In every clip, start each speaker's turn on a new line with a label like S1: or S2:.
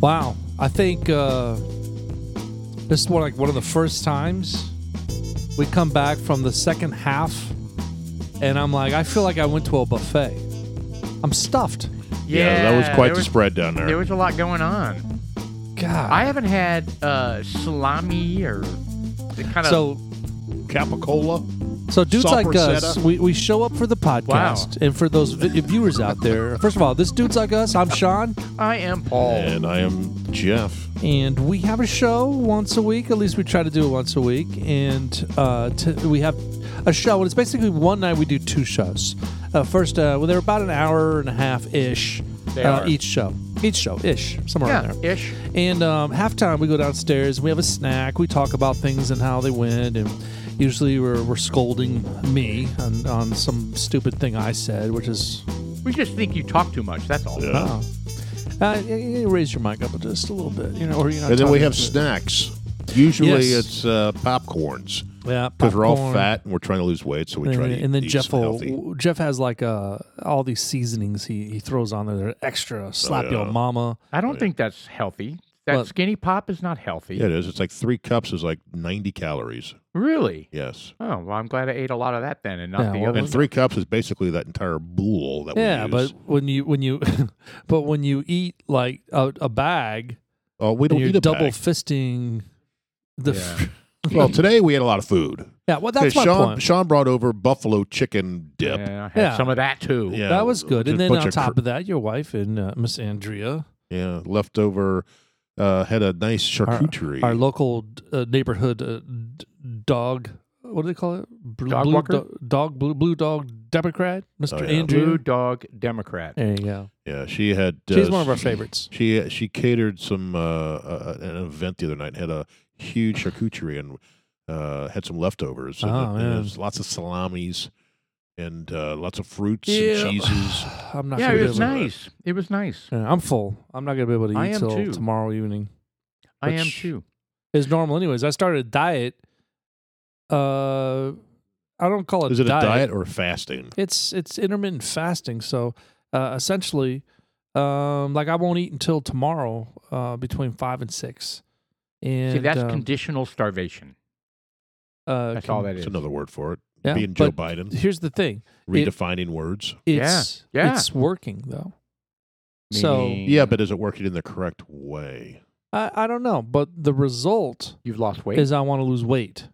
S1: Wow. I think uh, this is one, like one of the first times we come back from the second half, and I'm like, I feel like I went to a buffet. I'm stuffed.
S2: that was quite
S3: there
S2: the spread down there.
S3: There was a lot going on.
S1: God.
S3: I haven't had uh, salami or the kind of.
S1: so
S2: Capicola.
S1: so dudes like us,
S2: Soprasetta.
S1: we, we show up for the podcast, and for those vi- viewers out there, first of all, this dudes like us. I'm Sean,
S3: I am Paul.
S2: And I am Jeff.
S1: and we have a show once a week. At least we try to do it once a week, and uh, t- we have a show, and it's basically one night we do two shows. Uh, first, uh, well, they're about an hour and a half ish
S3: They
S1: uh,
S3: are.
S1: each show, each show ish, somewhere around
S3: yeah,
S1: there.
S3: ish.
S1: And um, halftime, we go downstairs, we have a snack, we talk about things and how they went, and usually we're, we're scolding me on, on some stupid thing I said, which is,
S3: We just think you talk too much. That's all.
S2: Yeah.
S1: oh. Uh, y- y- raise your mic up just a little bit, you know, or you know.
S2: and then we have snacks. Usually
S1: Yes.
S2: it's uh, popcorns
S1: yeah,
S2: because we're all
S1: popcorn.
S2: fat and we're trying to lose weight, so we
S1: And,
S2: try to eat
S1: and then
S2: eat
S1: Jeff
S2: some
S1: will,
S2: healthy.
S1: Jeff has like uh, all these seasonings he, he throws on there that are extra. Slap your
S2: yeah.
S1: mama.
S3: I don't think that's healthy. That
S1: Well-
S3: skinny pop is not healthy.
S2: Yeah, it is. It's like three cups is like ninety calories.
S3: Really?
S2: Yes,
S3: Oh, well, I'm glad I ate a lot of that then and not
S1: Yeah,
S3: the
S1: well,
S3: other.
S2: and three cups is basically that entire bowl that
S1: Yeah,
S2: we use.
S1: but when you when you, but when you eat like a, a bag,
S2: but oh, we don't
S1: you're
S2: eat a
S1: double
S2: bag.
S1: fisting the.
S3: Yeah.
S1: f-
S2: well, today we had a lot of food.
S1: Yeah, well, that's
S2: 'Cause
S1: my
S2: Sean,
S1: point.
S2: Sean brought over buffalo chicken dip.
S3: And I had
S1: Yeah.
S3: some of that too.
S2: Yeah,
S1: that was good.
S2: just
S1: And
S2: a
S1: then
S2: bunch
S1: on
S2: of
S1: top
S2: cr-
S1: of that, your wife and uh, Miss Andrea,
S2: yeah, leftover uh, had a nice charcuterie.
S1: our local uh, neighborhood uh, d- dog, what do they call it? Blue,
S3: Dog
S1: blue
S3: walker?
S1: do- dog, blue, blue dog Democrat, Mr.
S2: Oh, yeah.
S1: Andrew.
S3: Blue Dog Democrat.
S1: There you go.
S2: yeah, she had. Uh,
S1: She's one of our favorites.
S2: She she catered some uh, uh, an event the other night. Had a huge charcuterie and uh, had some leftovers. And,
S1: Oh,
S2: and
S1: man.
S2: there was lots of salamis and uh, lots of fruits
S1: Yeah.
S2: and cheeses.
S1: I'm not
S3: Yeah,
S1: gonna
S3: it
S1: be
S3: was
S1: able to-
S3: nice. It was nice.
S1: Yeah, I'm full. I'm not going to be able to
S3: I
S1: eat
S3: am
S1: till
S3: too.
S1: tomorrow evening.
S3: I am
S1: Which-
S3: too.
S1: It's normal, anyways. I started a diet. Uh, I don't call it
S2: Is it a diet or fasting?
S1: it's it's intermittent fasting so uh, essentially um, like i won't eat until tomorrow uh, between five and six and
S3: See, that's
S1: um,
S3: conditional starvation.
S1: uh,
S3: That's
S1: con-
S3: all that
S2: It's
S3: is.
S2: another word for it.
S1: Yeah,
S2: Being Joe
S1: but
S2: Biden,
S1: here's the thing
S2: redefining words.
S1: it's
S3: Yeah, yeah.
S1: it's working though so
S3: Meaning
S2: Yeah, but is it working in the correct way?
S1: I, I don't know but the result
S3: you've lost weight.
S1: is i want to lose weight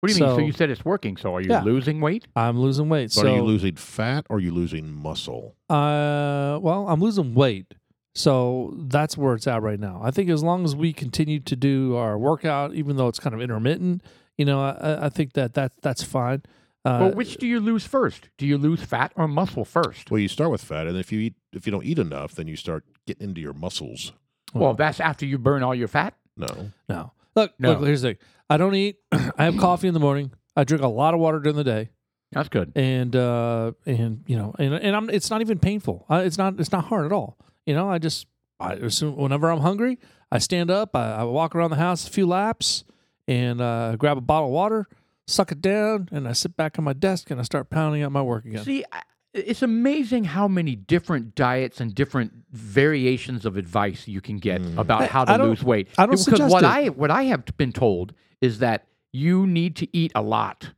S3: what do you mean? So
S1: so-
S3: you said it's working. So are you
S1: Yeah.
S3: losing weight?
S1: i'm losing weight
S2: So
S1: so
S2: are you losing fat or are you losing muscle?
S1: Uh, well, I'm losing weight, so that's where it's at right now. I think as long as we continue to do our workout, even though it's kind of intermittent, you know, I- I, I think that that that's fine. Uh,
S3: well, which do you lose first? Do you lose fat or muscle first?
S2: Well, you start with fat, and if you eat, if you don't eat enough, then you start getting into your muscles.
S3: Well, that's after you burn all your fat.
S2: No,
S1: no, look,
S3: No.
S1: look. Here's the thing: I don't eat. I have coffee in the morning. I drink a lot of water during the day,
S3: That's good.
S1: and uh, and you know, and and I'm. It's not even painful. I, it's not. It's not hard at all. You know, I just. I assume whenever I'm hungry, I stand up. I, I walk around the house a few laps, and uh, grab a bottle of water, suck it down, and I sit back on my desk and I start pounding out my work again.
S3: See, I- it's amazing how many different diets and different variations of advice you can get about how
S1: Mm. I
S3: to
S1: don't-
S3: lose weight.
S1: I don't
S3: because
S1: suggest
S3: what
S1: it.
S3: I what I have been told is that you need to eat a lot,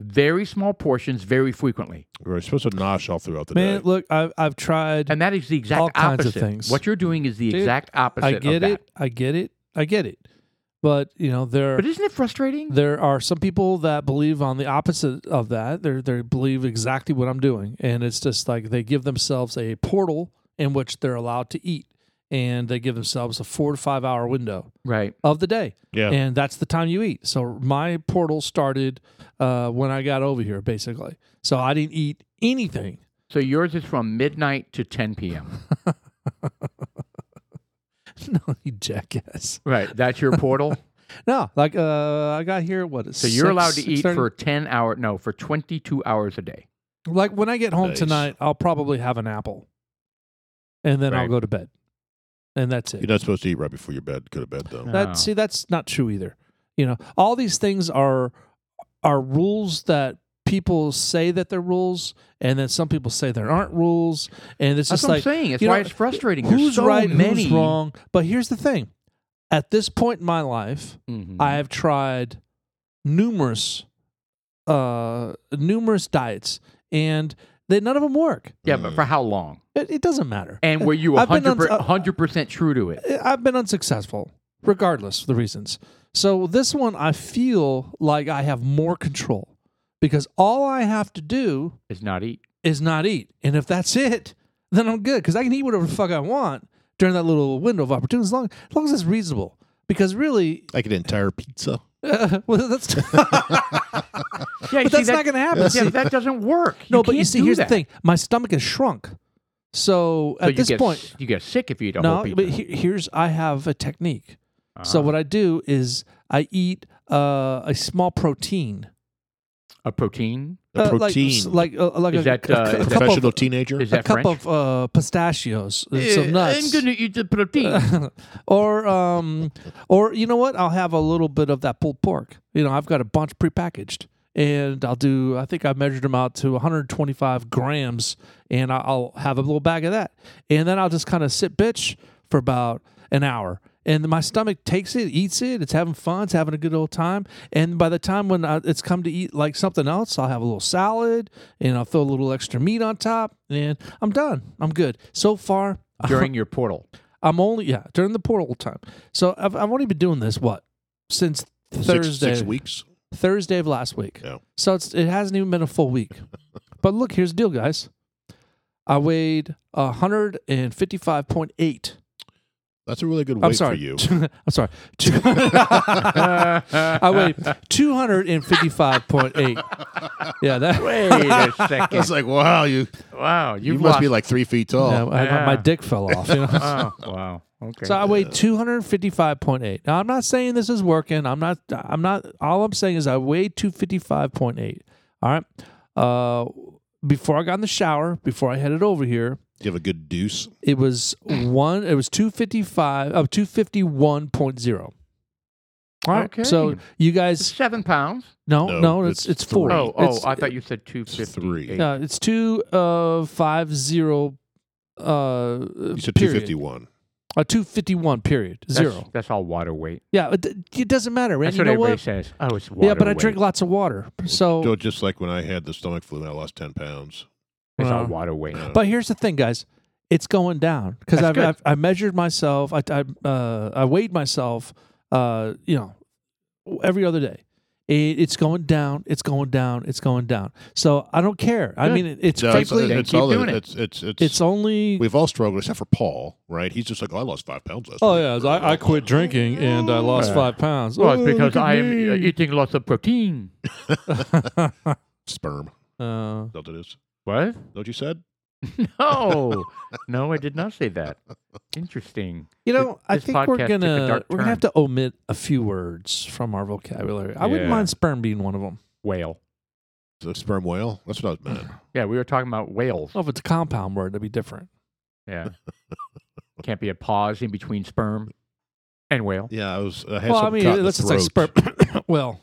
S3: very small portions, very frequently,
S2: we're supposed to nosh all throughout the
S1: Man,
S2: day.
S1: look, I've I've tried.
S3: and that is the exact
S1: All
S3: opposite.
S1: kinds of things.
S3: What you're doing is the
S1: Dude,
S3: exact opposite.
S1: I
S3: of
S1: get
S3: that.
S1: it. I get it. I get it. But you know, there
S3: But isn't it frustrating?
S1: there are some people that believe on the opposite of that. They they believe exactly what I'm doing, and it's just like they give themselves a portal in which they're allowed to eat, and they give themselves a four to five hour window
S3: right.
S1: of the day,
S2: Yeah.
S1: and that's the time you eat. So my portal started uh, when I got over here, basically. So I didn't eat anything.
S3: So yours is from midnight to 10 p.m.
S1: no, you jackass.
S3: right. That's your portal.
S1: No, like uh, I got here. What?
S3: So you're allowed to eat for 10 hour no, for 22 hours a day.
S1: Like when I get home
S2: Nice.
S1: tonight, I'll probably have an apple, and then I'll
S3: Right.
S1: go to bed, and that's it.
S2: You're not supposed to eat right before your bed. Go to bed though.
S1: that
S3: Oh.
S1: see, that's not true either. You know, all these things are are rules that people say that they're rules, and then some people say there aren't rules, and it's
S3: That's
S1: just
S3: what I'm
S1: like
S3: saying. It's
S1: you
S3: why
S1: know,
S3: it's frustrating. There's
S1: who's
S3: so
S1: right,
S3: many.
S1: who's wrong. But here's the thing: at this point in my life,
S3: Mhm.
S1: I have tried numerous, uh, numerous diets, and they none of them work.
S3: yeah, but for how long?
S1: It, it doesn't matter.
S3: And were you
S1: I've been on-
S3: 100 percent true to it?
S1: I've been unsuccessful, regardless of the reasons. So this one, I feel like I have more control because all I have to do
S3: It's not eat.
S1: is not eat, and if that's it, then I'm good because I can eat whatever the fuck I want during that little window of opportunity, as long as long as it's reasonable. Because really,
S2: Like an entire pizza.
S1: well, that's
S3: Yeah,
S1: but that's not going to happen.
S3: Yeah, that doesn't work.
S1: No, but you
S3: can't
S1: see,
S3: do
S1: here's
S3: that.
S1: the thing: my stomach has shrunk. So
S3: So
S1: at
S3: you
S1: this
S3: get
S1: point,
S3: s- you get sick if you eat a whole
S1: no.
S3: pizza.
S1: But he- here's I have a technique.
S3: Uh-huh.
S1: So what I do is I eat uh, a small protein,
S3: a protein
S2: A
S1: Uh, like-
S2: protein.
S1: s- like uh, like
S3: Is
S1: a,
S3: that,
S1: a-
S3: uh,
S1: a
S3: is that
S1: cup
S2: professional
S1: of,
S2: teenager.
S3: is
S1: a
S3: that
S1: cup
S3: French?
S1: of uh, pistachios and some nuts.
S3: I'm gonna eat the protein.
S1: or um, or you know what? I'll have a little bit of that pulled pork. You know, I've got a bunch prepackaged, and I'll do. I think I measured them out to 125 grams, and I- I'll have a little bag of that, and then I'll just kind of sit bitch for about an hour. And my stomach takes it, eats it. It's having fun. It's having a good old time. And by the time when I, it's come to eat like something else, I'll have a little salad and I'll throw a little extra meat on top, and I'm done. I'm good. So far,
S3: during your portal.
S1: I'm only yeah during the portal time. So I've, I've only been doing this what since Thursday
S2: Six, six weeks.
S1: Thursday of last week.
S2: Yeah.
S1: So it's, it hasn't even been a full week. but look, here's the deal, guys. I weighed 155.8.
S2: That's a really good
S1: I'm
S2: weight
S1: sorry.
S2: for you.
S1: I'm sorry. Two- I weighed 255.8. Yeah, that
S3: Wait a
S2: I was
S3: second!
S2: like, wow, you
S3: Wow,
S2: you
S3: you've
S2: must be
S3: lost-
S2: like three feet tall.
S1: yeah, I- my- my
S3: Yeah.
S1: dick fell off. You know?
S3: Oh, wow. Okay.
S1: So I weigh 255.8. Now I'm not saying this is working. I'm not I'm not all I'm saying is I weighed 255.8. All right. Uh before I got in the shower, before I headed over here,
S2: Do you have a good deuce?
S1: it was one it was 255 of 251.0. All right.
S3: Okay.
S1: So you guys
S3: seven pounds.
S1: no, no,
S2: No,
S1: it's
S2: it's
S1: it's 40.
S2: three.
S3: Oh, oh,
S1: It's-
S3: I thought you said two fifty.
S2: three.
S1: yeah, it's 2 uh 50 uh
S2: You said two
S1: period.
S2: fifty one.
S1: Uh, 251 period. 0.
S3: That's, that's all water weight.
S1: Yeah, it, it doesn't matter, man.
S3: That's
S1: you
S3: what
S1: know
S3: everybody
S1: what?
S3: says. Oh, it's water
S1: yeah, but I
S3: weight.
S1: drink lots of water. So,
S2: So just like when I had the stomach flu and I lost ten pounds.
S3: It's all
S1: Uh,
S3: water weight.
S1: but here's the thing, guys. It's going down because
S3: That's
S1: I've,
S3: good.
S1: I've I measured myself. I I, uh, I weighed myself. Uh, you know, every other day. It, it's going down. It's going down. It's going down. So I don't care. I
S3: Good.
S1: mean, it, it's
S2: No, it's,
S1: frankly,
S3: Then
S2: it's
S3: keep
S2: all
S3: doing it.
S2: it's, it's it's
S1: it's only.
S2: we've all struggled except for Paul, right? He's just like, oh, I lost five pounds last
S1: Oh
S2: week.
S1: yeah, I, I quit drinking and I lost
S3: Yeah.
S1: five pounds.
S3: well,
S1: Oh,
S3: it's because
S1: look at
S3: I am uh,
S1: me.
S3: eating lots of protein.
S2: sperm.
S1: Uh,
S2: That's what it is.
S3: What?
S2: That's What you said?
S3: No, no, I did not say that. Interesting.
S1: You know, I
S3: this
S1: think we're
S3: podcast took a
S1: gonna
S3: dark
S1: we're gonna have
S3: turn.
S1: to omit a few words from our vocabulary. I wouldn't
S3: Yeah.
S1: mind sperm being one of them.
S3: Whale.
S2: The sperm whale. That's what I was meant.
S3: Yeah, we were talking about whales.
S1: Well, if it's a compound word, that'd be different.
S3: Yeah. Can't be a pause in between sperm and whale.
S2: Yeah, I was. I had
S1: Well, I
S2: something
S1: mean,
S2: caught in the
S1: that's just like sperm.
S2: throat.
S1: well,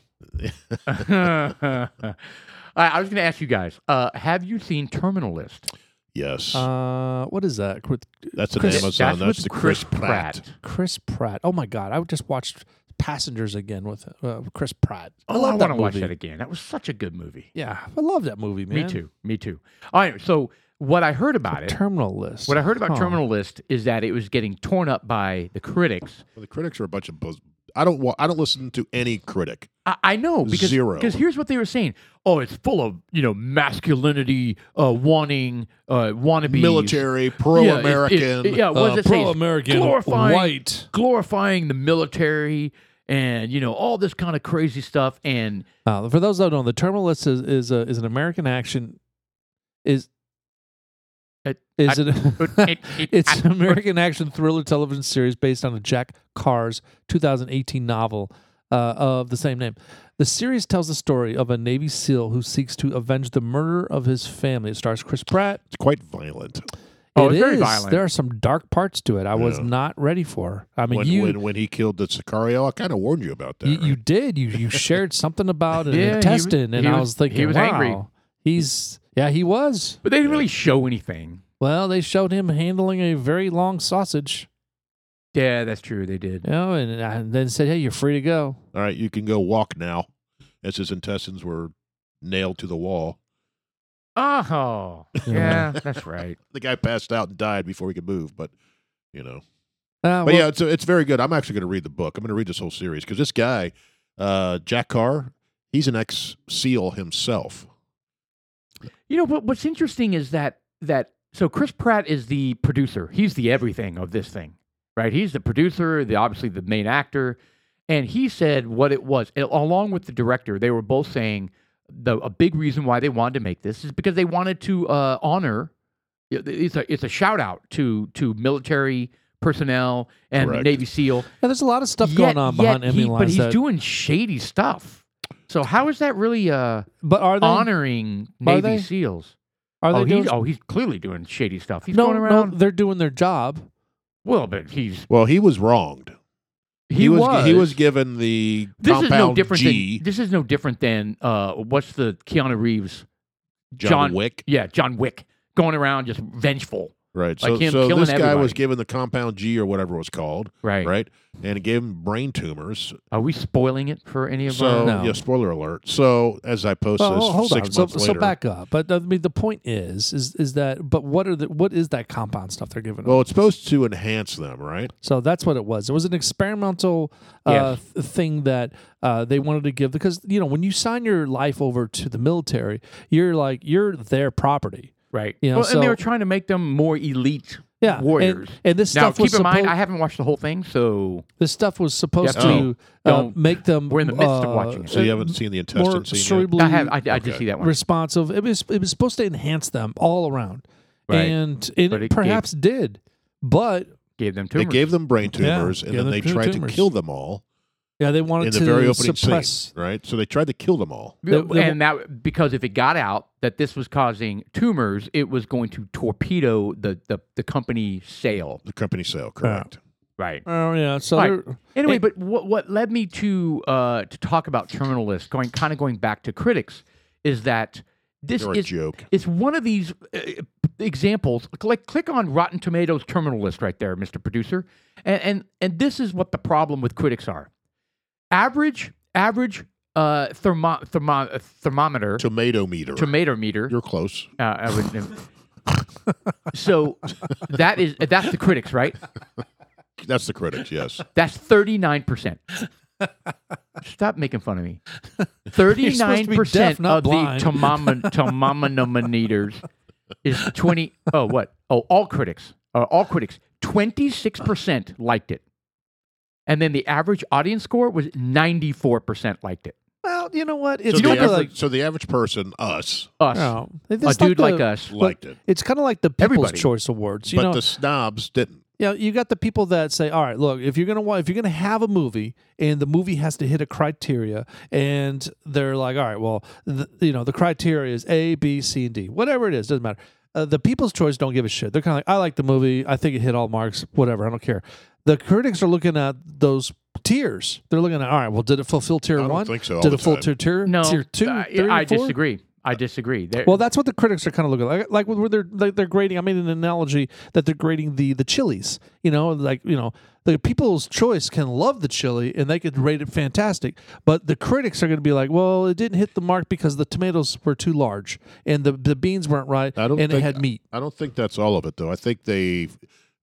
S3: I, I was going to ask you guys uh, have you seen Terminal List?
S2: Yes,
S1: uh, what is that with
S2: that's an
S1: Chris-
S2: Amazon.
S3: with
S2: That's the Chris Pratt.
S1: Chris Pratt? Oh my God, I just watched Passengers again with uh, Chris Pratt.
S3: Oh, I,
S1: love
S3: want to
S1: that
S3: watch
S1: movie.
S3: that again. That was such a good movie.
S1: Yeah, I love that movie, man.
S3: Me too. Me too. All right. So, what I heard about it,
S1: Terminal List.
S3: what I heard about
S1: Huh.
S3: Terminal List is that it was getting torn up by the critics.
S2: Well, the critics are a bunch of buzz. I don't. wa- I don't listen to any critic.
S3: I, I know because
S2: Zero.
S3: Because here's what they were saying: Oh, it's full of you know masculinity, uh, wanting, uh, wannabe
S2: Military, pro-American.
S3: Yeah, what does
S1: Uh,
S3: it say? It's
S1: pro-American,
S3: glorifying,
S1: white.
S3: glorifying the military, and you know all this kind of crazy stuff. And
S1: Uh, for those that don't know, the Terminal List is is, a, is an American action. Is
S3: It-
S1: is it?
S3: it- it-
S1: it's
S3: I-
S1: an American action thriller television series based on a Jack Carr's 2018 novel uh, of the same name. The series tells the story of a Navy SEAL who seeks to avenge the murder of his family. It stars Chris Pratt.
S2: It's quite violent.
S3: Oh,
S1: It
S3: it's very
S1: is.
S3: violent.
S1: There are some dark parts to it. I was
S2: Yeah.
S1: not ready for. I mean,
S2: when,
S1: you
S2: when when he killed the Sicario, I kind of warned you about that.
S1: you, you
S2: right?
S1: did. You you shared something about an
S3: Yeah, he w-
S1: intestine, and
S3: he
S1: I
S3: was-
S1: was thinking,
S3: he was
S1: wow,
S3: angry.
S1: he's yeah, he was.
S3: But they didn't really show anything.
S1: Well, they showed him handling a very long sausage,
S3: Yeah, that's true. They did.
S1: you know, and, and then said, "Hey, you're free to go."
S2: All right, you can go walk now, as his intestines were nailed to the wall.
S3: Oh, yeah, that's right.
S2: The guy passed out and died before he could move, but you know.
S3: Oh,
S1: Uh,
S2: But yeah, it's it's very good. I'm actually going to read the book. I'm going to read this whole series because this guy, uh, Jack Carr, he's an ex SEAL himself.
S3: You know, but what's interesting is that that so Chris Pratt is the producer. He's the everything of this thing, right? He's the producer, the obviously the main actor, and he said what it was a- along with the director. They were both saying the a big reason why they wanted to make this is because they wanted to uh, honor. It's a it's a shout out to to military personnel and
S2: Correct.
S3: Navy SEAL.
S1: yeah, there's a lot of stuff
S3: Yet-
S1: going on
S3: yet
S1: behind enemy
S3: he-
S1: lines.
S3: But he's
S1: that-
S3: doing shady stuff. So how is that really uh,
S1: but are they?
S3: honoring
S1: Are
S3: Navy
S1: they?
S3: SEALs?
S1: are they
S3: oh,
S1: doing?
S3: he's, oh, he's clearly doing shady stuff. He's
S1: no,
S3: going around.
S1: no, they're doing their job.
S3: Well, but he's
S2: Well, he was wronged.
S3: he,
S2: was, he was given the
S3: This is
S2: compound
S3: no different
S2: G,
S3: than this is no different than uh, what's the Keanu Reeves?
S2: John, Wick.
S3: Yeah, John Wick going around just vengeful.
S2: Right.
S3: Like
S2: So,
S3: him
S2: so
S3: killing
S2: this guy was
S3: everybody.
S2: given the compound G or whatever it was called,
S3: Right.
S2: right? And it gave him brain tumors.
S3: Are we spoiling it for any of
S2: So,
S3: our?
S1: No.
S2: yeah, spoiler alert. So, as I post
S1: Well,
S2: this
S1: ho- hold
S2: six
S1: on. So,
S2: months
S1: so
S2: later,
S1: back up. But uh, I mean, the point is, is is that? But what are the? What is that compound stuff they're giving?
S2: well, it's supposed to enhance them, right?
S1: So that's what it was. It was an experimental uh, th- thing that uh, they wanted to give because you know when you sign your life over to the military, you're like you're their property.
S3: Right.
S1: You know,
S3: well, and they
S1: so-
S3: were trying to make them more elite
S1: Yeah, and-
S3: warriors.
S1: And, this
S3: now,
S1: stuff
S3: keep in
S1: was supposed.
S3: mind, I haven't watched the whole thing, so
S1: this stuff was supposed to
S2: Definitely
S1: uh,
S3: don't-
S1: make them.
S3: we're in the midst of
S1: uh,
S3: watching it.
S2: So, you haven't seen the
S1: more
S2: intestine scene yet?
S1: cerebrally
S3: I have. I, I did
S2: Okay.
S3: see that one.
S1: responsive. It was it was supposed to enhance them all around,
S3: Right.
S1: and, and
S3: But
S1: it
S3: it gave-
S1: perhaps did, but
S3: Gave them
S2: They
S3: tumors.
S2: gave them brain
S1: Yeah,
S2: tumors, and
S1: gave
S2: then
S1: them
S2: they
S1: tum-
S2: tried
S1: tumors.
S2: to kill them all
S1: yeah, they wanted
S2: in the
S1: to
S2: very opening
S1: suppress.
S2: scene, right? So, they tried to kill them all.
S1: They- they
S3: and that because if it got out that this was causing tumors, it was going to torpedo the the, the company sale.
S2: The company sale, correct?
S3: Right.
S1: Oh yeah, so
S3: Right.
S1: they're-
S3: Anyway,
S1: It-
S3: but what what led me to uh, to talk about terminal list, going kind of going back to critics, is that this
S2: They're a
S3: is
S2: joke.
S3: it's one of these uh, examples. Like click on Rotten Tomatoes terminal list right there, Mr. Producer, and and and this is what the problem with critics are: average average uh, thermo- thermo- uh, thermometer
S2: Tomato meter.
S3: tomato meter.
S2: You're close.
S3: Uh, I would. so that is that's the critics, right?
S2: That's the critics, yes.
S3: That's thirty nine percent. Stop making fun of me. Thirty nine
S1: deaf,
S3: percent
S1: not
S3: of the
S1: blind.
S3: tomama- tomanometers is twenty. Oh, what? Oh, all critics. Uh, all critics. Twenty six percent liked it, and then the average audience score was ninety four percent liked it.
S1: well, you know what? It's
S2: So, the
S1: kind of
S2: average,
S1: like
S2: so the average person, us,
S3: Us,
S1: no,
S3: a
S1: it's
S3: dude
S1: Oh. the-
S3: like us.
S2: liked it.
S1: It's kind of like the People's
S3: Everybody.
S1: Choice Awards. You
S2: but
S1: know,
S2: the snobs didn't.
S1: you know, you got the people that say, "All right, look, if you're gonna wa- if you're gonna have a movie and the movie has to hit a criteria, and they're like, all right, well, th you know, the criteria is A, B, C, and D, whatever it is, doesn't matter." Uh, the People's Choice don't give a shit. They're kind of like, "I like the movie. I think it hit all marks. Whatever. I don't care." The critics are looking at those tiers. They're looking at, "All right, well, did it fulfill tier
S2: I don't
S1: one?
S2: think so all
S1: Did
S2: the
S1: it fulfill
S2: time.
S1: tier, tier,
S3: No, uh,
S1: tier two?
S3: I,
S1: three,
S3: I
S1: four?
S3: disagree. I disagree. There-
S1: Well, that's what the critics are kind of looking like. Like with- where they're like, they're grading. I made an analogy that they're grading the the chilies. You know, like you know, the people's choice can love the chili and they could rate it fantastic, but the critics are going to be like, well, it didn't hit the mark because the tomatoes were too large and the the beans weren't right
S2: I don't
S1: and it
S2: think-
S1: had meat.
S2: I don't think that's all of it, though. I think they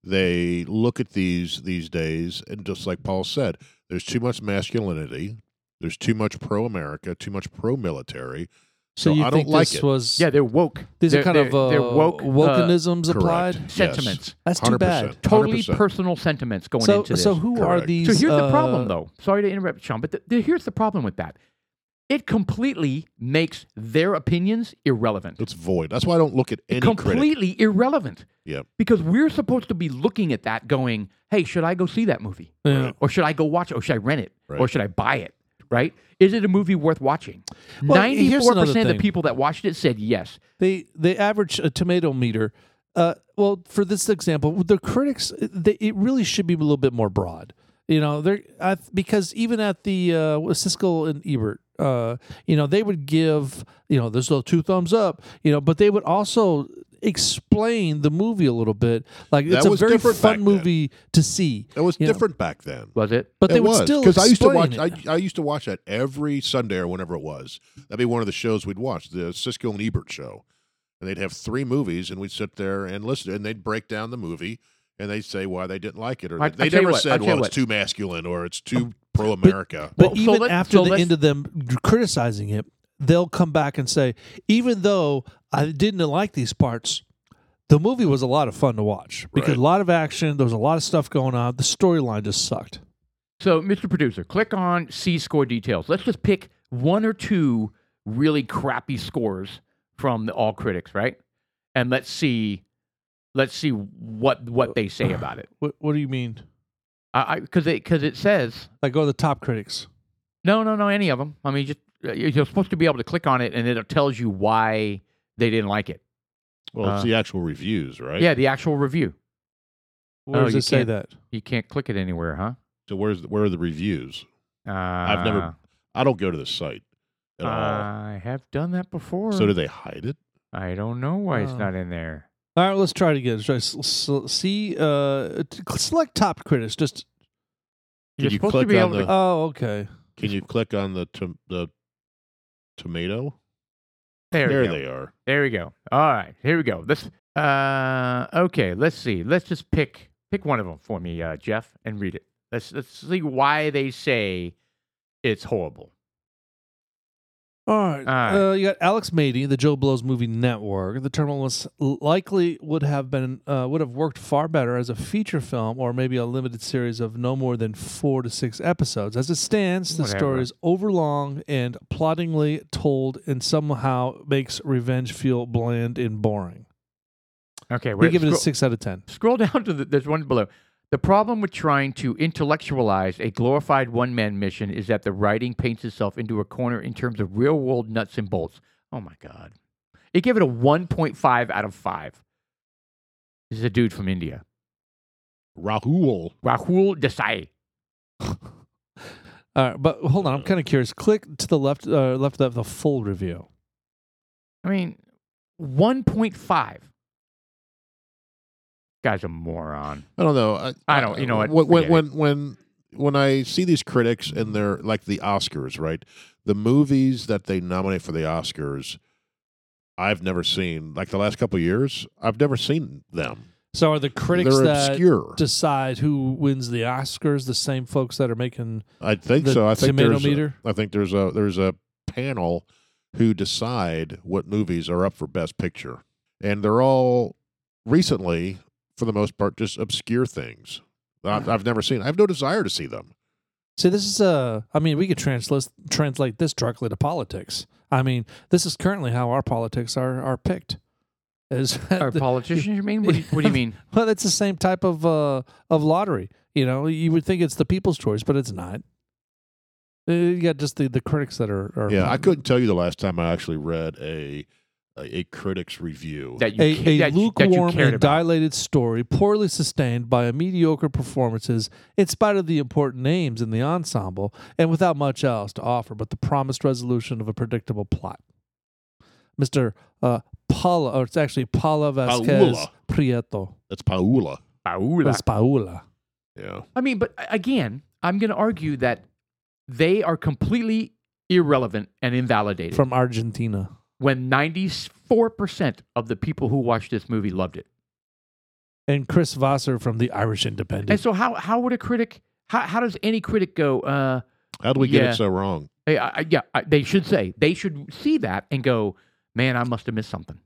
S2: they look at these these days, and just like Paul said, there's too much masculinity, there's too much pro America, too much pro military.
S1: So,
S2: So
S1: you
S2: I don't
S1: think
S2: like
S1: this
S2: it.
S1: was
S3: yeah, they're woke.
S1: these
S3: they're,
S1: are kind of
S3: they're-
S1: uh,
S3: they're woke uh,
S1: wokenisms
S2: Correct.
S1: applied.
S2: Yes.
S3: sentiments.
S1: That's too
S2: 100%,
S1: bad.
S3: totally
S2: 100%.
S3: personal sentiments going
S1: So
S3: into this.
S1: so who are
S2: Correct. So
S1: these?
S3: So here's the
S1: uh,
S3: problem, though. Sorry to interrupt, Sean, but the, the- here's the problem with that. It completely makes their opinions irrelevant.
S2: It's void. That's why I don't look at any critic.
S3: completely irrelevant.
S2: Yeah.
S3: Because we're supposed to be looking at that, going, "Hey, should I go see that movie?
S1: Yeah.
S3: Or should I go watch it? Or should I rent it? Or
S2: Right.
S3: should I buy it? Right? Is it a movie worth watching?"
S1: Well,
S3: Ninety-four
S1: here's another
S3: percent of
S1: thing.
S3: the people that watched it said yes.
S1: They they average a tomato meter. Uh, well, for this example, the critics, they, it really should be a little bit more broad. You know, they're I, because even at the uh, Siskel and Ebert, uh, you know, they would give you know there's those two thumbs up, you know, but they would also explain the movie a little bit. Like
S2: That
S1: it's a
S2: was
S1: very
S2: different back
S1: fun
S2: then.
S1: movie to see,
S2: That was
S1: Yeah.
S2: different back then.
S3: Was it?
S1: but they
S2: it
S1: would
S2: was
S1: still
S2: I used to
S1: explain
S2: watch.
S1: it.
S2: I, I used to watch that every Sunday or whenever it was. That'd be one of the shows we'd watch, the Cisco and Ebert show, and they'd have three movies, and we'd sit there and listen, and they'd break down the movie, and they'd say why they didn't like it, or
S3: I-
S2: they
S3: I tell you
S2: never
S3: what, I
S2: said,
S3: tell you
S2: well,
S3: what.
S2: it's too masculine or it's too pro America.
S1: But
S3: Well, so
S1: even
S3: let-
S1: after
S3: so
S1: the
S3: let's-
S1: end of them criticizing it, they'll come back and say, even though I didn't like these parts, the movie was a lot of fun to watch because
S2: Right.
S1: a lot of action, there was a lot of stuff going on. The storyline just sucked.
S3: So, Mr. Producer, click on C score details. Let's just pick one or two really crappy scores from the all critics, right? And let's see, let's see what what they say about it.
S1: What, what do you mean?
S3: I because it because it says
S1: Like, go to the top critics.
S3: no, no, no, any of them. I mean, just uh, you're supposed to be able to click on it, and it tells you why they didn't like it.
S2: well, it's
S3: uh,
S2: the actual reviews, right?
S3: Yeah, the actual review.
S1: Where
S3: Oh,
S1: does
S3: you
S1: it say
S3: can't-
S1: that?
S3: You can't click it anywhere, huh?
S2: So where's the, where are the reviews?
S3: Uh,
S2: I've never I don't go to the site at
S3: I have done that before.
S2: all. So do they hide it?
S3: I don't know why it's
S1: Oh.
S3: not in there.
S1: All right, let's try it again. Let's try s- s- see, uh, t- select top critics. Just
S2: Can
S3: You're
S2: you
S3: supposed
S2: click
S3: to be
S2: on
S3: able to.
S2: the-
S1: oh, okay.
S2: Can you click on the tom the tomato?
S3: There, we
S2: there
S3: go.
S2: they are.
S3: There we go. All right, here we go. Let's. Uh, okay. Let's see. Let's just pick pick one of them for me, uh, Jeff, and read it. Let's let's see why they say it's horrible.
S1: All right.
S3: All
S1: Uh, you got Alex Mady, the Joe Blows Movie Network. The terminalist likely would have been uh, would have worked far better as a feature film or maybe a limited series of no more than four to six episodes. As it stands, the
S3: Whatever.
S1: story is overlong and ploddingly told, and somehow makes revenge feel bland and boring.
S3: Okay,
S1: We
S3: wait,
S1: give it a
S3: scroll-
S1: six out of ten.
S3: Scroll down to the, there's one below. The problem with trying to intellectualize a glorified one man mission is that the writing paints itself into a corner in terms of real world nuts and bolts. Oh my God. It gave it a 1.5 out of 5. This is a dude from India,
S2: Rahul.
S3: Rahul Desai.
S1: All right, but hold on, I'm kind of curious. Click to the left, uh, left of the full review.
S3: I mean, 1.5. Guy's a moron.
S2: I don't know. I,
S3: I don't- you know what?
S2: When when,
S3: Forget
S2: when when when I see these critics and they're like the Oscars, right? The movies that they nominate for the Oscars, I've never seen. Like the last couple of years, I've never seen them.
S1: So are the critics
S2: they're
S1: that
S2: obscure.
S1: decide who wins the Oscars the same folks that are making
S2: I think
S1: the
S2: so. I think
S1: tomato
S2: there's.
S1: meter?
S2: A, I think there's a there's a panel who decide what movies are up for Best Picture, and they're all recently, for the most part, just obscure things. I've, I've never seen. I have no desire to see them.
S1: See, this is uh, I mean, we could translate translate this directly to politics. I mean, this is currently how our politics are are picked. Is
S3: Are politicians, you mean? What do you, what do you mean?
S1: well, it's the same type of uh of lottery. You know, you would think it's the people's choice, but it's not. Uh, You got just the the critics that are. are
S2: Yeah, I couldn't tell you the last time I actually read a a, a critic's review.
S3: That you, ca-
S1: A, a
S3: that you- that you
S1: lukewarm
S3: cared
S1: and
S3: about.
S1: dilated story, poorly sustained by a mediocre performances, in spite of the important names in the ensemble, and without much else to offer but the promised resolution of a predictable plot. Mister uh, Paula, or it's actually Paula Vasquez
S2: Paula.
S1: Prieto.
S2: That's Paula.
S3: Paula.
S1: It's Paula.
S2: Yeah,
S3: I mean, but a- again, I'm going to argue that they are completely irrelevant and invalidated
S1: from Argentina.
S3: when 94% of the people who watched this movie loved it.
S1: And Chris Vassar from the Irish
S3: And
S1: Independent.
S3: so, how, how would a critic, how, how does any critic go, uh,
S2: how do we get
S3: Yeah.
S2: it so wrong?
S3: hey, I, I, yeah, I, they should say, they should see that and go, man, I must have missed something.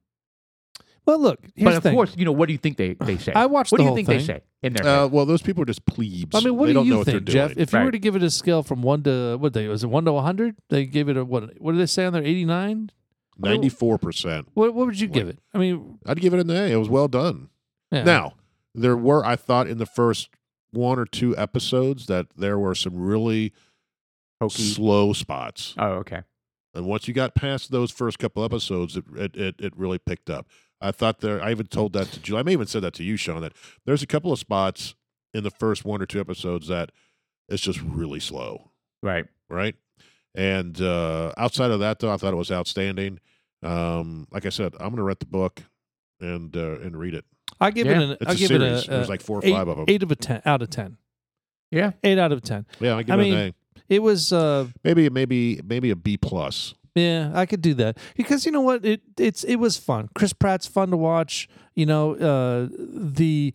S1: Well, look, here's
S3: but
S1: the
S3: of
S1: thing.
S3: course, you know, what do you think they, they say?
S1: I watched
S3: what
S1: the
S3: do you
S1: whole
S3: think they
S1: thing.
S3: say in their head?
S2: Uh, well, those people are just plebes.
S1: I mean, what do
S2: they don't know
S1: you
S2: what
S1: think,
S2: they're
S1: Jeff?
S2: doing.
S1: If you were
S3: Right.
S1: to give it a scale from one to what they was it one to hundred? They gave it a what? What did they say on there? Eighty nine.
S2: Ninety-four percent.
S1: What What would you give
S2: Like-
S1: it? I mean,
S2: I'd give it an A. It was well done.
S1: yeah.
S2: Now, there were I thought in the first one or two episodes that there were some really
S3: Hokey.
S2: slow spots.
S3: Oh, okay.
S2: And once you got past those first couple episodes, it it, it, it really picked up. I thought there. I even told that to Julie. I may even said that to you, Sean. That there's a couple of spots in the first one or two episodes that it's just really slow,
S3: Right.
S2: right? And uh, outside of that, though, I thought it was outstanding. Um, like I said, I'm going to rent the book and uh, and read it.
S1: I give
S3: Yeah.
S1: it an.
S2: It's
S1: I
S2: a
S1: give
S2: series.
S1: it a,
S2: there's
S1: a
S2: like four or
S1: eight,
S2: five of them.
S1: eight of a ten out of ten.
S3: Yeah.
S1: Eight out of ten.
S2: yeah, I give
S1: I
S2: it
S1: mean-
S2: an A.
S1: It was. uh
S2: Maybe maybe maybe a B plus.
S1: Yeah, I could do that because you know what it it's it was fun. Chris Pratt's fun to watch. You know uh, the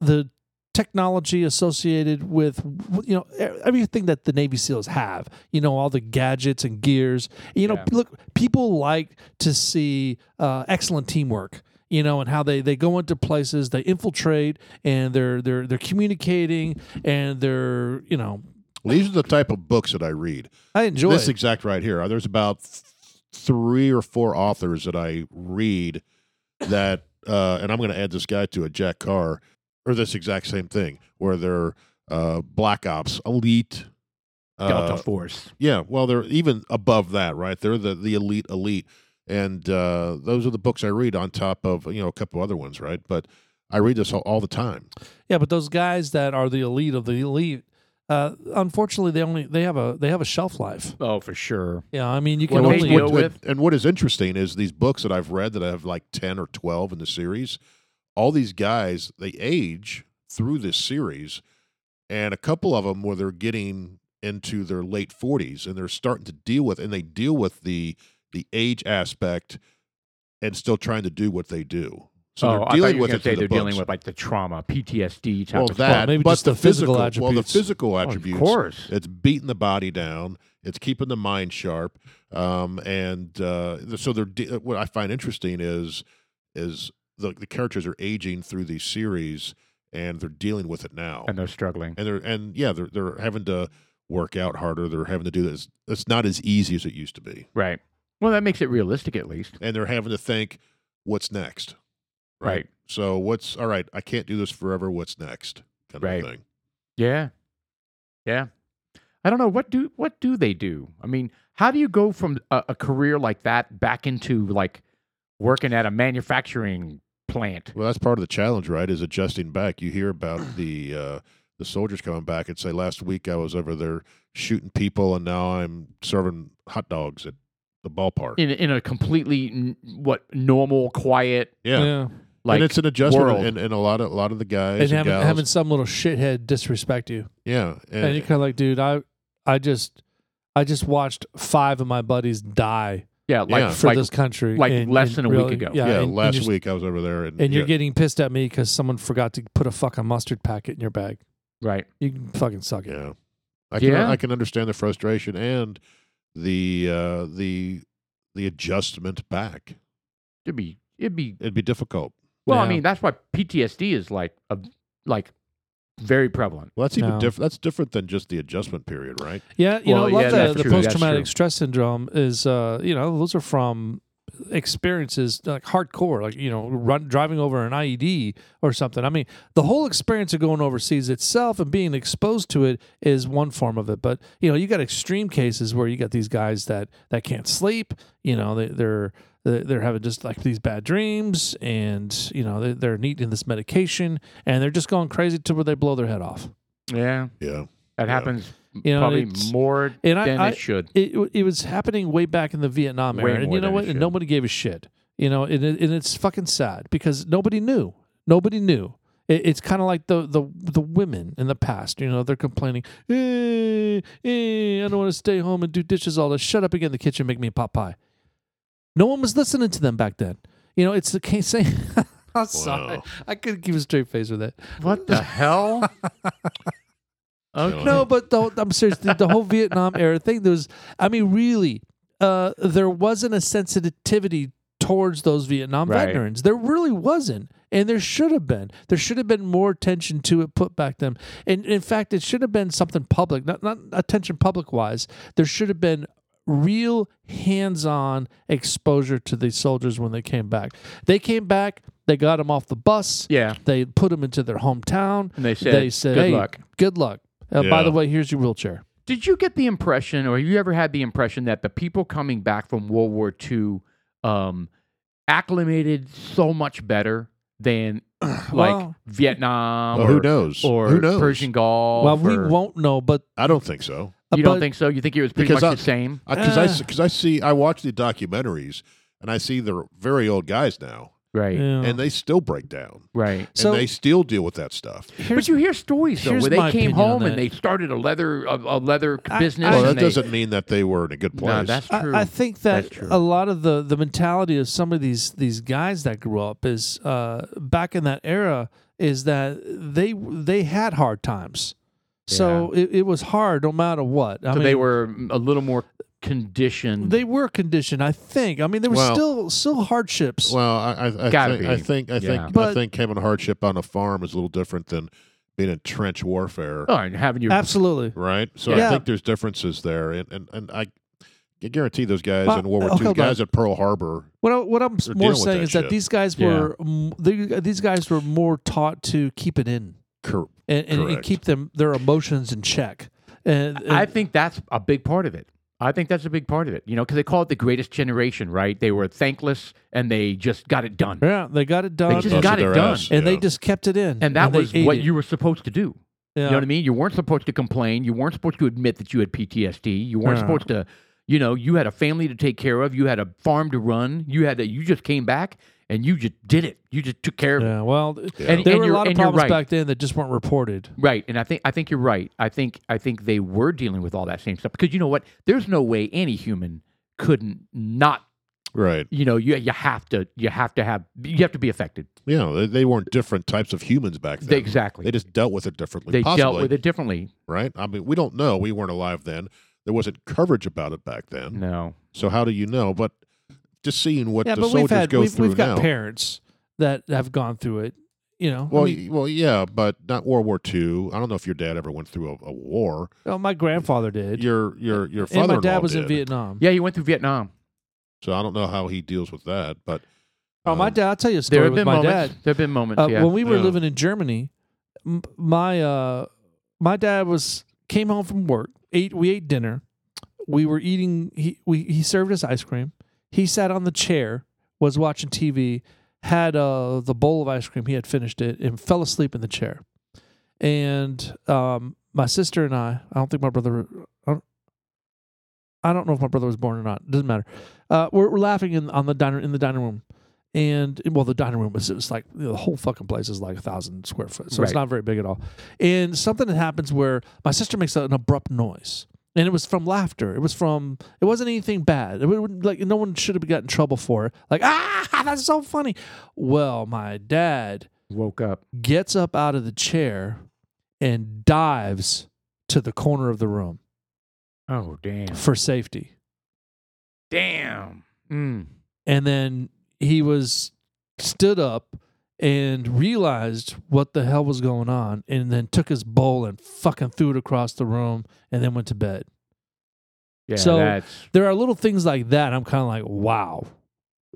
S1: the technology associated with you know e- everything that the Navy SEALs have. You know all the gadgets and gears. You know,
S3: Yeah.
S1: look, people like to see uh, excellent teamwork. You know, and how they, they go into places, they infiltrate, and they're they're they're communicating, and they're you know
S2: These are the type of books that I read.
S1: I enjoy
S2: this
S1: it.
S2: exact right here. uh, There's about th- three or four authors that I read that, uh, and I'm going to add this guy to a Jack Carr, or this exact same thing, where they're uh, black ops, elite.
S3: Delta
S2: Uh,
S3: Force.
S2: yeah, well, they're even above that, right? They're the, the elite, elite, and uh, those are the books I read on top of you know a couple other ones, right? But I read this all, all the time.
S1: Yeah, but those guys that are the elite of the elite, uh, unfortunately, they only they have a they have a shelf life.
S3: Oh, for sure.
S1: Yeah, I mean, you
S3: Well,
S1: can
S3: What
S2: Well,
S3: they
S1: only
S3: deal
S2: and-
S3: with-
S2: and what is interesting is these books that I've read that I have like 10 or 12 in the series, all these guys, they age through this series. And a couple of them where they're getting into their late 40s and they're starting to deal with, and they deal with the the age aspect and still trying to do what they do. So
S3: oh,
S2: they're
S3: I thought
S2: dealing
S3: you were
S2: with
S3: going to
S2: it
S3: say
S2: through
S3: they're
S2: the
S3: dealing
S2: books.
S3: with like the trauma, PTSD type
S2: well,
S3: of
S2: that,
S1: Well, maybe
S2: but
S1: just
S2: the,
S1: the physical
S2: Well, the
S1: attributes.
S2: physical
S3: stuff.
S2: attributes.
S3: Of course.
S2: It's beating the body down. It's keeping the mind sharp. Um, and uh, th- so they're de- what I find interesting is is the, the characters are aging through these series, and they're dealing with it now.
S3: And they're struggling.
S2: And they're and yeah, they're they're having to work out harder. They're having to do this. It's not as easy as it used to be,
S3: Right. Well, that makes it realistic at least.
S2: and they're having to think, what's next?
S3: Right.
S2: So what's all right? I can't do this forever. What's next? Kind
S3: Right.
S2: of thing.
S3: Yeah. Yeah. I don't know what do what do they do? I mean, how do you go from a, a career like that back into like working at a manufacturing plant?
S2: Well, that's part of the challenge, right? Is adjusting back. You hear about the uh, the soldiers coming back and say, "Last week I was over there shooting people, and now I'm serving hot dogs at the ballpark."
S3: in in a completely n- what normal, quiet
S2: yeah,
S3: like
S2: and it's an adjustment,
S3: world.
S2: and, and a lot of a lot of the guys
S1: and
S2: and
S1: having
S2: gals-
S1: having some little shithead disrespect you,
S2: yeah, and,
S1: and, you're kind of like, dude, I I just I just watched five of my buddies die
S3: yeah, like
S2: yeah.
S1: for
S3: Uh, like
S1: this country,
S3: like
S1: and-
S3: less than
S1: and
S3: a week
S1: really-
S3: ago.
S1: Yeah,
S2: yeah,
S1: and,
S2: last
S1: and you're,
S2: week I was over there, and,
S1: and you're
S2: yeah,
S1: getting pissed at me because someone forgot to put a fucking mustard packet in your bag.
S3: right.
S1: You can fucking suck it.
S2: yeah, I can
S3: Yeah.
S2: I can understand the frustration and the uh, the the adjustment back.
S3: It'd be it'd be
S2: It'd be difficult.
S3: well. I
S1: Yeah.
S3: mean, that's why PTSD is like a like very prevalent.
S2: Well, that's even
S1: No.
S2: diff- that's different than just the adjustment period, right?
S1: Yeah, you know,
S3: Well,
S1: a lot
S3: yeah,
S1: of
S3: that's
S1: the, the
S3: true, that's
S1: post traumatic
S3: true.
S1: stress syndrome is, uh, you know, those are from experiences like hardcore, like you know, run driving over an IED or something. I mean, the whole experience of going overseas itself and being exposed to it is one form of it. But you know, you got extreme cases where you got these guys that that can't sleep. You know, they, they're they're they're having just like these bad dreams, and you know, they're, they're needing this medication, and they're just going crazy to where they blow their head off.
S3: Yeah,
S2: Yeah.
S3: that
S2: Yeah.
S3: happens
S1: You know,
S3: probably
S1: it's-
S3: more
S1: And I-
S3: than
S1: I,
S3: it should.
S1: it, it was happening way back in the Vietnam
S3: Way
S1: era, and
S3: more
S1: you know
S3: than
S1: what?
S3: it
S1: And
S3: should.
S1: nobody gave a shit. You know, and, it, and it's fucking sad because nobody knew. Nobody knew. It, it's kind of like the, the the women in the past. You know, they're complaining, eh, eh, I don't want to stay home and do dishes all this. Shut up again in the kitchen, make me a pot pie. No one was listening to them back then. You know, it's the case saying. I'm sorry.
S2: Wow.
S1: I couldn't keep a straight face with that.
S3: What the hell? okay.
S1: No, but the whole, I'm serious. The, the whole Vietnam era thing. There was, I mean, really, uh, there wasn't a sensitivity towards those Vietnam
S3: Right.
S1: veterans. There really wasn't, and there should have been. There should have been more attention to it put back them. And in fact, it should have been something public, not not attention public wise. There should have been real hands-on exposure to these soldiers when they came back. They came back. They got them off the bus.
S3: Yeah,
S1: They put them into their hometown
S3: and they said,
S1: they said,
S3: "Good
S1: "Hey,
S3: luck."
S1: good luck. Uh, By
S2: Yeah.
S1: the way, here's your wheelchair.
S3: Did you get the impression, or you ever had the impression that the people coming back from World War II um, acclimated so much better than like
S1: Well-
S3: Vietnam
S2: Well,
S3: or,
S2: who knows?
S3: or
S2: who knows?
S3: Persian Gulf.
S1: well, we
S3: or-
S1: won't know, but uh,
S2: I don't think so.
S3: You
S1: but-
S3: don't think so? You think it was pretty
S2: Because
S3: much
S2: I-
S3: the same?
S2: Because I
S1: Uh.
S3: Ah.
S2: because I see I watch the documentaries and I see they're very old guys now,
S3: Right.
S1: Yeah.
S2: and they still break down,
S3: Right.
S1: So-
S2: and they still deal with that stuff.
S1: Here's-
S3: but you hear stories though
S1: here's
S3: where they
S1: my
S3: came
S1: opinion on
S3: home and
S1: that.
S3: they started a leather a, a leather
S1: I-
S3: business.
S1: I-
S2: Well, that
S3: and they-
S2: doesn't mean that they were in a good place.
S3: No, that's true.
S1: I, I think that
S3: That's true.
S1: a lot of the the mentality of some of these these guys that grew up is uh, back in that era is that they they had hard times, so it, it was hard no matter what. I
S3: so
S1: mean,
S3: they were a little more conditioned.
S1: they were conditioned. I think. I mean, there were
S2: Well-
S1: still still hardships.
S2: well, I, I, I,
S3: Gotta
S2: think,
S3: be.
S2: I think I
S3: Yeah.
S2: think I
S1: But-
S2: think having a hardship on a farm is a little different than being in trench warfare,
S3: oh, and having your
S1: Absolutely.
S2: right? So I
S1: Yeah.
S2: think there's differences there, and and, and I. I guarantee those guys
S1: Well,
S2: in World
S3: oh,
S2: War
S1: okay,
S2: II,
S1: but-
S2: guys at Pearl Harbor,
S1: What, I, what I'm
S2: They're dealing
S1: more
S2: with
S1: saying
S2: that
S1: is
S2: shit.
S1: that these guys
S3: Yeah.
S1: were mm, they, these guys were more taught to keep it in
S2: cor-
S1: and, and, and
S2: Correct.
S1: keep them their emotions in check. And, and
S3: I think that's a big part of it. I think that's a big part of it. You know, because they call it the greatest generation, right? They were thankless and they just got it done.
S1: yeah, they got it done,
S3: just
S1: and,
S2: busted
S3: got it
S2: their
S3: done.
S2: ass,
S1: and they
S2: yeah.
S1: just kept it in.
S3: And that
S1: they
S3: was
S1: ate
S3: what
S1: it.
S3: you were supposed to do.
S1: Yeah.
S3: You know what I mean? You weren't supposed to complain. You weren't supposed to admit that you had PTSD. You weren't
S1: Yeah.
S3: supposed to, you know, you had a family to take care of. You had a farm to run. You had a, you just came back and you just did it. You just took care of it.
S1: Yeah, well,
S3: And-
S1: there
S3: and
S1: were a
S3: you're-
S1: lot of
S3: and you're
S1: problems
S3: right.
S1: back then that just weren't reported.
S3: Right, and I think I think you're right. I think I think they were dealing with all that same stuff because you know what? There's no way any human couldn't not.
S2: right?
S3: You know, you you have to you have to have you have to be affected.
S2: You know, they, they weren't different types of humans back then.
S3: They- exactly.
S2: They just dealt with it differently.
S3: They
S2: possibly,
S3: dealt with it differently.
S2: right? I mean, we don't know. We weren't alive then. There wasn't coverage about it back then.
S3: No,
S2: So how do you know? But just seeing what
S1: yeah,
S2: the
S1: but
S2: soldiers
S1: we've had
S2: go
S1: we've,
S2: through
S1: we've got
S2: now.
S1: parents that have gone through it. You know, I
S2: well,
S1: mean,
S2: y- well, yeah, but not World War II. I don't know if your dad ever went through a, a war.
S1: oh, my grandfather did,
S2: Your your your
S1: and
S2: father
S1: my dad was
S2: did,
S1: in Vietnam.
S3: yeah, you went through Vietnam.
S2: So I don't know how he deals with that. But
S1: Oh, my
S2: um,
S1: dad! I'll tell you a
S3: There
S1: story
S3: have
S1: with
S3: been
S1: my
S3: moments.
S1: dad.
S3: There have been moments.
S1: Uh,
S3: yeah,
S1: When we were
S2: Yeah.
S1: living in Germany, m- my uh, my dad was came home from work. Ate we ate dinner. We were eating. He we he served us ice cream. He sat on the chair, was watching TV, had uh, the bowl of ice cream. He had finished it and fell asleep in the chair. And um, my sister and I. I don't think my brother. I don't- I don't know if my brother was born or not. Doesn't matter. Uh, we're, we're laughing in on the diner in the dining room and well, the dining room was it was like you know, the whole fucking place is like a thousand square foot, so
S3: Right.
S1: it's not very big at all. And something that happens where my sister makes an abrupt noise, and it was from laughter. It was from it wasn't anything bad. It would, like no one should have got in trouble for it. Like ah, that's so funny. Well, my dad
S3: woke up.
S1: gets up out of the chair and dives to the corner of the room
S3: Oh damn!
S1: for safety.
S3: Damn. Mm.
S1: and then he was stood up and realized what the hell was going on and then took his bowl and fucking threw it across the room and then went to bed
S3: Yeah,
S1: So-
S3: that's
S1: there are little things like that i'm kind of like wow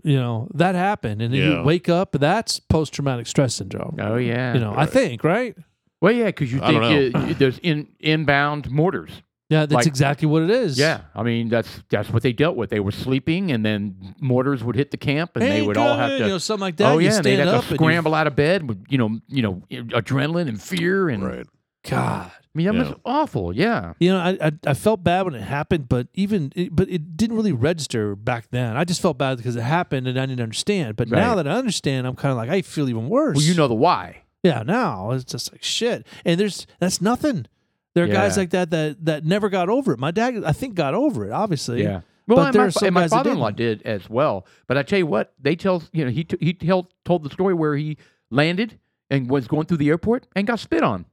S1: you know that happened and then
S2: Yeah.
S1: you wake up that's post-traumatic stress syndrome
S3: oh yeah.
S1: you know i
S2: Right.
S1: think right
S3: well, yeah, because you
S2: I
S3: think
S2: don't
S3: you, you- there's in inbound mortars.
S1: yeah that's
S3: Like-
S1: exactly what it is
S3: Yeah, I mean that's that's what they dealt with. They were sleeping, and then mortars would hit the camp, and they
S1: Hey,
S3: would all
S1: good,
S3: have to.
S1: you know something like that
S3: oh yeah,
S1: you
S3: and
S1: stand
S3: they'd have
S1: up and
S3: to
S1: you-
S3: scramble out of bed with you know you know adrenaline and fear and.
S2: right,
S1: god
S3: I mean that
S2: Yeah.
S3: was awful. Yeah.
S1: You know, I, I I felt bad when it happened, but even it, but it didn't really register back then. I just felt bad because it happened and I didn't understand. But now
S3: Right.
S1: that I understand, I'm kind of like I feel even worse.
S3: Well, you know the why.
S1: yeah. Now it's just like shit, and there's that's nothing. There are guys
S3: Yeah.
S1: like that that that never got over it. My dad, I think, got over it. Obviously,
S3: Well,
S1: But
S3: and
S1: there
S3: my,
S1: are
S3: fa-
S1: some
S3: and my
S1: guys that
S3: father-in-law did as well. But I tell you what, they tell you know he t- he tell, told the story where he landed and was going through the airport and got spit on.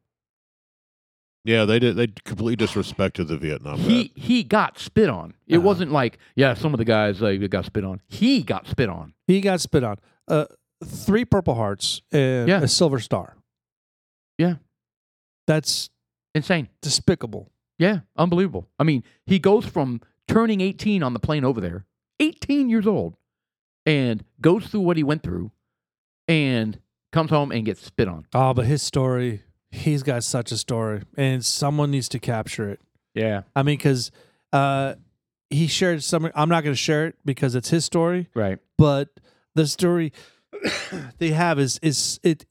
S2: yeah, they did. They completely disrespected the Vietnam. vet.
S3: He he got spit on. It
S1: Uh-huh.
S3: wasn't like yeah, some of the guys uh, got spit on. He got spit on.
S1: he got spit on. Uh, three purple hearts and
S3: Yeah.
S1: a silver star.
S3: Yeah.
S1: that's
S3: Insane.
S1: despicable.
S3: Yeah, unbelievable. I mean, he goes from turning 18 on the plane over there, 18 years old, and goes through what he went through and comes home and gets spit on.
S1: Oh, but his story, he's got such a story, and someone needs to capture it.
S3: Yeah.
S1: I mean, because uh, he shared some. I'm not going to share it because it's his story,
S3: Right.
S1: but the story they have is is it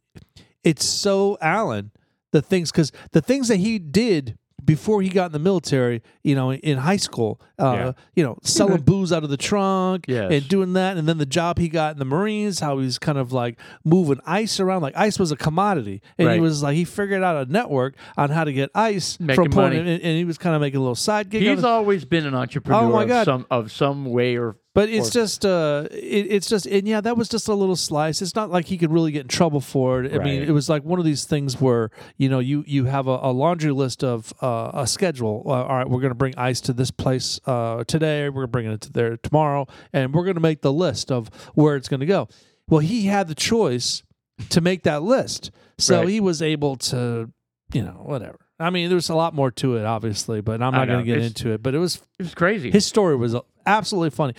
S1: it's so Allen the things because the things that he did before he got in the military, you know, in high school, uh,
S3: Yeah.
S1: you know, selling booze out of the trunk
S3: Yes.
S1: and doing that, and then the job he got in the Marines, how he was kind of like moving ice around, like ice was a commodity, and he
S3: Right.
S1: was like he figured out a network on how to get ice
S3: Making
S1: from point,
S3: money.
S1: and, and he was kind of making a little side gig. out
S3: He's
S1: of-
S3: always been an entrepreneur
S1: Oh, my God.
S3: of some of some way or
S1: but it's
S3: or-
S1: just, uh, it, it's just, and yeah, that was just a little slice. It's not like he could really get in trouble for it. I mean,
S3: Right.
S1: it was like one of these things where you know you you have a, a laundry list of uh, a schedule. Uh, all right, we're going to bring ice to this place uh, today. We're bringing it to there tomorrow, and we're going to make the list of where it's going to go. Well, he had the choice to make that list, so
S3: Right.
S1: he was able to, you know, whatever. I mean, there's a lot more to it, obviously, but I'm
S3: I
S1: not going
S3: know.
S1: to get
S3: It's-
S1: into it. But it was
S3: it was crazy.
S1: his story was absolutely funny.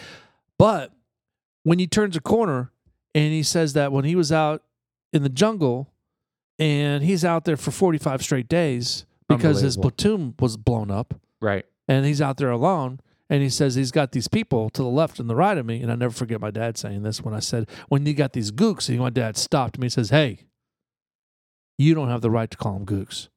S1: But when he turns a corner and he says that when he was out in the jungle and he's out there for 45 straight days because his
S3: Unbelievable.
S1: platoon was blown up
S3: right.
S1: and he's out there alone and he says he's got these people to the left and the right of me and I never forget my dad saying this when I said when you got these gooks and my dad stopped me and says hey you don't have the right to call them gooks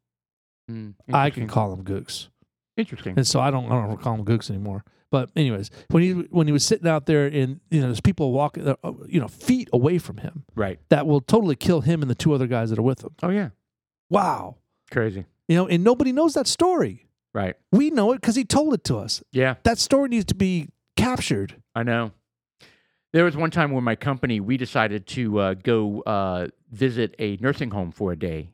S3: Mm,
S1: I can
S3: interesting.
S1: call them gooks
S3: interesting.
S1: and so I don't I don't call them gooks anymore. But anyways, when he when he was sitting out there and you know there's people walking uh, you know feet away from him
S3: Right.
S1: that will totally kill him and the two other guys that are with him.
S3: Oh yeah.
S1: Wow.
S3: Crazy.
S1: You know, and nobody knows that story.
S3: Right.
S1: We know it cuz he told it to us.
S3: Yeah.
S1: That story needs to be captured.
S3: I know. There was one time when my company we decided to uh, go uh, visit a nursing home for a day,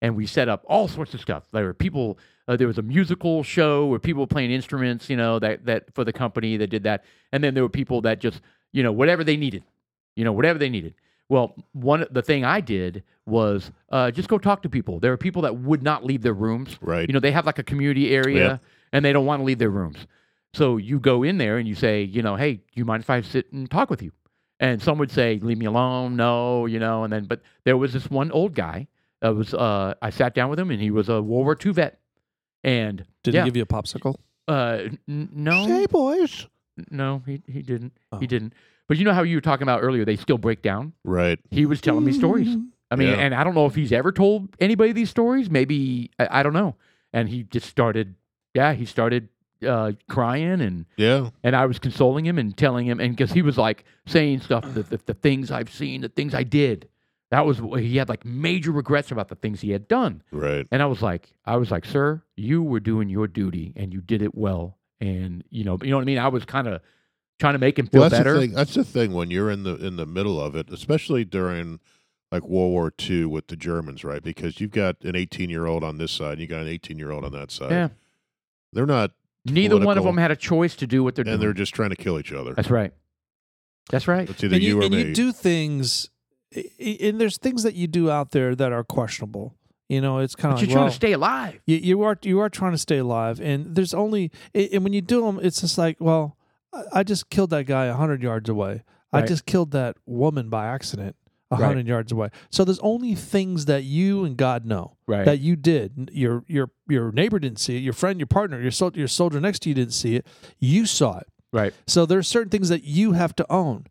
S3: and we set up all sorts of stuff. There were people. Uh, there was a musical show where people were playing instruments. You know that that for the company that did that, and then there were people that just you know whatever they needed, you know whatever they needed. Well, one the thing I did was uh, just go talk to people. There were people that would not leave their rooms.
S2: Right.
S3: You know they have like a community area,
S2: Yeah.
S3: and they don't want to leave their rooms. So you go in there and you say, you know, hey, do you mind if I sit and talk with you? And some would say, leave me alone, no, you know. And then, but there was this one old guy that was, uh, I sat down with him and he was a World War II vet. And
S1: Did
S3: yeah,
S1: he give you a popsicle?
S3: uh, n- no,
S2: Hey, boys.
S3: no, he, he didn't.
S1: Oh.
S3: He didn't. But you know how you were talking about earlier, they still break down?
S2: Right.
S3: He was telling me stories. I mean,
S2: Yeah.
S3: and I don't know if he's ever told anybody these stories. Maybe, I, I don't know. And he just started, yeah, he started uh, crying and
S2: Yeah.
S3: and I was consoling him and telling him, and because he was like saying stuff, the, the, the things I've seen, the things I did. That was what- he had like major regrets about the things he had done,
S2: Right.
S3: and I was like, I was like, sir, you were doing your duty and you did it well, and you know, you know what I mean. I was kind of trying to make him feel
S2: Well, that's
S3: better.
S2: the thing. That's the thing when you're in the in the middle of it, especially during like World War II with the Germans, right? Because you've got an 18 year old on this side, and you got an 18 year old on that side.
S3: Yeah,
S2: They're not,
S3: neither one of
S2: political.
S3: them had a choice to do what they're
S2: and
S3: doing.
S2: they're just trying to kill each other.
S3: that's right. That's right.
S2: It's either
S1: and
S2: you, or
S1: and
S2: me.
S1: you do things i- i- and there's things that you do out there that are questionable. You know, it's kind
S3: But
S1: of
S3: you're
S1: like,
S3: trying
S1: well,
S3: to stay alive.
S1: you, you are you are trying to stay alive and there's only a- and when you do them it's just like well i, I just killed that guy 100 yards away i
S3: Right.
S1: just killed that woman by accident 100
S3: Right.
S1: yards away so there's only things that you and god know
S3: Right.
S1: that you did your your your neighbor didn't see it your friend your partner your, sol- your soldier next to you didn't see it you saw it
S3: right.
S1: so there's certain things that you have to own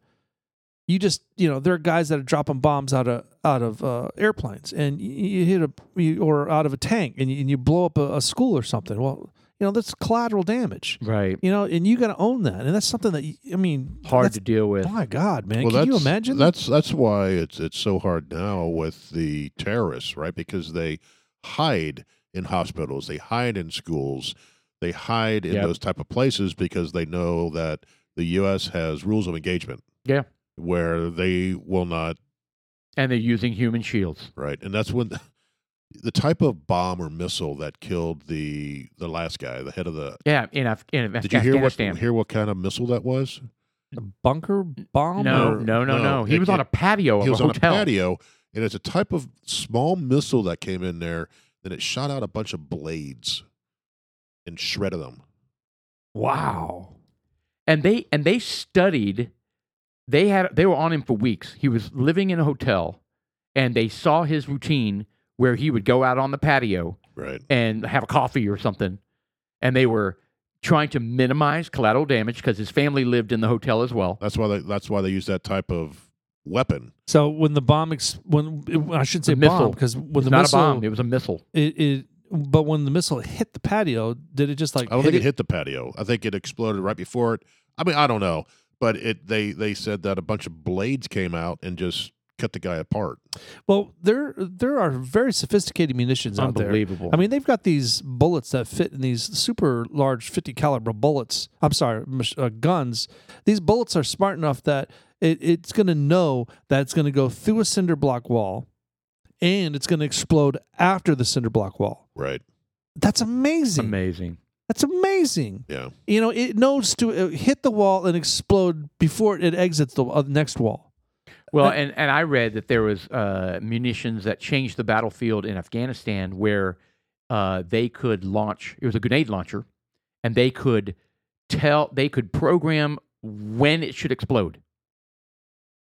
S1: you just you know there are guys that are dropping bombs out of out of uh, airplanes and you, you hit a you, or out of a tank and you, and you blow up a, a school or something well you know that's collateral damage
S3: Right.
S1: you know and you got to own that and that's something that you, i mean
S3: Hard to
S1: that's-
S3: deal with.
S1: my god man
S2: Well,
S1: can you
S2: that's-
S1: imagine
S2: That's that's why it's it's so hard now with the terrorists, right? Because they hide in hospitals, they hide in schools, they hide in
S3: Yep.
S2: those type of places because they know that the U.S. has rules of engagement.
S3: Yeah.
S2: where they will not
S3: And they're using human shields.
S2: right, and that's when the, the type of bomb or missile that killed the the last guy, the head of the.
S3: Yeah. In, Af- in
S2: Did you hear what
S3: Afghanistan.
S2: hear what kind of missile that was?
S1: a bunker bomb
S3: No,
S1: or-
S3: no, no,
S2: no,
S3: no. He
S2: it-
S3: was on
S2: it-
S3: a patio of
S2: he was
S3: a
S2: on
S3: hotel.
S2: a patio, and it's a type of small missile that came in there, and it shot out a bunch of blades and shredded them.
S1: wow
S3: And they and they studied. They had they were on him for weeks. He was living in a hotel, and they saw his routine where he would go out on the patio
S2: Right.
S3: and have a coffee or something. And they were trying to
S2: Uh,
S3: minimize collateral damage because his family lived in the hotel as well.
S2: That's why they, that's why they use that type of weapon.
S1: So when the bomb, ex- when I shouldn't say
S3: The missile.
S1: bomb, because when
S3: It's
S1: the
S3: not
S1: missile,
S3: a bomb. It was a missile.
S1: it, it, but when the missile hit the patio, did it just like?
S2: I don't think it,
S1: it-
S2: hit the patio. I think it exploded right before it. I mean, I don't know, but it they they said that a bunch of blades came out and just cut the guy apart.
S1: Well, there there are very sophisticated munitions out there.
S3: Unbelievable.
S1: I mean, they've got these bullets that fit in these super large 50 caliber bullets. I'm sorry, mach- uh, guns. These bullets are smart enough that it, it's going to know that it's going to go through a cinder block wall, and it's going to explode after the cinder block wall.
S2: Right.
S1: That's amazing.
S3: amazing.
S1: That's amazing.
S2: Yeah.
S1: You know, it knows to uh, hit the wall and explode before it exits the uh, next wall. Uh,
S3: Well, and, and I read that there was uh, munitions that changed the battlefield in Afghanistan where uh, they could launch. It was a grenade launcher, and they could tell they could program when it should explode.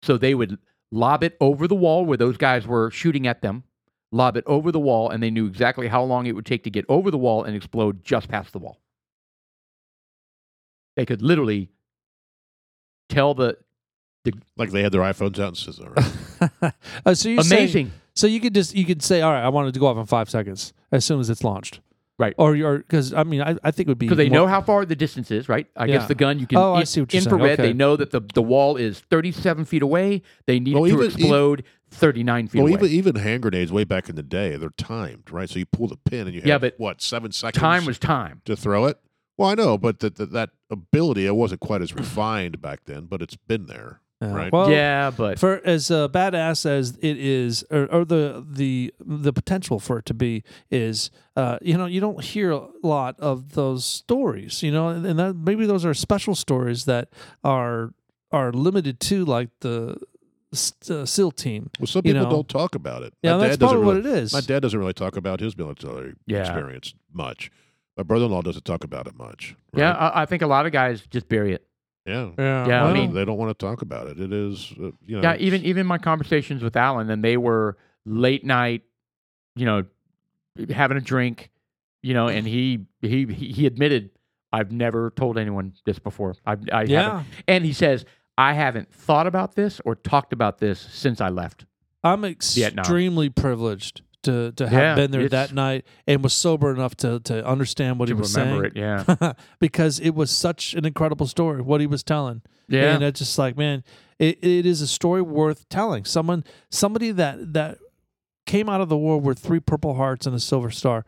S3: So they would lob it over the wall where those guys were shooting at them, lob it over the wall, and they knew exactly how long it would take to get over the wall and explode just past the wall. They could literally tell the
S2: Like they had their iPhones out and says, "All right,
S1: Uh, so you're saying-
S3: amazing.
S1: So you could just you could say, all right, I want it to go off in five seconds as soon as it's launched,
S3: Right.
S1: Or you're because I mean I, I think it would be
S3: because they
S1: more-
S3: know how far the distance is, right? I
S1: Yeah.
S3: guess the gun you can
S1: Oh, I
S3: in-
S1: see what you're saying.
S3: infrared.
S1: Okay.
S3: They know that the the wall is 37 feet away. They need
S2: Well,
S3: it to
S2: even-
S3: explode 39 feet
S2: Well,
S3: away.
S2: even even hand grenades way back in the day, they're timed, right? So you pull the pin and you have
S3: Yeah, but
S2: what seven seconds
S3: time was time.
S2: to throw it. Well, I know, but that that that ability it wasn't quite as refined back then, but it's been there.
S1: Yeah.
S2: right.
S1: Well,
S3: yeah, but
S1: For as uh, badass as it is, or, or the the the potential for it to be is, uh, you know, you don't hear a lot of those stories, you know, and that, maybe those are special stories that are are limited to like the s- uh, SEAL team.
S2: Well, some
S1: You
S2: people
S1: know.
S2: don't talk about it.
S1: Yeah,
S2: My
S1: that's
S2: dad doesn't
S1: probably
S2: really,
S1: what it is.
S2: My dad doesn't really talk about his military
S3: Yeah.
S2: experience much. My brother-in-law doesn't talk about it much. right?
S3: yeah, I, I think a lot of guys just bury it.
S2: yeah.
S1: yeah,
S3: Yeah, I
S1: well,
S2: They-
S3: mean-
S2: they don't want to talk about it. It is, uh, you know.
S3: Yeah, even even my conversations with Alan, and they were late night, you know, having a drink, you know, and he he he he admitted I've never told anyone this before. I've, I haven't."
S1: yeah.
S3: and he says I haven't thought about this or talked about this since I left.
S1: I'm
S3: Vietnam.
S1: extremely privileged to to have
S3: Yeah,
S1: been there
S3: it's-
S1: that night and was sober enough to to understand what
S3: to
S1: he was
S3: remember
S1: saying
S3: it. Yeah,
S1: because it was such an incredible story what he was telling.
S3: yeah.
S1: and it's just like man, it, it is a story worth telling. Someone somebody that that came out of the war with three Purple Hearts and a Silver Star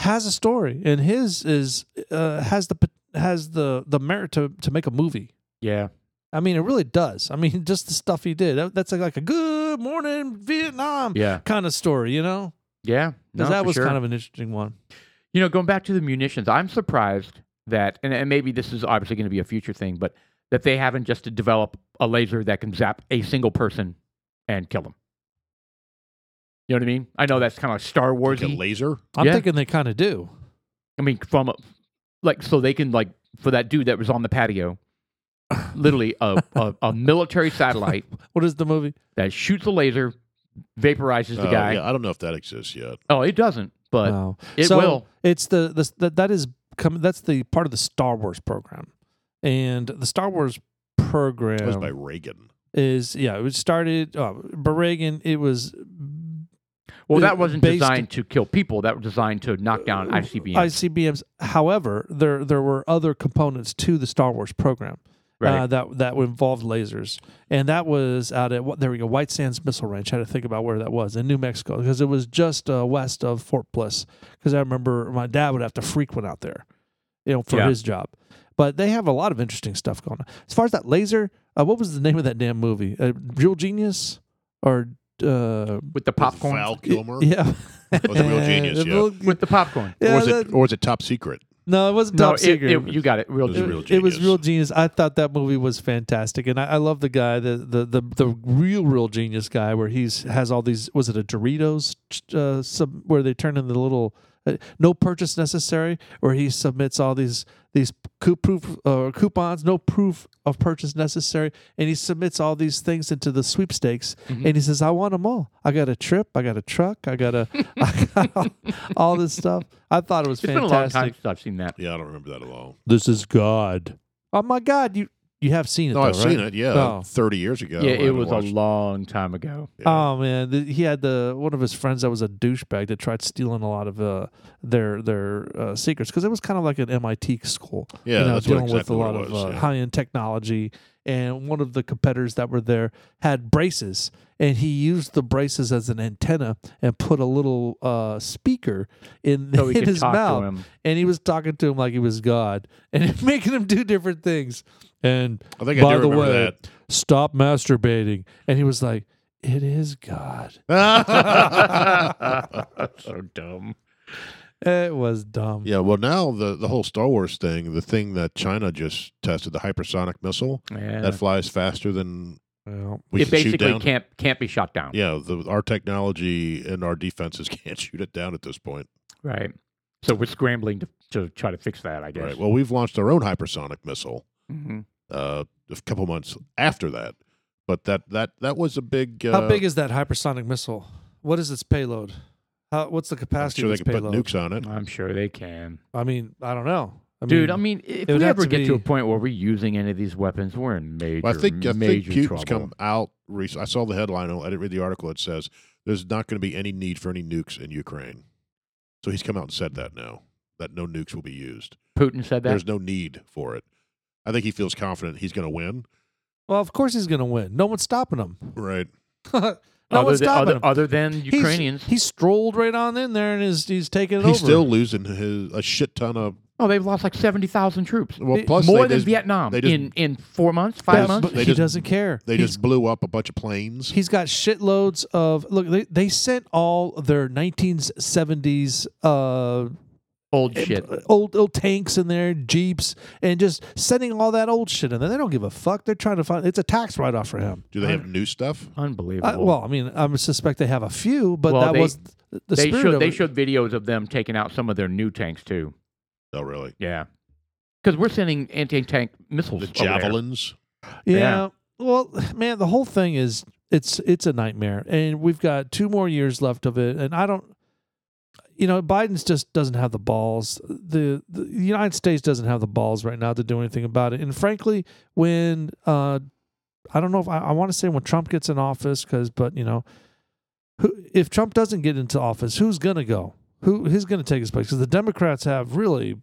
S1: has a story, and his is uh, has the pot- has the the merit to to make a movie.
S3: yeah.
S1: I mean, it really does. I mean, just the stuff he did. That, that's like, like a good morning Vietnam
S3: Yeah.
S1: kind of story, you know?
S3: Yeah. No,
S1: Because that
S3: for
S1: was
S3: sure.
S1: kind of an interesting one.
S3: you know, going back to the munitions, I'm surprised that, and, and maybe this is obviously going to be a future thing, but that they haven't just to develop a laser that can zap a single person and kill them. You know what I mean? I know that's kind of Star
S2: like
S3: Wars.
S2: a laser.
S1: I'm
S3: Yeah.
S1: thinking they kind of do.
S3: I mean, from a, like so they can like for that dude that was on the patio, literally a, a, a military satellite
S1: What is the movie?
S3: that shoots a laser, vaporizes the
S2: Oh,
S3: guy.
S2: yeah, I don't know if that exists yet.
S3: Oh, it doesn't, but
S1: no.
S3: it
S1: So,
S3: will.
S1: It's the, the that, that is coming. That's the part of the Star Wars program, and the Star Wars
S2: It was by
S1: program
S2: Reagan.
S1: is yeah. It was started. Uh, Baragan. It was
S3: Well,
S1: Uh,
S3: that wasn't
S1: based-
S3: designed to kill people. That was designed to knock down
S1: Uh,
S3: ICBMs.
S1: ICBMs. However, there there were other components to the Star Wars program
S3: Right.
S1: uh, that that involved lasers, and that was out at what there we go White Sands Missile Range. had to think about where that was in New Mexico because it was just uh, west of Fort Bliss. Because I remember my dad would have to frequent out there, you know, for
S3: Yeah.
S1: his job. But they have a lot of interesting stuff going on. As far as that laser, uh, what was the name of that damn movie? Uh, Real Genius or uh,
S3: with the popcorn.
S2: Val Kilmer.
S1: yeah,
S2: was a real genius. Yeah.
S3: With the popcorn.
S1: Yeah,
S2: or is
S1: that-
S2: it? Or is it Top Secret?
S1: no, it wasn't
S3: No,
S1: top
S3: it-
S1: secret.
S3: it- you got it. Real
S2: It was
S3: juice.
S2: real
S1: It was
S2: genius.
S1: real genius. I thought that movie was fantastic, and I, I love the guy, the, the the the real real genius guy, where he's has all these. Was it a Doritos uh, sub, where they turn in the little uh, no purchase necessary, where he submits all these these coup proof uh, coupons, no proof of purchase necessary, and he submits all these things into the sweepstakes,
S3: Mhm.
S1: and he says, "I want them all. I got a trip, I got a truck, I got a, I got all, all this stuff." I thought it was
S3: It's been a long
S1: fantastic
S3: time since I've seen that.
S2: Yeah, I don't remember that at all.
S1: this is God. Oh my God, you You have seen it.
S2: No,
S1: though,
S2: I've
S1: right?
S2: seen it. Yeah,
S1: Oh.
S2: thirty years ago.
S3: yeah,
S2: I
S3: it
S2: haven't
S3: was a
S2: watched-
S3: long time ago.
S2: yeah.
S1: Oh man, th- he had the one of his friends that was a douchebag that tried stealing a lot of uh, their their uh, secrets because it was kind of like an MIT school.
S2: yeah,
S1: you know,
S2: that's what
S1: dealing
S2: exactly
S1: with a lot
S2: what it
S1: of
S2: was.
S1: uh,
S2: yeah.
S1: high end technology. And one of the competitors that were there had braces, and he used the braces as an antenna and put a little uh, speaker in,
S3: So we
S1: in
S3: could
S1: his
S3: talk
S1: mouth,
S3: to him.
S1: and he was talking to him like he was God, and making him do different things. And
S2: I think I
S1: by
S2: do
S1: the
S2: remember
S1: way,
S2: that.
S1: stop masturbating. And he was like, "It is God."
S3: so dumb.
S1: It was dumb.
S2: yeah, well, now the the whole Star Wars thing, the thing that China just tested, the hypersonic missile
S3: Yeah.
S2: that flies faster than
S1: Well,
S2: we
S3: it
S2: can shoot
S3: basically
S2: down.
S3: can't can't be shot down.
S2: Yeah, the, our technology and our defenses can't shoot it down at this point.
S3: Right. So we're scrambling to, to try to fix that, I guess.
S2: Right. Well, we've launched our own hypersonic missile
S3: Mhm.
S2: uh, a couple months after that, but that that that was a big. Uh,
S1: How big is that hypersonic missile? What is its payload? How, what's the
S2: I'm
S1: capacity
S2: sure they
S1: of its
S2: could put
S1: payload?
S2: nukes on it.
S3: I'm sure they can.
S1: I mean, I don't know. I
S3: Dude, I
S1: mean,
S3: mean, if
S1: it would
S3: we
S1: have
S3: ever
S1: to
S3: get to a
S1: be-
S3: point where we're using any of these weapons, we're in major,
S2: Well, I think I think
S3: major
S2: Putin's
S3: trouble.
S2: come out. Rec- I saw the headline. I didn't read the article. It says there's not going to be any need for any nukes in Ukraine. So he's come out and said that now that no nukes will be used.
S3: Putin said that.
S2: There's no need for it. I think he feels confident he's going to win.
S1: well, of course he's going to win. No one's stopping him.
S2: Right.
S1: no
S3: other,
S1: one's
S3: than,
S1: stopping
S3: other,
S1: him.
S3: other than
S1: He's-
S3: Ukrainians.
S1: He strolled right on in there and is he's taking it
S2: He's
S1: over.
S2: still losing his a shit ton of.
S3: oh, they've lost like 70,000 troops.
S2: Well,
S1: It-
S2: plus
S3: More
S2: they
S3: than
S2: just,
S3: Vietnam
S2: they just-
S3: in, in four months,
S1: But-
S3: five months.
S1: but
S2: They
S1: he
S2: just-
S1: doesn't care.
S2: They
S1: He's-
S2: just blew up a bunch of planes.
S1: He's got shitloads of look. They, they sent all their 1970s uh,
S3: Old shit.
S1: old old tanks in there, jeeps, and just sending all that old shit in there. They don't give a fuck. They're trying to find. It's a tax write off for him.
S2: Do they have new stuff?
S3: Unbelievable.
S1: I, well, I mean, I would suspect they have a few, but
S3: Well,
S1: that
S3: they-
S1: was th- the
S3: they
S1: spirit
S3: showed
S1: of
S3: they
S1: it.
S3: showed videos of them taking out some of their new tanks too.
S2: No, really.
S3: Yeah, because we're sending anti-tank missiles.
S2: The
S3: over there.
S2: javelins.
S1: Yeah.
S3: Yeah.
S1: Well, man, the whole thing is it's it's a nightmare, and we've got two more years left of it, and I don't. You know, Biden's just doesn't have the balls. The, the United States doesn't have the balls right now to do anything about it. And frankly, when uh, I don't know if I, I want to say when Trump gets in office, because but you know, who, if Trump doesn't get into office, who's gonna go? Who who's gonna take his place? Because the Democrats have really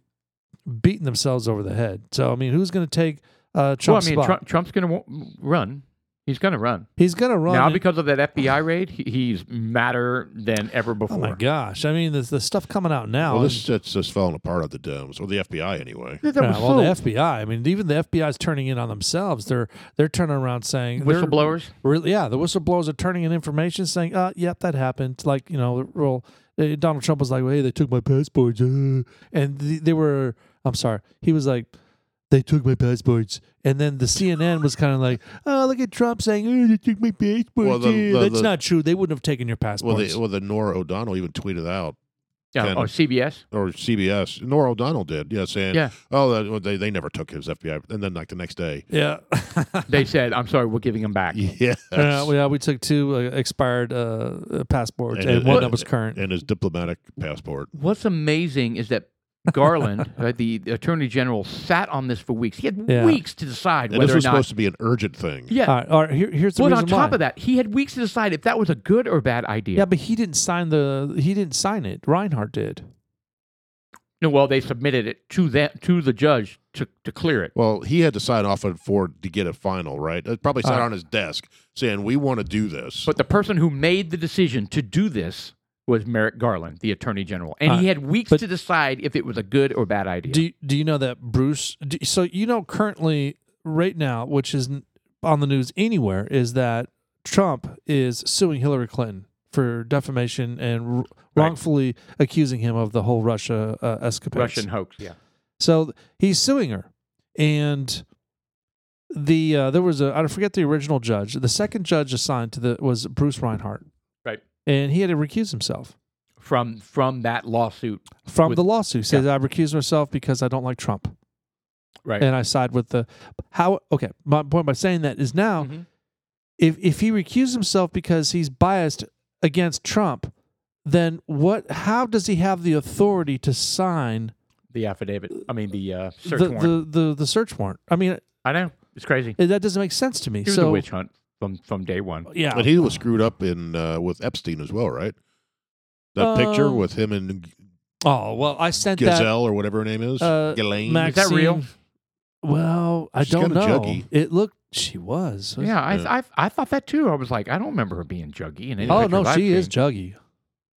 S1: beaten themselves over the head. So I mean, who's gonna take uh, Trump's
S3: Well, I mean,
S1: spot?
S3: Trump, Trump's going to run. He's going to run
S1: He's gonna run.
S3: now
S1: and-
S3: because of that FBI raid. He, he's madder than ever before.
S1: oh my gosh! I mean, the, the stuff coming out now.
S2: Well,
S1: Oh, and-
S2: this it's just falling apart at the Dems or the FBI anyway.
S3: That
S1: Yeah,
S3: was
S1: well,
S3: so-
S1: the FBI. I mean, even the FBI is turning in on themselves. They're they're turning around saying they're-
S3: whistleblowers.
S1: Really, yeah, the whistleblowers are turning in information saying, "Uh, yep, that happened." Like you know, well, eh, Donald Trump was like, "Hey, they took my passports," uh," and th- they were. I'm sorry, he was like, "They took my passports," and then the CNN was kind of like, "Oh, look at Trump saying, oh, they took my passports."
S2: Well, the-
S1: eh."
S2: the-
S1: That's
S2: the-
S1: not true. They wouldn't have taken your
S2: Well,
S1: passports.
S2: the, well, the Nora O'Donnell even tweeted out
S3: Yeah,
S2: Ken.
S3: or CBS.
S2: or CBS. Nora O'Donnell did, yeah, saying,
S3: Yeah.
S2: "Oh, that, well, they they never took his FBI." And then like the next day,
S1: yeah.
S3: They said, "I'm sorry, we're giving him back."
S2: yeah,
S3: Uh,
S1: Yeah, we, yeah, we took two uh, expired uh, uh, passports
S2: And
S1: and,
S2: it-
S1: one
S2: and-
S1: that was current.
S2: and his diplomatic passport.
S3: What's amazing is that. Garland, uh, the, the attorney general, sat on this for weeks. He had
S1: Yeah.
S3: weeks to decide
S2: And
S3: whether
S2: this was
S3: or not.
S2: supposed to be an urgent thing.
S3: yeah,
S1: all right, all right here, here's the
S3: But on
S1: reason
S3: top
S1: why.
S3: of that, he had weeks to decide if that was a good or bad idea.
S1: yeah, but he didn't sign the. He didn't sign it. Reinhardt did.
S3: No, well, they submitted it to that to the judge to, to clear it.
S2: Well, he had to sign off on Ford to get a final, right? It probably sat
S1: Uh,
S2: on his desk saying, "We want to do this."
S3: But the person who made the decision to do this was Merrick Garland, the attorney general, and he had weeks
S1: Uh, but-
S3: to decide if it was a good or bad idea.
S1: Do Do you know that Bruce? Do, so you know currently, right now, which is n- on the news anywhere, is that Trump is suing Hillary Clinton for defamation and r- wrongfully accusing him of the whole Russia uh, escapades.
S3: Russian hoax. Yeah.
S1: So he's suing her, and the uh, there was a I forget the original judge. The second judge assigned to the was Bruce Reinhardt,
S3: Right.
S1: and he had to recuse himself
S3: From from that lawsuit.
S1: from
S3: With-
S1: the lawsuit. He says I recuse myself because I don't like Trump,
S3: Right.
S1: and I side with the how. Okay, my point by saying that is now
S3: Mhm.
S1: if if he recused himself because he's biased against Trump, then what? How does he have the authority to sign
S3: The affidavit. I mean the uh,
S1: the,
S3: search warrant.
S1: the, the the search warrant? I mean,
S3: I know. It's crazy.
S1: And That doesn't make sense to me.
S3: It was
S1: so
S3: a witch hunt from from day one.
S1: yeah,
S2: But he was screwed up in uh, with Epstein as well, right? That
S3: Uh,
S2: picture
S1: Um,
S2: with him and G-
S1: oh well, I sent that
S2: Gazelle or whatever her name is,
S1: uh,
S2: Ghislaine.
S1: Maxine.
S3: that real?
S1: Well, I
S2: She's
S1: don't
S2: kinda
S1: know.
S2: juggy.
S1: It looked she was.
S3: Yeah, I,
S2: Yeah.
S3: I I thought that too. I was like, I don't remember her being juggy. In any
S1: Oh
S3: pictures
S1: no,
S3: I've
S1: she is
S3: seen.
S1: juggy.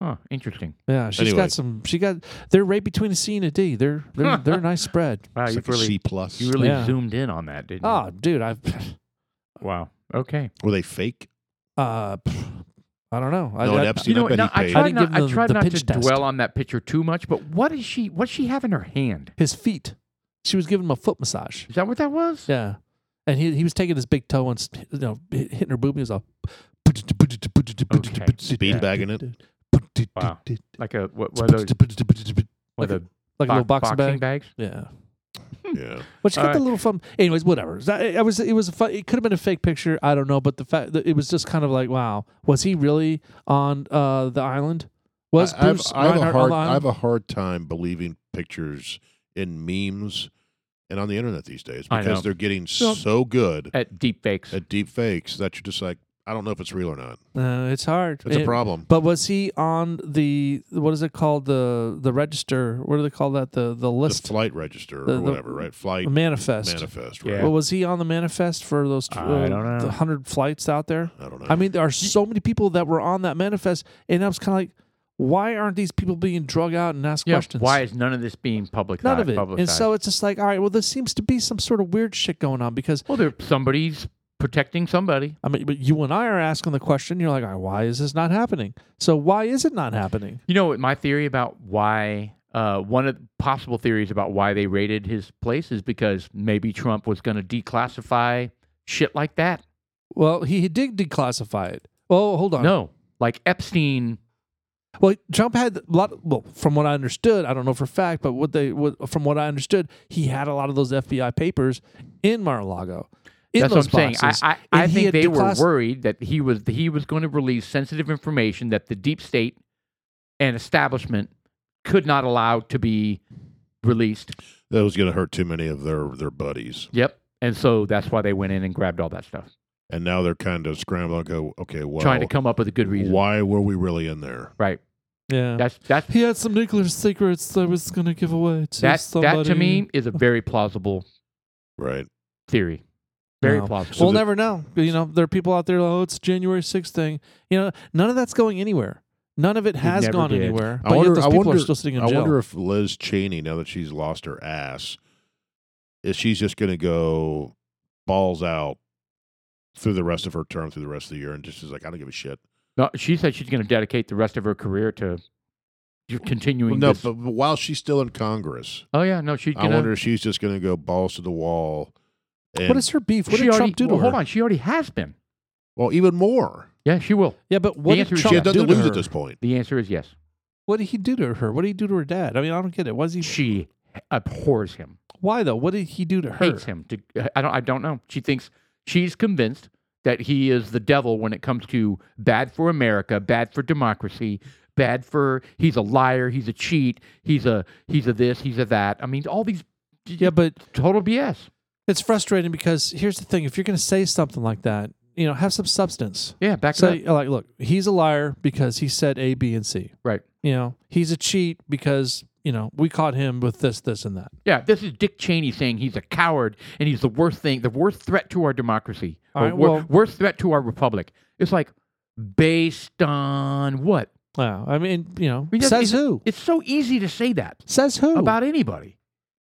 S3: Huh, interesting.
S1: Yeah, she's
S2: Anyway.
S1: got some. She got. They're right between a C and a D. They're they're they're a nice spread.
S3: Wow,
S2: It's
S3: you
S2: like a
S3: really
S2: C plus.
S3: you really
S1: Yeah.
S3: zoomed in on that, didn't you?
S1: Oh, dude, I,
S3: wow. Okay.
S2: Were they fake?
S1: uh, pff, I don't know. I,
S2: No,
S1: I,
S2: an Epstein.
S3: you know,
S2: I bet
S3: no,
S2: he
S3: I
S2: paid.
S1: I
S3: tried
S1: didn't
S3: not,
S1: give
S3: I
S1: them
S3: tried
S1: the
S3: not to
S1: pinch test.
S3: dwell on that picture too much. But what is she? What she have in her hand?
S1: his feet. She was giving him a foot massage.
S3: Is that what that was?
S1: Yeah, and he he was taking his big toe and s- you know hit- hitting her boob. He was all
S3: Okay.
S2: Speed bagging it.
S3: Wow. Like a what? What are those?
S1: Like
S3: What
S1: a
S3: are the
S1: like a little
S3: box-
S1: boxing,
S3: boxing
S1: bag.
S3: bags?
S1: Yeah.
S3: Hmm.
S2: Yeah.
S1: But she
S3: All
S1: got the
S3: right.
S1: little fun. Anyways, whatever. I, I was. It was. A fun, it could have been a fake picture. I don't know. But the fact that it was just kind of like, wow, was he really on uh, the island? Was
S2: I, I've-
S1: Bruce
S2: I have a
S1: Reinhardt
S2: hard,
S1: on the
S2: I have
S1: island?
S2: a hard time believing pictures in memes and on the internet these days
S3: I know.
S2: because they're getting
S1: So-
S2: so good
S3: At deep fakes.
S2: at deep fakes that you're just like, I don't know if it's real or not.
S1: uh, it's hard.
S2: It's
S1: It-
S2: a problem.
S1: But was he on the what is it called the the register? What do they call that? The the
S2: The
S1: list,
S2: flight register
S1: The-
S2: or
S1: the-
S2: whatever, right? Flight
S1: the manifest.
S2: manifest.
S3: Yeah.
S2: Right?
S1: Well, was he on the manifest for those uh,
S3: I don't know.
S1: the hundred flights out there?
S2: I don't know.
S1: I mean, there are so many people that were on that manifest, and I was kind of like, why aren't these people being drug out and asked
S3: Yeah,
S1: questions?
S3: Why is none of this being public?
S1: None of it. And
S3: Publicized?
S1: so it's just like, all right, well, there seems to be some sort of weird shit going on because
S3: well, there somebody's protecting somebody.
S1: I mean, but you and I are asking the question. You're like, all right, why is this not happening? So why is it not happening?
S3: You know what my theory about why uh, one of the possible theories about why they raided his place is because maybe Trump was going to declassify shit like that.
S1: Well, he did declassify it. Oh, hold on.
S3: No, like Epstein.
S1: Well, Trump had a lot. Well, from what I understood, I don't know for a fact, but what they, what, from what I understood, he had a lot of those FBI papers in Mar-a-Lago. In
S3: That's
S1: those
S3: what I'm
S1: boxes.
S3: saying. I, I, I
S1: And he
S3: think
S1: had
S3: they were
S1: declass-
S3: worried that he was he was going to release sensitive information that the deep state and establishment could not allow to be released.
S2: that was going to hurt too many of their, their buddies.
S3: Yep. And so that's why they went in and grabbed all that stuff,
S2: And now they're kind of scrambling. Go, okay, well,
S3: trying to come up with a good reason.
S2: why were we really in there?
S3: Right.
S1: Yeah.
S3: That's that's
S1: he had some nuclear secrets that I was going to give away to
S3: that
S1: somebody.
S3: that to me is a very plausible
S2: Right.
S3: theory. Very
S1: No.
S3: plausible.
S2: So
S1: we'll
S2: the-
S1: never know. You know, there are people out there. Oh, it's January 6th thing. You know, none of that's going anywhere. None of it has
S3: never
S1: gone
S3: did.
S1: anywhere.
S2: I
S1: but
S2: wonder-
S1: yet those
S2: I
S1: people are
S2: wonder-
S1: still sitting in
S2: I
S1: jail.
S2: wonder if Liz Cheney, now that she's lost her ass, is she's just going to go balls out through the rest of her term, through the rest of the year, and just is like, I don't give a shit.
S3: No, she said she's going to dedicate the rest of her career to you continuing.
S2: no,
S3: this.
S2: but, but while she's still in Congress,
S3: oh yeah, no, she's
S2: I
S3: going
S2: wonder if she's just going to go balls to the wall. And,
S1: what is her beef? What
S3: she
S1: did
S3: already,
S1: Trump do to
S3: well,
S1: her?
S3: Hold on, she already has been.
S2: well, even more.
S3: Yeah, she will.
S1: Yeah, but what did
S3: answer is
S1: Trump
S2: She
S3: yeah.
S1: do
S2: doesn't
S1: to
S2: lose
S1: her?
S2: at this point.
S3: The answer is yes.
S1: What did he do to her? What did he do to her dad? I mean, I don't get it. What is he?
S3: She abhors him,
S1: Why though? What did he do to her?
S3: hates him. To, I don't. I don't know. She thinks she's convinced that he is the devil when it comes to bad for America, bad for democracy, bad for. He's a liar. He's a cheat. He's a. He's a this. He's a that. I mean, all these
S1: Yeah, but
S3: total BS.
S1: it's frustrating because here's the thing: if you're going to say something like that, you know, have some substance.
S3: Yeah, back
S1: So,
S3: to that.
S1: like, look, he's a liar because he said A, B, and C.
S3: Right.
S1: You know, he's a cheat because you know we caught him with this, this, and that.
S3: Yeah, this is Dick Cheney saying he's a coward and he's the worst thing, the worst threat to our democracy,
S1: All
S3: or
S1: right,
S3: wor-
S1: well-
S3: worst threat to our republic. It's like based on what?
S1: Wow. I mean, you know,
S3: We just-
S1: says who?
S3: It's so easy to say that
S1: Says who?
S3: about anybody.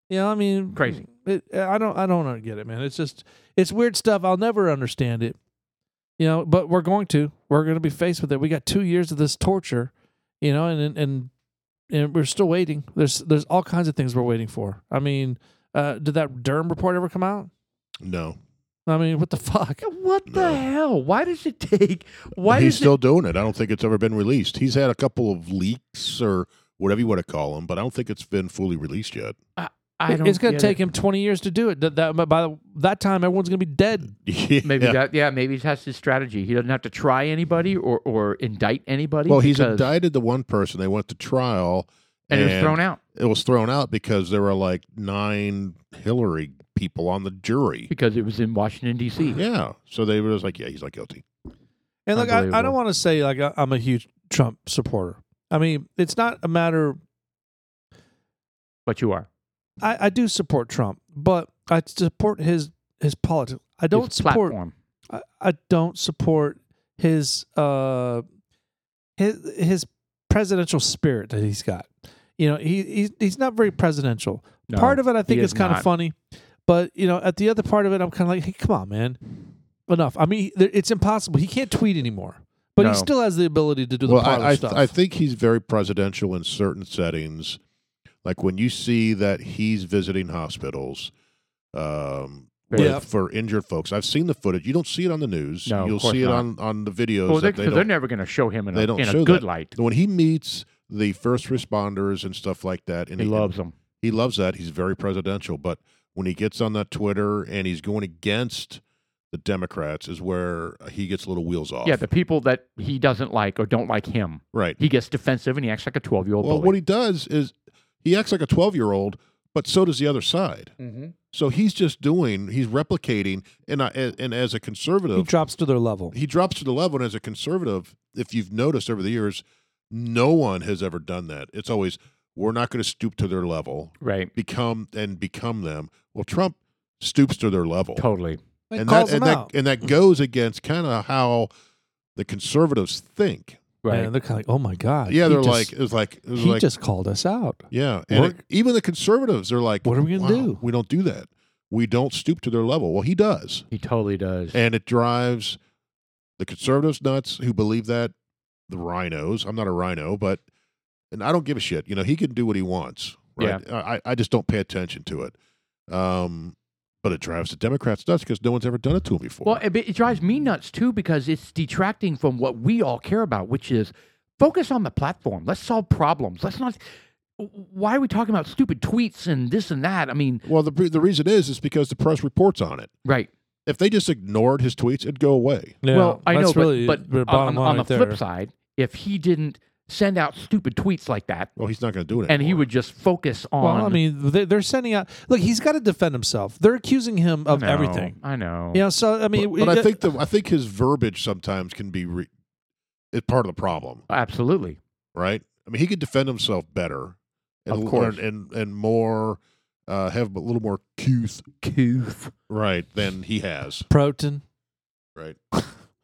S1: you know, I mean,
S3: Crazy.
S1: It, I don't, I don't get it, man. It's just, it's weird stuff. I'll never understand it. You know, but we're going to, we're going to be faced with it. We got two years of this torture, you know, and and and we're still waiting. There's there's all kinds of things we're waiting for. I mean, uh, did that Durham report ever come out?
S2: No.
S1: I mean, what the fuck?
S3: What the
S2: No.
S3: hell? Why does it take? Why
S2: he's
S3: does
S2: still doing it. I don't think it's ever been released. He's had a couple of leaks or whatever you want to call them, but I don't think it's been fully released yet.
S3: it? I don't
S1: it's going to
S3: get
S1: take
S3: it.
S1: him 20 years to do it. That, that by that time, everyone's going to be dead.
S3: Maybe
S2: Yeah.
S3: that. Yeah, maybe that's his strategy. He doesn't have to try anybody or or indict anybody.
S2: Well, he's
S3: because-
S2: indicted the one person. They went to trial,
S3: and he was thrown out.
S2: It was thrown out because there were like nine Hillary people on the jury.
S3: because it was in Washington D.C.
S2: Yeah. So they were just like, yeah, he's not guilty.
S1: And look, I, I don't
S3: Unbelievable.
S1: want to say like I- I'm a huge Trump supporter. I mean, it's not a matter.
S3: But you are.
S1: I, I do support Trump, but I support his his politics. I don't
S3: His
S1: support.
S3: platform.
S1: I, I don't support his uh his his presidential spirit that he's got. You know, he he's, he's not very presidential.
S3: No,
S1: part of it I think
S3: is
S1: is kind of
S3: not.
S1: funny, but you know, at the other part of it, I'm kind of like, hey, come on, man, enough. I mean, there- it's impossible. He can't tweet anymore, but
S3: No.
S1: he still has the ability to do the
S2: well,
S1: parlor
S2: I, I,
S1: stuff.
S2: I think he's very presidential in certain settings. Like when you see that he's visiting hospitals um, with-
S1: Yeah.
S2: for injured folks. I've seen the footage. You don't see it on the news.
S3: No, of
S2: You'll
S3: course
S2: see it
S3: not.
S2: on, on the videos.
S3: Well, they're,
S2: that they
S3: 'cause they're
S2: don't-
S3: never going to show him in
S2: they
S3: a,
S2: don't
S3: in a
S2: show
S3: good
S2: that.
S3: light.
S2: when he meets the first responders and stuff like that, and
S3: He loves them.
S2: he loves that. He's very presidential. But when he gets on that Twitter and he's going against the Democrats, is where he gets little wheels off.
S3: Yeah, the people that he doesn't like or don't like him,
S2: right.
S3: he gets defensive and he acts like a 12 year old
S2: well,
S3: bully.
S2: what he does is he acts like a twelve-year-old, but so does the other side. So he's just doing. He's replicating, and I, and as a
S1: he
S2: conservative,
S1: drops to their level.
S2: he drops to the level. And as a conservative, if you've noticed over the years, no one has ever done that. It's always we're not going to stoop to their level,
S3: right.
S2: become and become them. Well, Trump stoops to their level,
S3: Totally.
S1: Like,
S2: and
S1: calls
S2: that and
S1: them
S2: that
S1: out.
S2: and that goes against kind of how the conservatives think.
S3: Right.
S1: And they're kind of like, oh my god,
S2: Yeah,
S1: he
S2: they're
S1: just-
S2: like it's like it was
S1: he
S2: like
S1: just called us out.
S2: yeah, and
S1: What-
S2: it- even the conservatives are like,
S1: What are we gonna
S2: "Wow,
S1: do?"
S2: We don't do that. We don't stoop to their level. Well, he does,
S3: he totally does.
S2: and it drives the conservatives nuts who believe that the rhinos. I'm not a rhino, but and I don't give a shit. You know, he can do what he wants. Right? I I I just don't pay attention to it. Um, but it drives the Democrats nuts because no one's ever done it to him before.
S3: well, it, it drives me nuts too because it's detracting from what we all care about, which is focus on the platform. Let's solve problems. Let's not. Why are we talking about stupid tweets and this and that? I mean,
S2: Well, the the reason is is because the press reports on it.
S3: right.
S2: If they just ignored his tweets, it'd go away.
S1: Yeah,
S3: well, I know,
S1: that's
S3: but-
S1: really
S3: but,
S1: the bottom
S3: on, on
S1: line
S3: the
S1: right there.
S3: flip side, if he didn't send out stupid tweets like that,
S2: Well, he's not going to do it.
S3: and he
S2: anymore.
S3: would just focus on.
S1: Well, I mean, they, they're sending out. Look, he's got to defend himself. They're accusing him of
S3: I know,
S1: everything.
S3: I know.
S1: You know, so I mean,
S2: But, but
S1: it-
S2: I think the I think his verbiage sometimes can be re, is part of the problem,
S3: Absolutely.
S2: right? I mean, he could defend himself better, and,
S3: Of course.
S2: and and, and more uh, have a little more couth,
S3: Coof.
S2: right, than he has,
S1: Proton.
S2: right?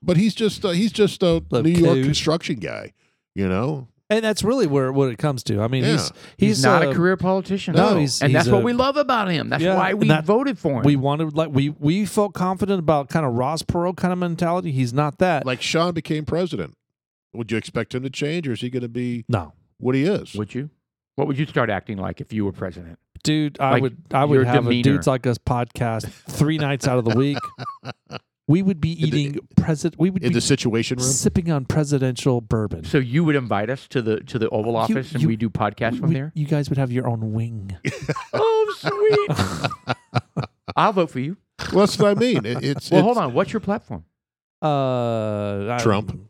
S2: but he's just uh, he's just a
S1: Little
S2: New York
S1: couth.
S2: construction guy, you know.
S1: And that's really where what it comes to. I mean,
S2: Yeah.
S1: he's
S3: He's, not
S1: uh,
S3: a career politician.
S1: No, he's-
S3: and
S1: he's
S3: that's what
S1: a-
S3: we love about him. That's
S1: Yeah,
S3: why
S1: and
S3: we
S1: that-
S3: voted for him.
S1: We wanted like we we felt confident about kind of Ross Perot kind of mentality. He's not that.
S2: Like Sean became president. Would you expect him to change, or is he going to be
S1: no,
S2: what he is?
S3: would you? What would you start acting like if you were president?
S1: dude, I
S3: Like,
S1: would I
S3: your
S1: would have
S3: demeanor.
S1: a dudes like us podcast three nights out of the week. We would be
S2: the-
S1: eating president. We would
S2: in
S1: be
S2: the situation room?
S1: sipping on presidential bourbon.
S3: So you would invite us to the to the Oval Office, and
S1: you-
S3: we do podcasts
S1: We-
S3: from
S1: we-
S3: there.
S1: You guys would have your own wing.
S3: oh, sweet! I'll vote for you.
S2: Well, that's what I mean. It, it's
S3: Well,
S2: it's-
S3: hold on. What's your platform?
S1: Uh, I-
S2: Trump.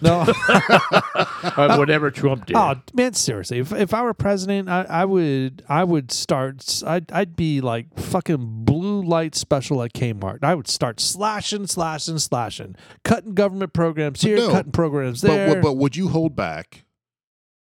S1: No.
S3: Uh, whatever Trump did.
S1: Oh man, seriously! If if I were president, I, I would I would start. s- I'd I'd be like fucking blue light special at Kmart. I would start slashing, slashing, slashing, cutting government programs here,
S2: no.
S1: cutting programs there.
S2: But, but would you hold back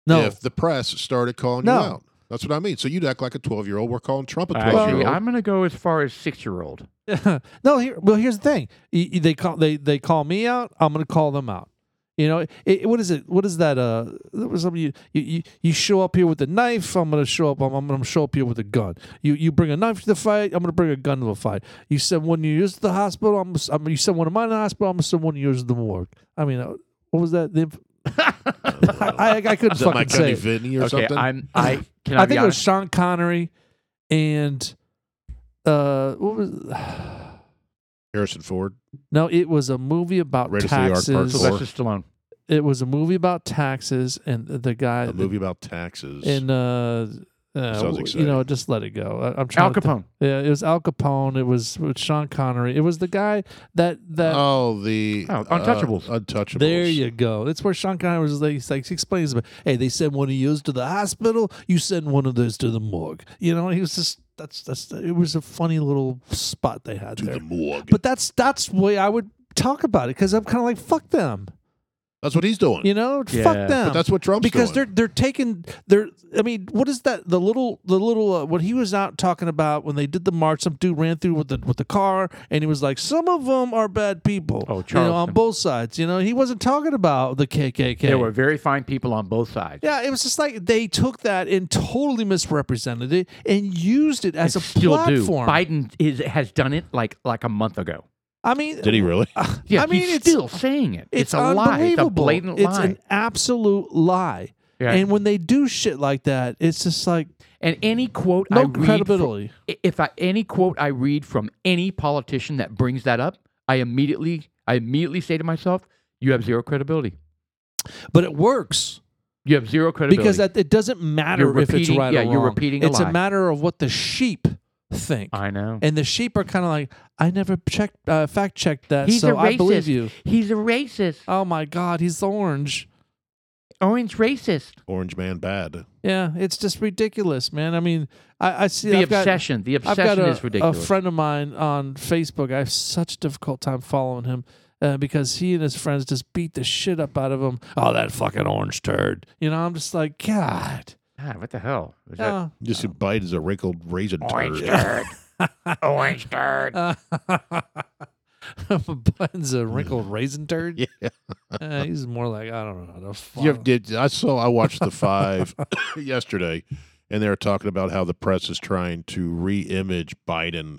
S1: no,
S2: if the press started calling
S1: No.
S2: you out. That's what I mean. So you'd act like a 12 year old. We're calling Trump a 12 year
S3: Actually,
S2: old.
S3: I'm going to go as far as six year old.
S1: no. Here, well, here's the thing: Y- y- they call they they call me out. I'm gonna call them out. You know, it, it- what is it? What is that? Uh, that was something you, you you you show up here with a knife. I'm gonna show up. I'm, I'm gonna show up here with a gun. You you bring a knife to the fight. I'm gonna bring a gun to the fight. You send one of yours to the hospital. I'm, gonna s- I'm you send one of mine to the hospital. I'm gonna send one of yours to the morgue. I mean, uh, what was that? The inf- I, I I couldn't
S2: Is that my
S1: fucking say.
S2: Cuddy
S1: it.
S2: Vinny or
S3: Okay,
S2: something?
S3: I'm. I can I,
S1: I
S3: be
S1: think it was
S3: honest?
S1: Sean Connery and uh, what was?
S2: Harrison Ford.
S1: No, it was a movie about
S2: Raiders of the Ark Part
S1: taxes.
S2: Four.
S3: Sylvester Stallone.
S1: It was a movie about taxes, and the guy
S2: A movie about taxes.
S1: in uh, uh, you
S2: exciting.
S1: know, just let it go. I, I'm
S3: Al
S1: trying. to think.
S3: Capone.
S1: Yeah, it was Al Capone. It was with Sean Connery. It was the guy that that.
S2: oh, the
S3: Oh, Untouchables.
S2: Uh, untouchables.
S1: there you go. That's where Sean Connery was like, he's like he explains about. Hey, they send one of yours to the hospital. You send one of those to the morgue. You know, he was just that's that's it was a funny little spot they had
S2: to
S1: there.
S2: the morgue.
S1: But that's that's the way I would talk about it because I'm kind of like fuck them,
S2: that's what he's doing.
S1: you know,
S3: Yeah.
S1: fuck them.
S2: but that's what Trump's
S1: because
S2: doing.
S1: they're they're taking they're I mean what is that the little the little uh, what he was out talking about when they did the march some dude ran through with the with the car and he was like some of them are bad people
S3: Oh,
S1: you know, on
S3: Charleston.
S1: both sides you know he wasn't talking about the KKK
S3: There were very fine people on both sides.
S1: yeah it was just like they took that and totally misrepresented it and used it as
S3: And
S1: a
S3: still
S1: platform
S3: do. Biden is, has done it like like a month ago.
S1: I mean uh,
S2: Did he really?
S3: Yeah,
S1: I mean
S3: he's
S1: it's
S3: still saying it.
S1: it's,
S3: It's, a lie. It's
S1: unbelievable
S3: a blatant
S1: It's
S3: lie.
S1: an absolute lie
S3: Yeah.
S1: and when they do shit like that it's just like
S3: and any quote I
S1: no
S3: read from-
S1: credibility.
S3: i- if I, any quote I read from any politician that brings that up, I immediately I immediately say to myself, "You have zero credibility.
S1: but it works
S3: You have zero credibility."
S1: because that, it doesn't matter
S3: You're
S1: if it's
S3: repeating-
S1: right
S3: yeah,
S1: or wrong.
S3: you're repeating a
S1: it's
S3: lie.
S1: a matter of what the sheep think,
S3: I know.
S1: and the sheep are kind of like, I never checked, uh, fact checked that,
S3: He's a
S1: so
S3: racist.
S1: I believe you.
S3: He's a racist.
S1: Oh my God, he's orange.
S3: Orange racist.
S2: Orange man bad.
S1: Yeah, it's just ridiculous, man. I mean, I, I see.
S3: the
S1: I've got,
S3: obsession. the
S1: I've
S3: obsession
S1: got a,
S3: is ridiculous.
S1: a friend of mine on Facebook. I have such a difficult time following him uh, because he and his friends just beat the shit up out of him. Oh, that fucking orange turd. You know, I'm just like, God.
S3: God, Ah, what the hell? Is that-
S1: Oh.
S2: You see Biden's a wrinkled raisin
S3: Orange
S2: turd.
S3: turd. Orange turd.
S1: Uh, Biden's a wrinkled raisin turd.
S2: Yeah.
S1: Uh, he's more like I don't know. The fuck.
S2: You have- did I saw I watched the five yesterday, and they were talking about how the press is trying to re-image Biden,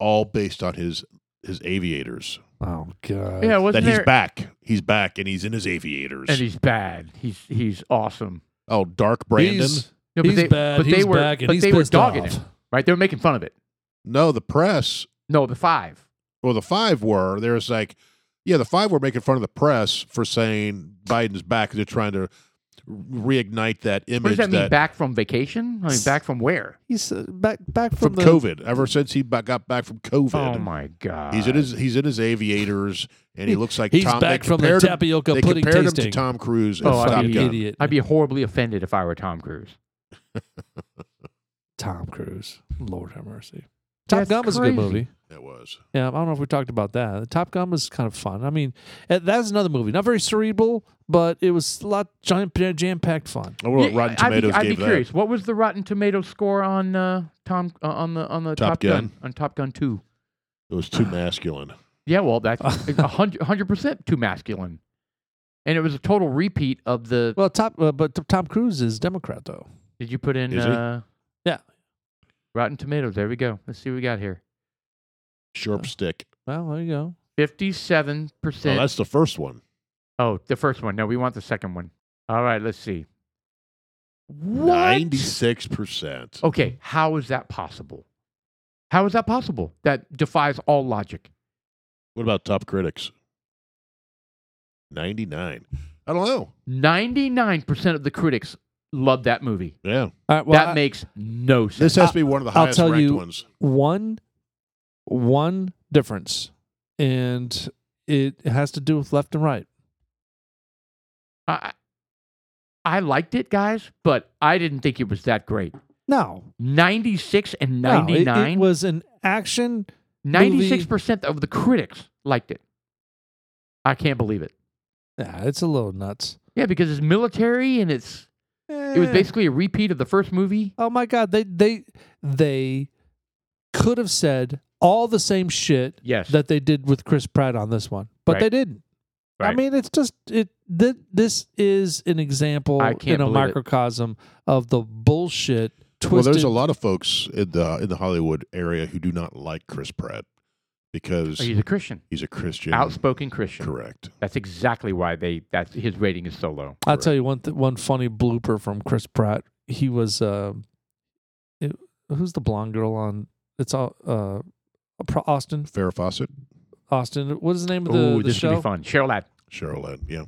S2: all based on his his aviators.
S1: oh god.
S3: Yeah, wasn't
S2: that
S3: there?
S2: he's back, he's back, and he's in his aviators.
S3: And he's bad. He's he's awesome.
S2: oh, Dark Brandon.
S1: He's,
S3: No,
S1: he's
S3: but they,
S1: bad.
S3: But
S1: he's
S3: they were,
S1: back, and
S3: but
S1: he's
S3: they were
S1: pissed
S3: dogging
S1: off.
S3: him, right? They were making fun of it.
S2: No, the press.
S3: No, the five.
S2: Well, the five were. There was like, yeah, the five were making fun of the press for saying Biden's back. They're trying to reignite that image
S3: What does that mean? back from vacation? I mean, back from where?
S1: He's uh, back back from,
S2: from
S1: the
S2: COVID. Ever since he ba- got back from COVID,
S3: Oh my god!
S2: He's in his he's in his aviators, and he looks like
S1: Uh, He's
S2: Tom.
S1: back
S2: they
S1: from the
S2: compared him-
S1: tapioca
S2: they
S1: pudding
S2: compared
S1: tasting.
S2: him to Tom Cruise. in
S3: Oh, I'd
S2: Top
S3: be
S2: Gun.
S1: idiot.
S3: I'd be horribly offended if I were Tom Cruise.
S1: Tom Cruise. Lord have mercy. Top
S3: That's
S1: Gun was a good
S3: crazy.
S1: movie.
S2: That was
S1: Yeah, I don't know if we talked about that. Top Gun was kind of fun. I mean, uh, that's another movie. Not very cerebral, but it was a lot jam packed fun.
S2: I wonder what
S3: Yeah, I'd
S2: Rotten
S3: be-
S2: Tomatoes
S3: I'd be,
S2: gave that.
S3: curious. What was the Rotten Tomatoes score on uh, Tom uh, on the on the
S2: Top
S3: Top,
S2: Gun.
S3: on Top Gun Two?
S2: It was too masculine.
S3: Yeah, well, that's a hundred hundred percent too masculine, and it was a total repeat of the.
S1: Well, top, uh, but Tom Cruise is Democrat though.
S3: Did you put in?
S2: Is he?
S3: uh,
S1: Yeah.
S3: Rotten Tomatoes. There we go. Let's see what we got here.
S2: Sharp stick.
S1: Well, there you go.
S3: Fifty-seven
S2: Oh,
S3: percent.
S2: that's the first one.
S3: Oh, the first one. No, we want the second one. All right, let's see.
S2: Ninety six
S1: Oh.
S2: percent.
S3: Okay, how is that possible? How is that possible? That defies all logic.
S2: What about top critics? Ninety nine. I don't know.
S3: 99% of the critics love that movie.
S2: Yeah,
S1: All right, well,
S3: that
S1: I-
S3: makes no sense.
S2: this has to be one of the
S1: I'll
S2: highest
S1: tell
S2: ranked
S1: you-
S2: ones.
S1: one one difference and it has to do with left and right
S3: I, I liked it, guys, but I didn't think it was that great.
S1: no
S3: 96 and
S1: no, it-
S3: 99,
S1: it, was an action
S3: 96% of the critics liked it. I can't believe it.
S1: yeah it's a little nuts
S3: Yeah, because it's military and it's it was
S1: Eh.
S3: basically a repeat of the first movie.
S1: oh my god they they they could have said all the same shit
S3: Yes.
S1: that they did with chris pratt on this one but
S3: Right.
S1: they didn't I
S3: Right.
S1: mean, it's just it. Th- this is an example
S3: I can't
S1: in a
S3: believe it.
S1: microcosm of the bullshit twisted.
S2: Well, there's a lot of folks in the in the Hollywood area who do not like Chris Pratt because
S3: Oh, he's a Christian,
S2: he's a Christian.
S3: outspoken Christian.
S2: Correct.
S3: That's exactly why they that's his rating is so low.
S1: I'll tell you one th- one funny blooper from Chris Pratt. He was uh, it, who's the blonde girl on? It's all uh, Pro- Austin.
S2: Farrah Fawcett,
S1: Austin. What is the name of the,
S3: Oh,
S1: the
S3: this should be
S1: show?
S3: fun. Cheryl Ladd.
S2: Cheryl Lynn. Yeah.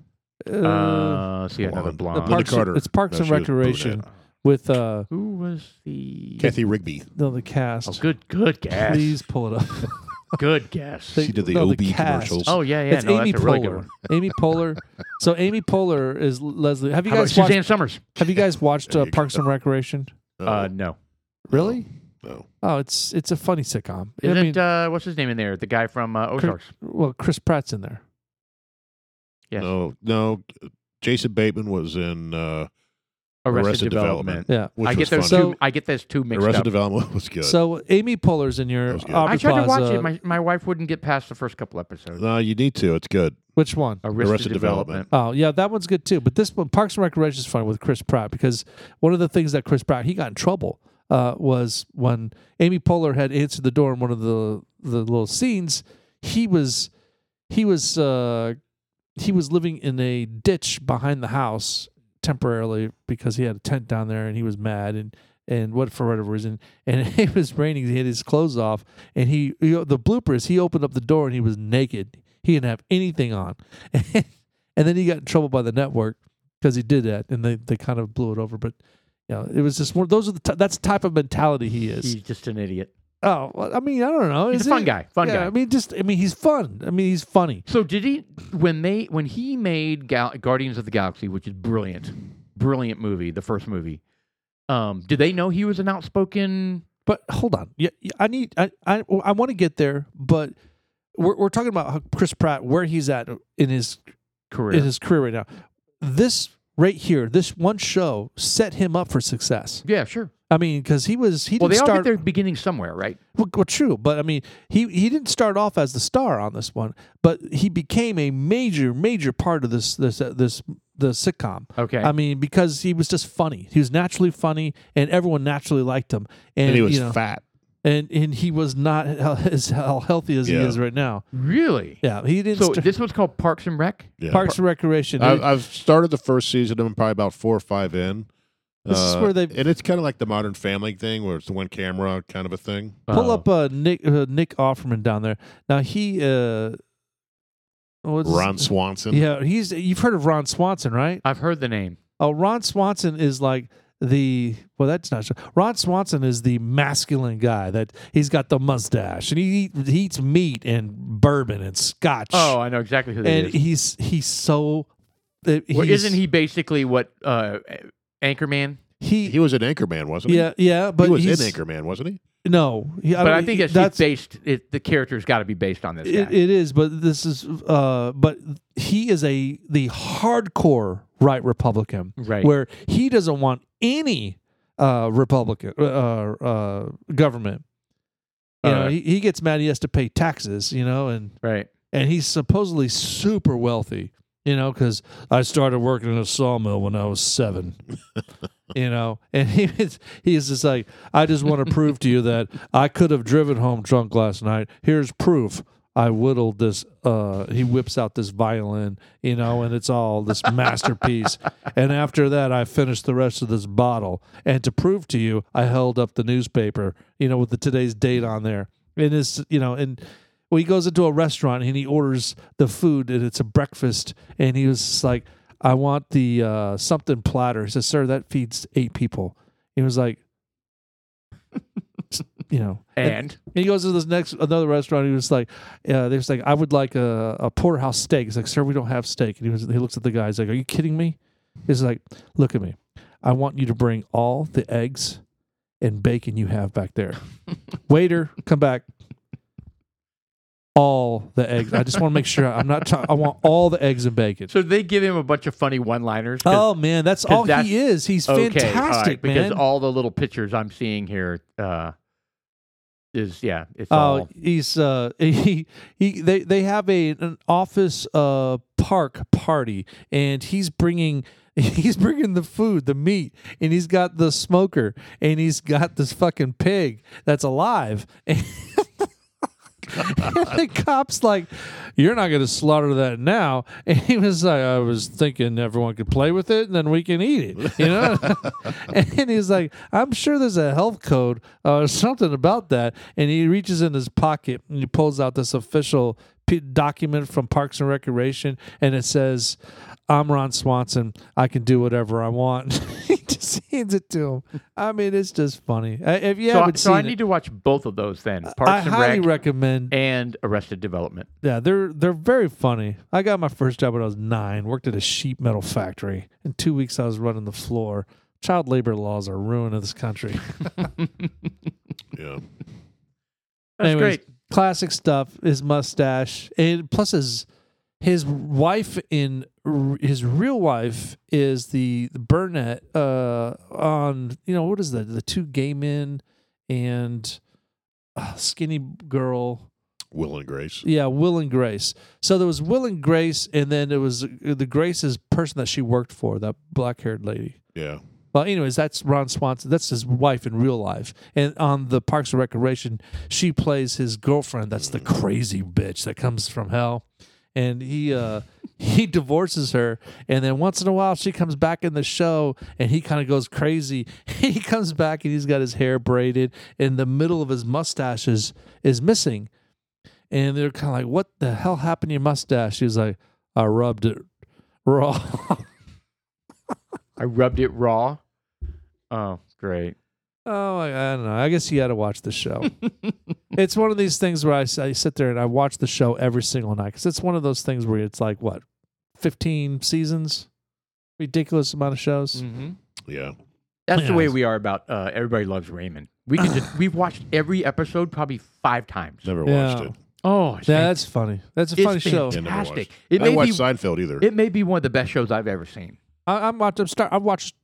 S3: Uh,
S1: Uh,
S3: let's see another
S2: blonde.
S1: the
S3: blonde.
S2: Linda
S1: Parks.
S2: Carter.
S1: It's Parks
S2: No,
S1: and
S2: she was
S1: Recreation
S2: brunette.
S1: with uh,
S3: Who was the?
S2: Kathy Rigby.
S1: no, the cast.
S3: Oh, good, good guess.
S1: Please pull it up.
S3: Good guess.
S1: They-
S2: She did the
S1: no, the
S2: OB
S1: cast.
S2: commercials.
S3: oh yeah, yeah.
S1: it's
S3: no,
S1: Amy
S3: that's a really good
S1: Poehler.
S3: one.
S1: Amy Poehler. So Amy Poehler is Leslie. Have you
S3: How about
S1: guys watched? uh,
S3: Suzanne Summers?
S1: Have you guys watched
S2: There
S1: uh,
S2: you
S1: Parks and Recreation?
S2: Oh,
S3: Uh, no.
S1: Really?
S2: No.
S1: Oh, it's it's a funny sitcom. I
S3: Is
S1: mean,
S3: it uh, what's his name in there? The guy from uh, Ozarks.
S1: well, Chris Pratt's in there.
S3: Yes.
S2: No. No. Jason Bateman was in uh,
S3: Arrested,
S2: Arrested
S3: Development.
S2: Development.
S1: Yeah.
S2: which
S3: I
S2: was
S3: get those
S2: funny.
S1: funny.
S3: two. I get those two mixed
S2: Arrested
S3: up.
S2: Development was good.
S1: So Amy Poehler's in your uh,
S2: That was good.
S1: Aubrey
S3: I tried to watch
S1: Plaza.
S3: it. My, my wife wouldn't get past the first couple episodes.
S2: no, you need to. It's good.
S1: Which one?
S3: Arrested,
S2: Arrested
S3: Development.
S2: Development.
S1: Oh yeah, that one's good too. But this one, Parks and Recreation, is fun with Chris Pratt because one of the things that Chris Pratt he got in trouble uh, was when Amy Poehler had answered the door in one of the the little scenes. He was he was uh, he was living in a ditch behind the house temporarily because he had a tent down there and he was mad and and what for whatever reason and it was raining he had his clothes off and he you know, the bloopers he opened up the door and he was naked he didn't have anything on and then he got in trouble by the network because he did that and they, they kind of blew it over but you know it was just one those are the t- that's the type of mentality he is
S3: He's just an idiot.
S1: oh well, i mean i don't know
S3: He's
S1: Is
S3: a fun
S1: it-
S3: guy. Fun
S1: yeah,
S3: guy.
S1: i mean just i mean he's fun i mean he's funny
S3: So did he when they when he made Gal- Guardians of the Galaxy, which is brilliant, brilliant movie, the first movie. Um, did they know he was an outspoken?
S1: But hold on, yeah, yeah, I need I I, I want to get there, but we're we're talking about how Chris Pratt where he's at in his
S3: Career.
S1: in his career right now. This right here, this one show set him up for success.
S3: yeah, sure.
S1: I mean, because he was he
S3: Well, they
S1: didn't
S3: all
S1: start
S3: get their beginning somewhere, right?
S1: well, well, true, but I mean he he didn't start off as the star on this one, but he became a major major part of this this uh, this the sitcom.
S3: Okay.
S1: I mean, because he was just funny. He was naturally funny, and everyone naturally liked him. And,
S2: And he was
S1: you know,
S2: fat.
S1: and and he was not he- as hell- healthy as he
S2: Yeah.
S1: is right now.
S3: really?
S1: Yeah, he didn't.
S3: So
S1: start-
S3: this was called Parks and Rec.
S2: Yeah.
S1: Parks and Recreation.
S2: I've, I've started the first season. I'm probably about four or five in. Uh,
S1: This is where they-
S2: and it's kind of like the Modern Family thing, where it's the one camera kind of a thing.
S1: Pull
S3: Uh,
S1: up uh, Nick uh, Nick Offerman down there. Now he uh, what's his-
S2: Ron Swanson.
S1: Yeah, he's you've heard of Ron Swanson, right?
S3: I've heard the name.
S1: Oh, Ron Swanson is like the well, that's not sure. Ron Swanson is the masculine guy that he's got the mustache and he, he eats meat and bourbon and scotch.
S3: Oh, I know exactly who that
S1: and
S3: is.
S1: he's he's so. uh,
S3: Well,
S1: he's-
S3: isn't he basically what uh, Anchorman?
S1: He,
S2: He was an Anchorman, wasn't he?
S1: yeah, yeah,
S2: He
S1: but
S2: was in
S1: he's,
S2: Anchorman, wasn't he?
S1: No, he-
S3: But I
S1: mean,
S3: think
S1: he-
S3: that's, that's based. It, the character's got to be based on this guy.
S1: it, it is, but this is uh, but he is a the hardcore right Republican,
S3: Right.
S1: Where he doesn't want any uh Republican uh, uh government. You know,
S3: Uh,
S1: he, he gets mad. He has to pay taxes. You know, and
S3: right.
S1: and he's supposedly super wealthy, you know, because I started working in a sawmill when I was seven, you know, and he is, he is just like, I just want to prove to you that I could have driven home drunk last night. Here's proof. I whittled this. Uh, he whips out this violin, you know, and it's all this masterpiece. and after that, I finished the rest of this bottle. And to prove to you, I held up the newspaper, you know, with the today's date on there. And it's, you know, and well, he goes into a restaurant and he orders the food and it's a breakfast and he was just like, I want the uh, something platter. He says, Sir, that feeds eight people. He was like, you know,
S3: And
S1: he goes to this next another restaurant. He was like, uh, "They was like, I would like a, a porterhouse steak." He's like, "Sir, we don't have steak." And he was, he looks at the guy. He's like, "Are you kidding me?" He's like, "Look at me. I want you to bring all the eggs and bacon you have back there. Waiter, come back. All the eggs. I just want to make sure I'm not. Try- I want all the eggs and bacon."
S3: so they give him a bunch of funny one-liners. 'cause-
S1: Oh man, that's
S3: 'cause
S1: all
S3: that's-
S1: he is. He's
S3: okay, all right,
S1: Oh, fantastic,
S3: because
S1: man.
S3: all the little pictures I'm seeing here uh, is yeah, it's
S1: Oh,
S3: all
S1: he's uh he he they they have a an office uh park party and he's bringing he's bringing the food, the meat, and he's got the smoker and he's got this fucking pig that's alive. And the cops like, you're not going to slaughter that now. And he was like, I was thinking everyone could play with it, and then we can eat it. You know, and he's like, I'm sure there's a health code uh, or something about that. And he reaches in his pocket and he pulls out this official p- document from Parks and Recreation, and it says, "I'm Ron Swanson. I can do whatever I want." he just hands it to him. I mean, it's just funny. I, if you
S3: so, I-
S1: haven't
S3: so
S1: seen
S3: I
S1: it,
S3: need to watch both of those then. Parks
S1: I
S3: and
S1: highly
S3: Rec
S1: recommend.
S3: and Arrested Development.
S1: Yeah, they're they're very funny. I got my first job when I was nine. Worked at a sheet metal factory. In two weeks, I was running the floor. Child labor laws are ruining this country.
S3: That's
S1: Anyways,
S3: great.
S1: Classic stuff. His mustache, and plus his his wife in his real wife is the, the Burnett uh, on you know what is the the two gay men and uh, skinny girl.
S2: Will and Grace.
S1: Yeah, Will and Grace. So there was Will and Grace, and then it was uh, the Grace's person that she worked for, that black haired lady.
S2: Yeah.
S1: Well, anyways, that's Ron Swanson. That's his wife in real life. And on the Parks and Recreation, she plays his girlfriend. That's the crazy bitch that comes from hell. And he uh, he divorces her, and then once in a while she comes back in the show, and he kind of goes crazy. he comes back and he's got his hair braided, and the middle of his mustache is is missing. And they're kind of like, "What the hell happened to your mustache?" She's like, "I rubbed it raw."
S3: I rubbed it raw. Oh, great.
S1: Oh, I, I don't know. I guess you got to watch the show. it's one of these things where I, s- I sit there and I watch the show every single night because it's one of those things where it's like what, fifteen seasons, ridiculous amount of shows.
S3: Mm-hmm.
S2: Yeah.
S3: That's the way
S1: Yes.
S3: we are about uh, everybody loves Raymond. We can just, we've watched every episode probably five times.
S2: Never
S1: Yeah.
S2: watched it.
S3: Oh, it's
S1: Yeah, that's funny. That's a funny
S3: it's
S1: show.
S2: Yeah, never watched
S3: fantastic.
S2: it.
S3: It
S2: I didn't
S3: may
S2: watch
S3: be
S2: Seinfeld either.
S3: it may be one of the best shows I've ever seen.
S1: I, I'm watched. I'm start. I've watched.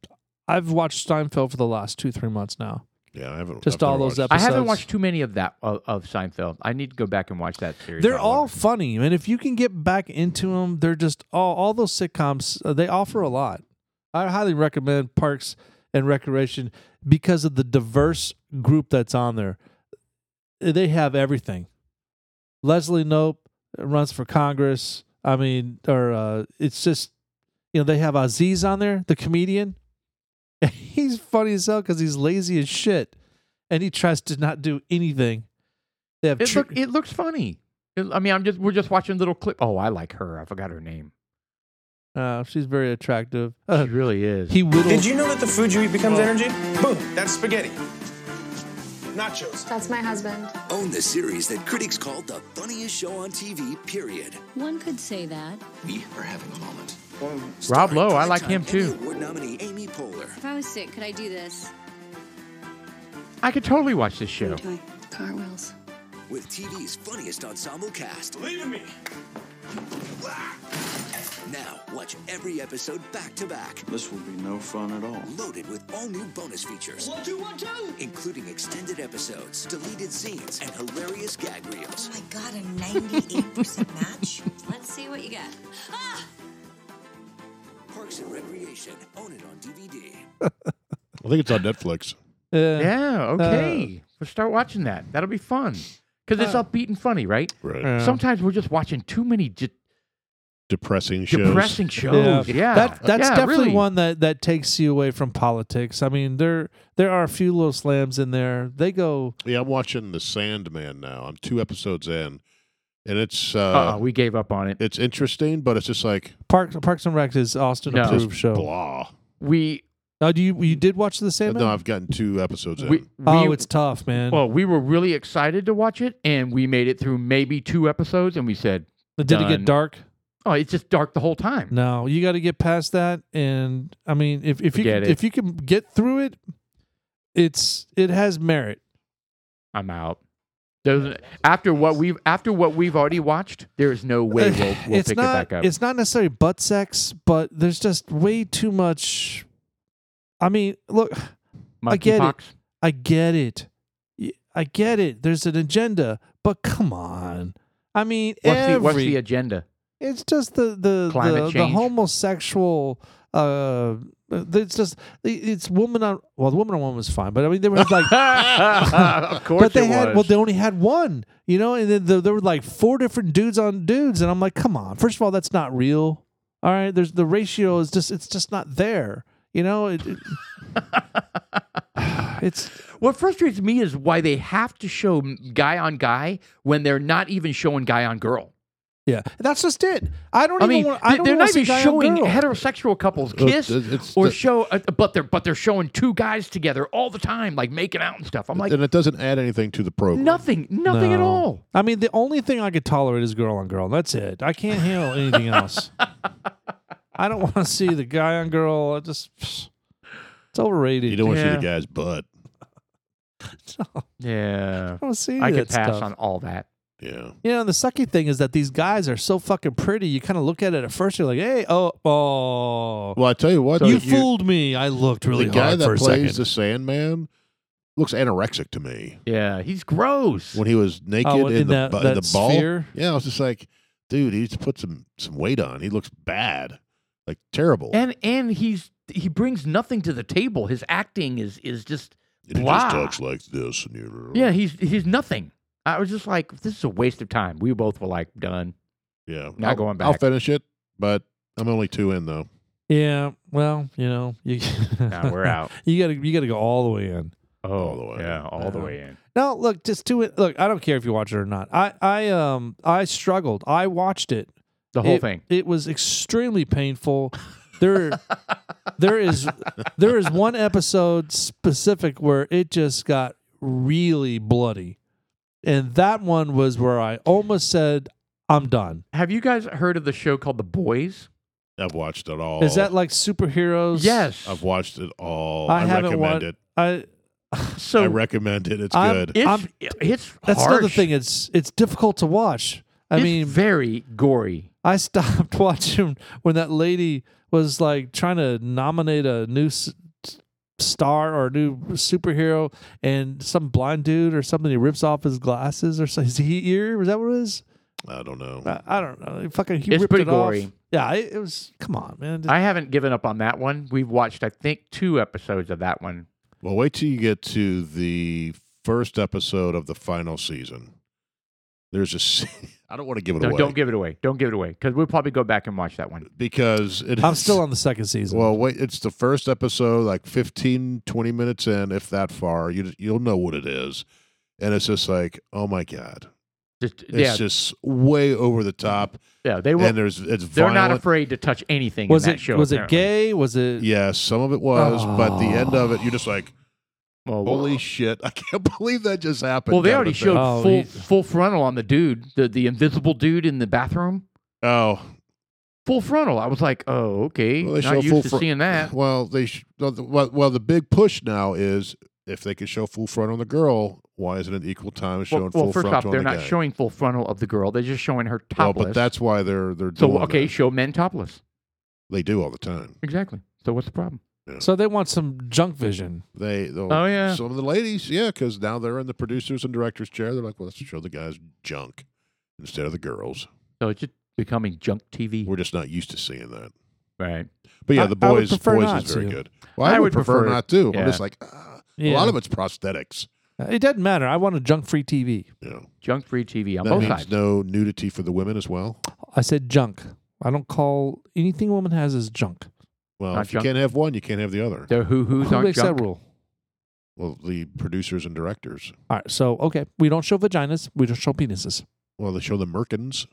S1: I've watched Steinfeld for the last two three months now.
S2: yeah, I haven't.
S1: Just
S2: I've never
S1: all those
S2: watched
S3: I haven't
S1: Besides-
S3: watched too many of that of, of Seinfeld. I need to go back and watch that series.
S1: They're
S3: I
S1: all
S3: love it.
S1: funny, and if you can get back into them, they're just all all those sitcoms. uh, They offer a lot. I highly recommend Parks and Recreation because of the diverse group that's on there. Uh, They have everything. Leslie Nope uh, runs for Congress. I mean, or uh, it's just you know they have Aziz on there, the comedian. He's funny as hell because he's lazy as shit, and he tries to not do anything. They have
S3: It,
S1: Tr-
S3: look, it looks funny. It- I mean, I'm just we're just watching little clip. Oh, I like her. I forgot her name.
S1: Uh, she's very attractive. Uh,
S3: She really is.
S1: he whittled.
S4: Did you know that the food you eat becomes energy? Boom, that's spaghetti. Nachos.
S5: That's my husband.
S6: Own the series that critics call the funniest show on TV, period.
S7: One could say that.
S6: We are having a moment.
S3: Rob
S6: Starring
S3: Lowe, I like
S6: primetime
S3: him
S6: Emmy
S3: too.
S6: Award nominee Amy Poehler.
S7: If I was sick, could I do this?
S3: I could totally watch this show.
S7: Doing cartwheels.
S6: With TV's funniest ensemble cast.
S4: Believe in me.
S6: Now, watch every episode back to back.
S8: This will be no fun at all.
S6: Loaded with all new bonus features. One, two, one, two! Including extended episodes, deleted scenes, and hilarious gag reels.
S9: I got Oh a 98% match.
S7: Let's see what you got. Ah!
S6: Parks and Recreation. Own it on DVD.
S2: it. I think it's on Netflix.
S1: Yeah.
S3: Yeah. Okay. we'll start watching that. That'll be fun because it's upbeat and funny, right?
S2: Right.
S1: uh, Yeah.
S3: Sometimes we're just watching too many just
S2: Depressing shows.
S3: depressing shows. Yeah.
S1: That, that's
S3: Yeah,
S1: definitely
S3: really.
S1: one that, that takes you away from politics. I mean, there there are a few little slams in there. They go.
S2: Yeah, I'm watching The Sandman now. I'm two episodes in, and it's uh,
S3: Uh-uh, we gave up on it.
S2: it's interesting, but it's just like
S1: Parks Parks and Rec is Austin
S3: No.
S1: approved
S2: just
S1: show.
S2: blah.
S3: We
S1: Now, do you you did watch the
S2: Uh,
S1: Sandman?
S2: No, I've gotten two episodes in.
S3: we, we
S1: oh, it's tough, man.
S3: well, we were really excited to watch it, and we made it through maybe two episodes, and we said,
S1: did it get
S3: done.
S1: dark?
S3: "Oh, it's just dark the whole time."
S1: No, you got to get past that. And I mean, if if you
S3: Forget
S1: can,
S3: it.
S1: if you can get through it, it's it has merit.
S3: I'm out. There's, after what we've after what we've already watched, there is no way we'll, we'll
S1: it's
S3: pick
S1: not,
S3: it back up.
S1: It's not necessarily butt sex, but there's just way too much. I mean, look, I get it.
S3: Monkeypox?
S1: I get it. Y- I get it. There's an agenda, but come on. I mean,
S3: What's,
S1: every,
S3: the, what's the agenda?
S1: it's just the the
S3: Climate
S1: the, the
S3: change?
S1: homosexual. Uh, it's just it's woman on well, the woman on woman was fine, but I mean there was like
S3: of course,
S1: but they
S3: it
S1: had
S3: was.
S1: well they only had one you know and then there, there were like four different dudes on dudes and i'm like come on first of all that's not real all right there's the ratio is just it's just not there you know it, it- it's
S3: What frustrates me is why they have to show m- guy on guy when they're not even showing guy on girl.
S1: yeah that's just it i don't
S3: I
S1: even
S3: mean,
S1: want i
S3: they-
S1: don't
S3: they're
S1: wanna
S3: not
S1: see
S3: even
S1: guy on
S3: showing
S1: girl.
S3: heterosexual couples kiss
S2: it's- it's
S3: or
S2: the-
S3: show, uh, but they're but they're showing two guys together all the time, like making out and stuff. I'm like,
S2: and it doesn't add anything to the program.
S3: nothing, nothing at
S1: No.
S3: all.
S1: i mean the only thing i could tolerate is girl on girl that's it i can't handle anything else i don't want to see the guy on girl i just it's overrated
S2: You don't want to see
S3: Yeah.
S2: the guy's butt.
S1: I
S3: Yeah.
S1: don't see
S3: I
S1: that
S3: could pass
S1: stuff.
S3: on all that.
S2: Yeah.
S1: Yeah, and the sucky thing is that these guys are so fucking pretty. You kind of look at it at first, you're like, "Hey, oh, oh,
S2: Well, I tell you what,
S1: you,
S2: the-
S1: fooled me." I looked really
S2: the guy
S1: hard
S2: that
S1: for a
S2: plays
S1: second.
S2: the Sandman looks anorexic to me.
S3: Yeah, he's gross.
S2: When he was naked
S1: Oh,
S2: in,
S1: in
S2: the
S1: that-
S2: bu- in
S1: that
S2: the ball,
S1: sphere?
S2: yeah, I was just like, dude, he's put some some weight on. He looks bad, like terrible.
S3: and and he's he brings nothing to the table. His acting is is just
S2: And he
S3: blah.
S2: just talks like this, and you
S3: yeah. He's he's nothing. I was just like, this is a waste of time. We both were like, done.
S2: yeah.
S3: Not
S2: I'll-
S3: going
S2: I'll
S3: back.
S2: finish it, but I'm only two in though.
S1: yeah, well, you know, you
S3: Now we're out.
S1: you gotta you gotta go all the way in.
S3: Oh,
S2: All the way.
S3: yeah, all the
S1: Yeah.
S3: way in.
S1: No, look, just do it. Look, I don't care if you watch it or not. I I um I struggled. I watched it.
S3: The whole
S1: It-
S3: thing.
S1: It was extremely painful. There, there is there is one episode specific where it just got really bloody, and that one was where I almost said, "I'm done."
S3: Have you guys heard of the show called The Boys?
S2: I've watched it all.
S1: Is that like superheroes?
S3: Oh. Yes. Oh,
S2: I've watched it all.
S1: I
S2: I,
S1: haven't
S2: recommend
S1: wa-
S2: it.
S1: I
S3: So
S2: I recommend it. It's
S1: I'm-
S2: good.
S3: it's,
S1: I'm-
S3: Um, it's
S1: that's another
S3: harsh.
S1: thing. It's it's difficult to watch. I
S3: It's
S1: mean,
S3: very gory.
S1: I stopped watching when that lady was like trying to nominate a new s- star or a new superhero, and some blind dude or something he rips off his glasses or so, his he ear. Was that what it was?
S2: I don't know.
S1: I, Uh, I don't know. He fucking he
S3: It's
S1: ripped it
S3: pretty
S1: off.
S3: gory.
S1: Yeah, it, it was. Come on, man.
S3: I haven't given up on that one. We've watched, I think, two episodes of that one.
S2: Well, wait till you get to the first episode of the final season. There's a. se- I don't want to give it
S3: No,
S2: away.
S3: don't give it away. Don't give it away because we'll probably go back and watch that one.
S2: because it
S1: I'm
S2: is-
S1: still on the second season.
S2: Well, wait. It's the first episode, like 15, 20 minutes in, if that far. You you'll know what it is, and it's just like, oh my god,
S3: Just
S2: it's
S3: yeah,
S2: just way over the top,
S3: yeah. They were.
S2: and there's it's
S3: They're
S2: violent.
S3: not afraid to touch anything
S1: was
S3: in that
S1: it
S3: show.
S1: was it
S3: apparently.
S1: gay? Was it?
S2: yeah, some of it was, but the end of it, you're just like,
S3: Well,
S2: holy shit, I can't believe that just happened.
S3: Oh. well, they
S2: kind of
S3: already
S2: a thing.
S3: showed
S1: Oh,
S3: full
S1: he-
S3: full frontal on the dude, the the invisible dude in the bathroom.
S2: Oh,
S3: Full frontal. I was like, oh, okay.
S2: Well, they show
S3: not
S2: full
S3: used to
S2: fro-
S3: seeing that.
S2: Well, they sh- well, the- well, well, the big push now is if they can show full front on the girl, why isn't it equal time showing
S3: Well,
S2: full
S3: well first
S2: front
S3: off,
S2: on
S3: they're
S2: the
S3: not
S2: guy?
S3: showing full frontal of the girl. They're just showing her
S2: Well,
S3: topless.
S2: but that's why they're they're doing
S3: so okay.
S2: that.
S3: Show men topless.
S2: they do all the time.
S3: Exactly. So what's the problem?
S1: So they want some junk vision.
S2: They they'll-
S3: Oh, yeah.
S2: some of the ladies yeah because now they're in the producers and directors chair. They're like, well, let's show the guys junk instead of the girls.
S3: So it's just becoming junk TV.
S2: We're just not used to seeing that.
S3: Right.
S2: But yeah,
S1: I-
S2: the
S1: I would
S2: boys
S1: prefer
S2: boys
S1: not
S2: is very
S1: to.
S2: good. Well, I, would, prefer, not to. I'm just like ah. a lot
S1: Yeah.
S2: of it's prosthetics.
S1: It doesn't matter. I want a junk free TV.
S2: You know,
S3: Junk free TV on
S2: that
S3: both
S2: means
S3: sides.
S2: no nudity for the women as well.
S1: I said junk. I don't call anything a woman has is junk.
S2: Well,
S3: Not
S2: if you
S3: junk.
S2: can't have one, you can't have the other.
S3: The hoo hoos
S1: Who
S3: aren't
S1: makes
S3: junk.
S1: that rule?
S2: Well, the producers and directors.
S1: All right, so okay, we don't show vaginas, we don't show penises.
S2: Well, they show the Merkins.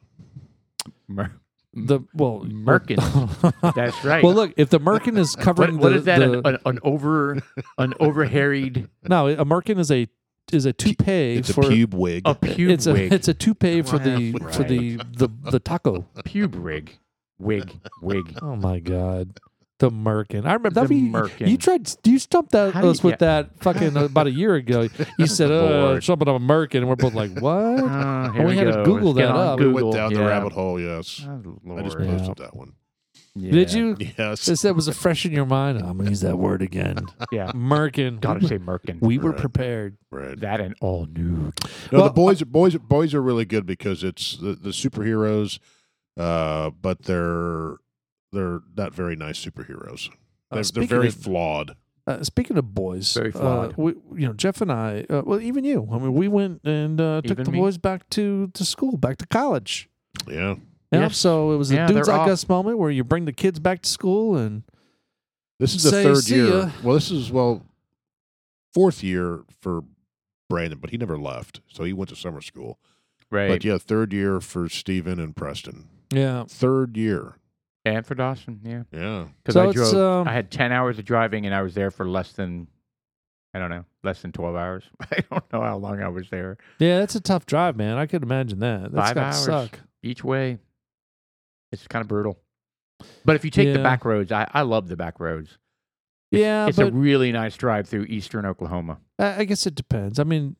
S3: Mer-
S1: The well,
S3: Mm-hmm. Merkin. That's right.
S1: Well, look, if the merkin is
S3: What-
S1: covering,
S3: what
S1: the-
S3: is that?
S1: the-
S3: an, an, an over an over harried
S1: no, a merkin is a is a toupee
S2: It's a
S1: for
S2: pube wig.
S3: a pube
S1: it's a
S3: wig
S1: it's a toupee for the
S2: Wow.
S1: for the, the the taco.
S3: pube rig wig wig.
S1: Oh my god. The Merkin. I remember
S3: The
S1: that. be-
S3: merkin.
S1: You tried. You stumped that,
S3: How do you-
S1: us with that fucking uh, about a year ago. You said uh,
S2: Lord.
S1: something of a Merkin, and we're both like, "What?"
S3: Ah,
S1: we had to Google
S3: Let's get
S1: that
S3: on
S1: up.
S2: we
S3: Google.
S2: went down
S3: yeah.
S2: the rabbit hole. Yes,
S3: Oh, Lord.
S2: I just
S1: Yeah.
S2: posted that one.
S3: Yeah.
S1: Did you?
S2: Yes,
S1: Since that was a fresh in your mind, I'm gonna use that word again.
S3: Yeah.
S1: Merkin.
S3: Gotta say Merkin.
S1: We were
S2: Right.
S1: prepared.
S2: right.
S3: that and all nude.
S2: No,
S1: Well,
S2: the boys, boys, boys are really good because it's the, the superheroes, uh, but they're they're not very nice superheroes.
S1: Uh,
S2: They're, they're
S1: speaking
S2: very
S1: of-
S2: flawed.
S1: Uh, speaking of boys,
S3: Very
S1: uh,
S3: flawed.
S1: we, you know, Jeff and I. Uh, well, even you. I mean, we went and uh, took
S3: Even
S1: the
S3: me.
S1: boys back to to school, back to college.
S2: Yeah,
S1: Yeah.
S3: Yes.
S1: So it was a
S3: Yeah,
S1: dudes
S3: they're
S1: like
S3: off.
S1: us moment where you bring the kids back to school and
S2: this is the
S1: Say,
S2: third
S1: see
S2: year.
S1: ya.
S2: Well, this is well fourth year for Brandon, but he never left, so he went to summer school.
S3: Right.
S2: But yeah, third year for Steven and Preston.
S1: yeah.
S2: Third year.
S3: And for Dawson, yeah.
S2: Yeah.
S3: Because
S1: So
S3: I
S1: it's,
S3: drove
S1: um,
S3: I had ten hours of driving and I was there for less than I don't know, less than twelve hours. I don't know how long I was there.
S1: Yeah, that's a tough drive, man. I could imagine that. That's
S3: Five
S1: gotta
S3: hours.
S1: suck.
S3: Each way. It's kind of brutal. But if you take
S1: Yeah.
S3: the back roads, I, I love the back roads.
S1: Yeah,
S3: it's
S1: but
S3: a really nice drive through eastern Oklahoma.
S1: I, I guess it depends. I mean,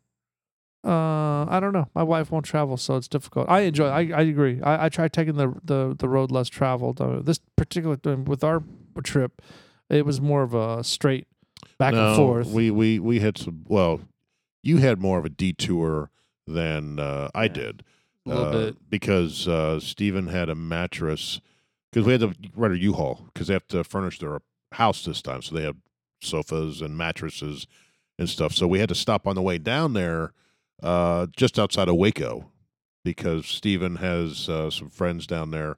S1: uh, I don't know. My wife won't travel, so it's difficult. I enjoy. I, I agree. I, I try taking the, the the road less traveled. Uh, this particular um, with our trip, it was more of a straight back
S2: No,
S1: and forth.
S2: We we we had some. Well, you had more of a detour than uh, I did
S1: A little
S2: uh,
S1: bit.
S2: because uh, Stephen had a mattress because we had to rent a U-Haul because they have to furnish their house this time, so they have sofas and mattresses and stuff. So we had to stop on the way down there, uh, just outside of Waco, because Stephen has uh, some friends down there.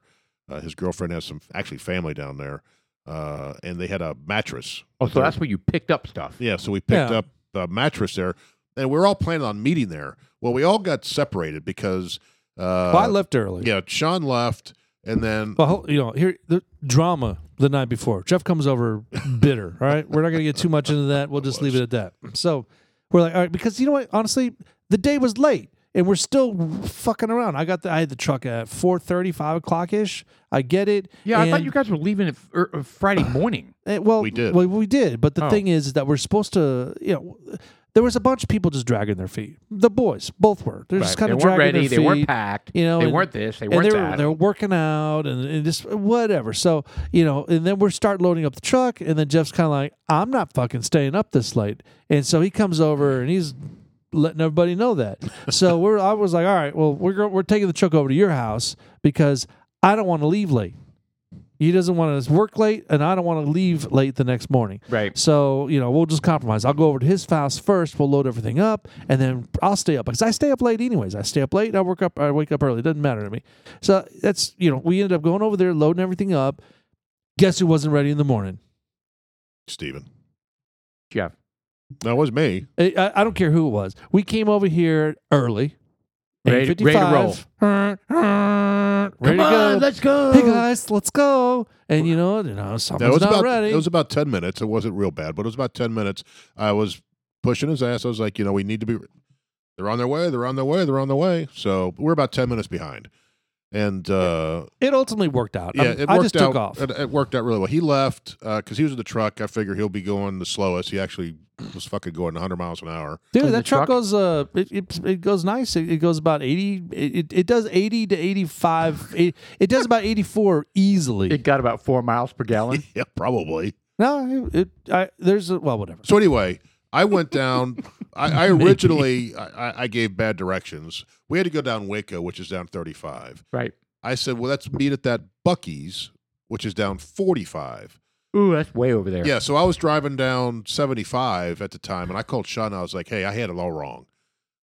S2: Uh, his girlfriend has some actually family down there, uh, and they had a mattress
S3: Oh, so
S2: There-
S3: that's where you picked up stuff.
S2: yeah, so we picked
S1: Yeah.
S2: up a mattress there, and we are all planning on meeting there. Well, we all got separated because uh,
S1: well, I left early.
S2: yeah, Sean left, and then
S1: Well, hol- you know, here the drama the night before. Jeff comes over bitter. All right, we're not going to get too much into that. We'll just leave it at that. So we're like, all right, because you know what? Honestly, the day was late, and we're still fucking around. I got the I had the truck at 4:30, 5 o'clock ish. I get it.
S3: Yeah, I thought
S1: and-
S3: you guys were leaving it f- er, er, Friday morning.
S1: eh, well,
S2: We did.
S1: Well, we did. But the
S3: Oh.
S1: thing is that we're supposed to, you know. There was a bunch of people just dragging their feet. The boys, both were. They're just
S3: Right.
S1: kind of
S3: they weren't
S1: dragging
S3: ready.
S1: their feet
S3: They weren't packed.
S1: you know,
S3: they
S1: and-
S3: weren't this. They
S1: and
S3: weren't
S1: they're,
S3: that.
S1: They're working out and, and just whatever. So, you know, and then we're start loading up the truck, and then Jeff's kind of like, I'm not fucking staying up this late. And so he comes over and he's letting everybody know that. so we're, I was like, all right, well, we're, go- we're taking the truck over to your house because I don't want to leave late. He doesn't want to work late, and I don't want to leave late the next morning.
S3: Right.
S1: So, you know, we'll just compromise. I'll go over to his house first. We'll load everything up, and then I'll stay up because I stay up late anyways. I stay up late. I work up. I wake up early. It doesn't matter to me. So that's you know, we ended up going over there, loading everything up. Guess who wasn't ready in the morning?
S2: Stephen.
S3: Jeff.
S2: That was me.
S1: I, I- I don't care who it was. We came over here early.
S3: Ready- ready to
S1: 8:55. Ready
S3: Come
S1: to go.
S3: on, let's go.
S1: hey guys, let's go. And you know, you know,
S2: That
S1: something's
S2: was
S1: not
S2: about
S1: ready.
S2: it was about ten minutes. It wasn't real bad, but it was about ten minutes. I was pushing his ass. I was like, you know, we need to be. They're on their way. They're on their way. They're on their way. So we're about ten minutes behind, and uh,
S1: it ultimately worked out.
S2: Yeah,
S1: I,
S2: it worked
S1: Um, I just
S2: out.
S1: took off.
S2: It, it worked out really well. He left because he was in the truck. I figure he'll be going the slowest. He actually was fucking going 100 miles an hour.
S1: Dude,
S3: In
S1: that
S3: the
S1: truck,
S3: truck?
S1: goes uh, it, it, it goes nice. It, it goes about eighty. It, it, it does eighty to eighty five. It, it does about eighty four easily.
S3: It got about four miles per gallon.
S2: Yeah, probably.
S1: no, it, it I, there's a, well, whatever.
S2: So anyway, I went down. I, I originally I, I- I gave bad directions. We had to go down Waco, which is down 35.
S3: right.
S2: I said, well, let's meet at that Bucky's, which is down 45.
S3: Ooh, that's way over there.
S2: Yeah, so I was driving down 75 at the time, and I called Sean. I was like, "Hey, I had it all wrong."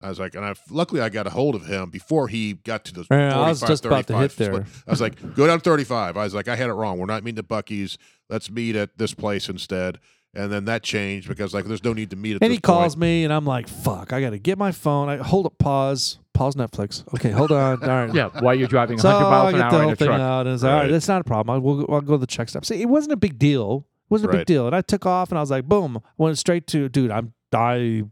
S2: I was like, and I luckily I got a hold of him before he got to the.
S1: Yeah, I was
S2: 45,
S1: just about to hit
S2: 35
S1: there.
S2: split. I was like, "Go down 35." I was like, "I had it wrong. We're not meeting at Bucky's. Let's meet at this place instead." And then that changed because like, there's no need to meet at.
S1: And
S2: this
S1: he calls
S2: point.
S1: me, and I'm like, "Fuck! I got to get my phone. I hold up, pause, pause Netflix. Okay, hold on. All right,
S3: Yeah, while you're driving
S1: So
S3: 100
S1: I
S3: miles an
S1: get the
S3: hour
S1: whole
S3: in a
S1: thing
S3: truck.
S1: out, and it's like, all right,
S2: Right.
S1: that's not a problem. I, we'll, I'll go to the check stop. See, it wasn't a big deal. It wasn't a big
S2: Right.
S1: deal. And I took off, and I was like, boom, went straight to, dude. I'm I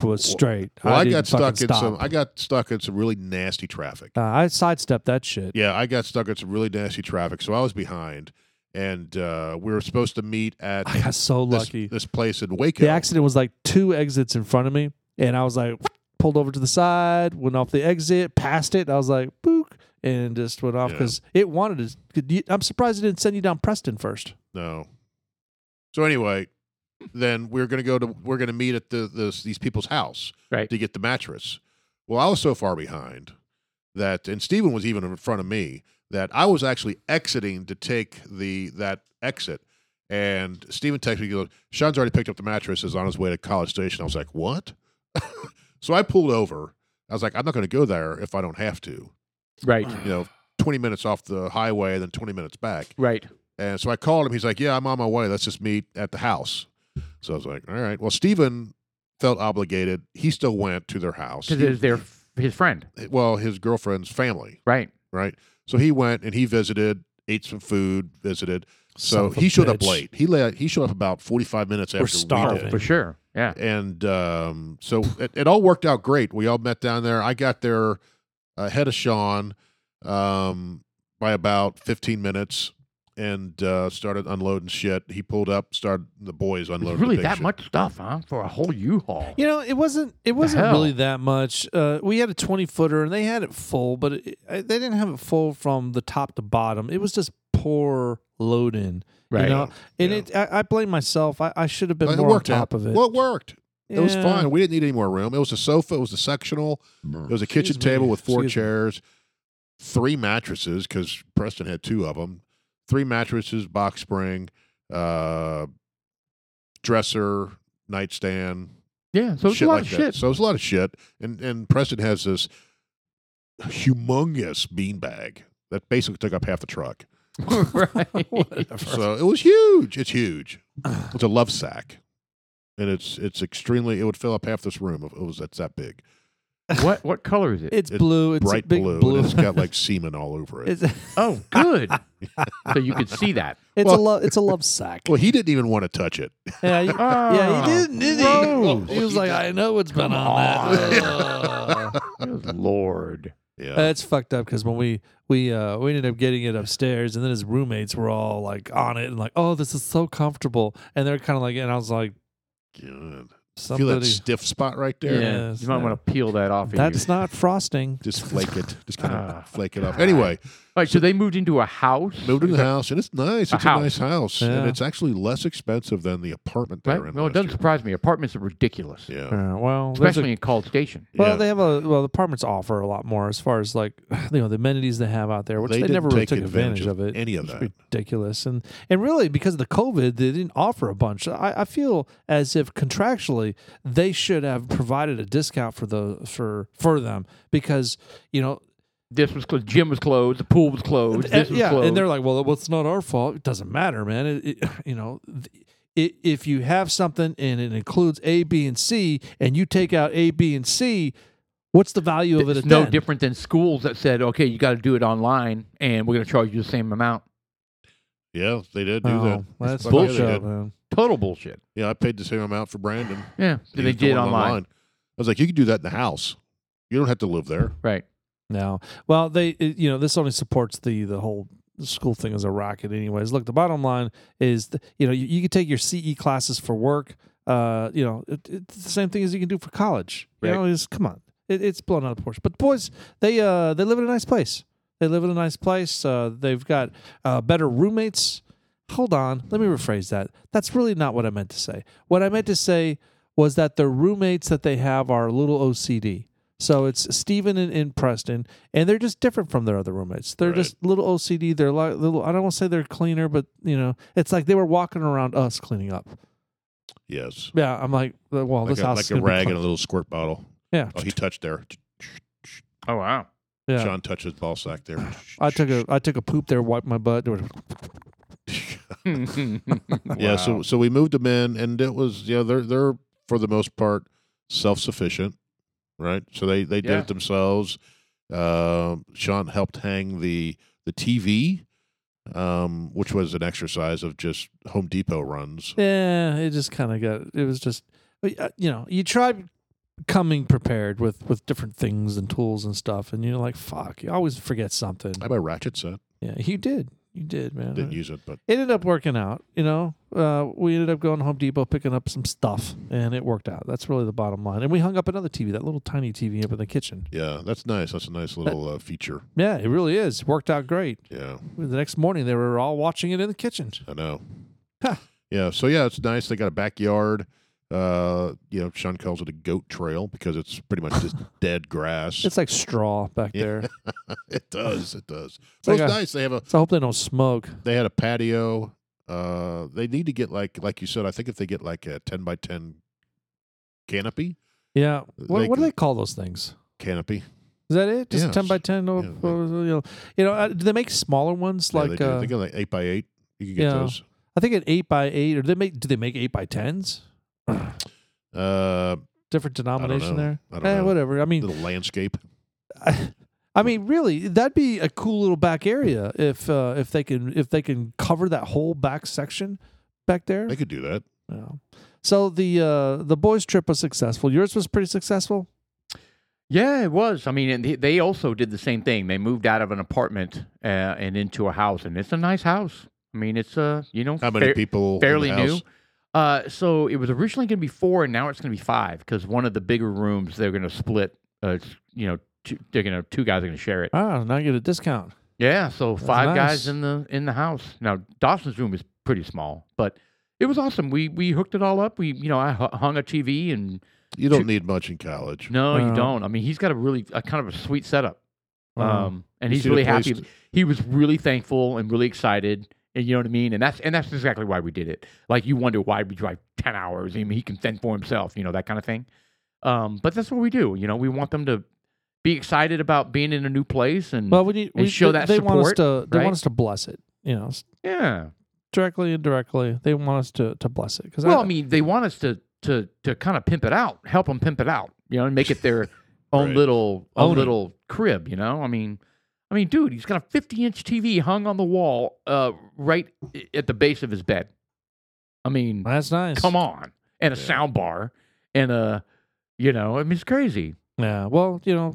S1: was straight.
S2: Well, I, got
S1: didn't fucking
S2: stuck in
S1: stop.
S2: some. I got stuck in some really nasty traffic.
S1: Uh, I sidestepped that shit.
S2: Yeah, I got stuck in some really nasty traffic, so I was behind, and uh, we were supposed to meet at.
S1: I got so
S2: this,
S1: lucky.
S2: this place in Waco.
S1: the accident was like two exits in front of me, and I was like pulled over to the side, went off the exit, passed it. and I was like boop, and just went off
S2: Yeah.
S1: because it wanted to. could you- I'm surprised it didn't send you down Preston first.
S2: No. So anyway, then we're gonna go to we're gonna meet at the this these people's house
S3: Right.
S2: to get the mattress. Well, I was so far behind that, and Stephen was even in front of me that I was actually exiting to take the that exit. And Stephen texted me, he goes, Sean's already picked up the mattress, is on his way to College Station. I was like, what? so I pulled over. I was like, I'm not going to go there if I don't have to.
S3: Right.
S2: You know, 20 minutes off the highway, then 20 minutes back.
S3: Right.
S2: And so I called him. He's like, "Yeah, I'm on my way. Let's just meet at the house." So I was like, "All right." Well, Stephen felt obligated. He still went to their house.
S3: Because
S2: He-
S3: it was their, his friend.
S2: well, his girlfriend's family,
S3: Right.
S2: right? So he went and he visited, ate some food, visited.
S1: Son
S2: So
S1: of a
S2: he showed up
S1: bitch.
S2: late. He la- he showed up about 45 minutes after we
S1: starving.
S2: did
S3: For sure. Yeah.
S2: and um, so it, it all worked out great. We all met down there. I got there ahead of Sean um, by about 15 minutes, and uh, started unloading shit. He pulled up, started the boys
S3: It's
S2: unloading.
S3: really
S2: the big
S3: that
S2: shit.
S3: much stuff, huh? For a whole U-Haul.
S1: You know, it wasn't it wasn't
S3: hell?
S1: really that much. Uh, we had a twenty footer, and they had it full, but it, uh, they didn't have it full from the top to bottom. It was just poor load in,
S3: Right.
S1: You know, and
S2: Yeah.
S1: it I, I blame myself. I, I should have been
S2: But
S1: more on
S2: out.
S1: top of it.
S2: Well, it worked. It was
S1: Yeah.
S2: fine. We didn't need any more room. It was a sofa. It was a sectional. It was a kitchen
S1: Excuse me.
S2: table with four
S1: Excuse me.
S2: chairs, three mattresses because Preston had two of them. Three mattresses, box spring, uh, dresser, nightstand,
S3: Yeah, so it's a
S2: shit
S3: lot
S2: like
S3: of
S2: that.
S3: shit.
S2: So it's a lot of shit. And and Preston has this humongous beanbag that basically took up half the truck.
S3: right.
S2: So it was huge. It's huge. It's a love sack, and it's it's extremely. It would fill up half this room if it was that's that big.
S3: what what color is it?
S1: It's
S2: It's
S1: blue. It's
S2: Bright
S1: a big
S2: blue.
S1: blue.
S2: And it's got like semen all over it.
S1: it's
S3: oh, good. so you could see that.
S1: it's
S2: Well-
S1: a love it's a love sack.
S2: well, he didn't even want to touch it.
S1: yeah, he,
S3: Oh,
S1: yeah, he didn't. Did he?
S3: gross.
S1: he was like, I know it's been on that. Ugh.
S3: Good Lord.
S2: Yeah.
S1: Uh, it's fucked up because when we we uh, we ended up getting it upstairs, and then his roommates were all like on it and like, "Oh, this is so comfortable," and they're kind of like, and I was like,
S2: God. Feel that
S1: "Somebody,
S2: stiff spot right there?
S1: Yes.
S3: you might want to peel that off. of
S1: that's
S3: you.
S1: not frosting."
S2: Just flake it. Just kind of
S3: Ah,
S2: flake it off.
S3: God.
S2: Anyway,
S3: All right. So they moved into a house.
S2: moved in the house, and it's
S3: A
S2: nice. It's a
S3: house.
S2: nice house, and
S1: Yeah.
S2: it's actually less expensive than the apartment they were
S3: Right?
S2: in.
S3: Well, it
S2: last
S3: doesn't surprise me. Apartments are ridiculous,
S2: year. Yeah.
S1: Uh, well, there's a-
S3: especially in Cold Station.
S1: well,
S2: yeah.
S1: they have a well. The apartments offer a lot more as far as like you know the amenities they have out there, which
S2: They
S1: they,
S2: didn't
S1: never really
S2: take
S1: took advantage,
S2: advantage of
S1: of it.
S2: any of
S1: It's
S2: that.
S1: ridiculous, and and really because of the COVID, they didn't offer a bunch. I, I feel as if contractually they should have provided a discount for the for for them because you know
S3: This was closed. Gym was closed. The pool was closed. This
S1: and-
S3: was
S1: yeah,
S3: closed.
S1: and they're like, "Well, it's not our fault. It doesn't matter, man. It, it, you know, th- i if you have something and it includes A, B, and C, and you take out A, B, and C, what's the value of it?
S3: it's
S1: at
S3: no
S1: then?
S3: different than schools that said, "Okay, you got to do it online, and we're going to charge you the same amount."
S2: Yeah, they did do
S1: Oh,
S2: that.
S1: That's
S2: Fuck yeah, they
S1: bullshit,
S2: did.
S1: man.
S3: Total bullshit.
S2: Yeah, I paid the same amount for Brandon.
S3: Yeah,
S2: He
S3: they
S2: was the
S3: did
S2: one
S3: online.
S2: I was like, you can do that in the house. You don't have to live there.
S3: Right.
S1: No, well, they, it- you know, this only supports the the whole school thing as a racket, anyways. Look, the bottom line is, th- you know, you, you can take your CE classes for work. Uh, you know, it, it's the same thing as you can do for college. You
S3: Right.
S1: know, it's come on, it, it's blown out of proportion. But the boys, they uh, they live in a nice place. They live in a nice place. Uh, they've got uh, better roommates. Hold on, let me rephrase that. That's really not what I meant to say. What I meant to say was that the roommates that they have are a little OCD. So it's Stephen and, and Preston, and they're just different from their other roommates. They're
S2: Right.
S1: just little OCD. They're like little. I don't want to say they're cleaner, but you know, it's like they were walking around us cleaning up.
S2: Yes.
S1: Yeah, I'm like, well,
S2: Like
S1: this
S2: a,
S1: house
S2: like
S1: is
S2: a
S1: gonna be
S2: rag
S1: clean.
S2: and a little squirt bottle.
S1: Yeah.
S2: Oh, he touched there.
S3: Oh wow.
S1: yeah.
S2: John touched his ball sack there.
S1: I took a I took a poop there, wiped my butt.
S2: Yeah, so so we moved them in, and it was yeah they're they're for the most part self sufficient, right? So they they did
S3: Yeah.
S2: it themselves. Um Sean helped hang the the TV, um, which was an exercise of just Home Depot runs.
S1: Yeah, Eh, it just kind of got. It was just, uh, you know, you try coming prepared with with different things and tools and stuff, and you're like, fuck, you always forget something.
S2: I buy ratchet set.
S1: Yeah, you did, you did, man.
S2: Didn't use it, but
S1: it ended up working out. You know, uh, we ended up going to Home Depot picking up some stuff, and it worked out. That's really the bottom line. And we hung up another TV, that little tiny TV up in the kitchen.
S2: yeah, that's nice. That's a nice little uh, feature.
S1: Yeah, it really is. It worked out great.
S2: Yeah.
S1: The next morning, they were all watching it in the kitchen.
S2: I know.
S1: Huh.
S2: Yeah. So yeah, it's nice. They got a backyard. Uh, you know, Sean calls it a goat trail because it's pretty much just dead grass.
S1: It's like straw back
S2: Yeah.
S1: there.
S2: it does. It does.
S1: It's
S2: So
S1: like
S2: it's
S1: a-
S2: nice. They have a.
S1: So I hope they don't smoke.
S2: They had a patio. Uh, they need to get like like you said. I think if they get like a ten by ten canopy,
S1: Yeah. What,
S2: They-
S1: what do they call those things?
S2: canopy.
S1: Is that it? Just
S2: Yes.
S1: ten by ten? Or,
S2: Yeah, they-
S1: or, you know, you know uh, do they make smaller ones?
S2: Yeah, they
S1: like
S2: do.
S1: uh,
S2: I think they're like eight by eight. You can get
S1: yeah.
S2: those.
S1: I think an eight by eight, or do they make? Do they make eight by tens?
S2: Uh,
S1: Different
S2: know.
S1: denomination there.
S2: I don't
S1: eh,
S2: know.
S1: whatever. I mean,
S2: little landscape.
S1: I, I mean, really, that'd be a cool little back area if uh, if they can if they can cover that whole back section back there.
S2: They could do that.
S1: Yeah. So the uh, the boys' trip was successful. Yours was pretty successful.
S3: Yeah, it was. I mean, and they- they also did the same thing. They moved out of an apartment uh, and into a house, and it's a nice house. I mean, it's uh, you know,
S2: How many
S3: fair-
S2: people? in the
S3: fairly new.
S2: house?
S3: Uh, so it was originally going to be four, and now it's going to be five because one of the bigger rooms they're going to split. Uh, it's, you know, two, they're going to two guys are going to share it.
S1: Ah, now you get a discount.
S3: Yeah, so five
S1: nice.
S3: guys in the in the house. Now Dawson's room is pretty small, but it was awesome. We we hooked it all up. We you know I hu- hung a TV and
S2: You don't need much in college.
S3: no,
S1: Wow.
S3: you don't. I mean, he's got a really a kind of a sweet setup.
S1: Wow.
S3: Um, and
S2: Uh-huh. You
S3: he's
S2: see the
S3: really
S2: place
S3: happy.
S2: t-
S3: he was really thankful and really excited. And you know what I mean? And that's and that's exactly why we did it. Like you wonder why we drive ten hours. I mean, he can fend for himself. You know that kind of thing. Um, but that's what we do. You know, we want them to be excited about being in a new place and
S1: Mm. Well, we need
S3: and
S1: we
S3: show
S1: they,
S3: that
S1: they want us to
S3: support,
S1: they
S3: right?
S1: want us to bless it. You know, s-
S3: yeah.
S1: directly indirectly, they want us to to bless it because
S3: Well, I mean, they want us to to to kind of pimp it out, help them pimp it out. You know, and make it their own
S2: Right.
S3: little own
S1: Own it.
S3: little crib. You know, I mean, I mean, dude, he's got a 50 inch TV hung on the wall, uh, right i- at the base of his bed. I mean,
S1: that's nice.
S3: come on, and a sound bar, and a, you know, I mean, it's crazy.
S1: Yeah. Well, you know,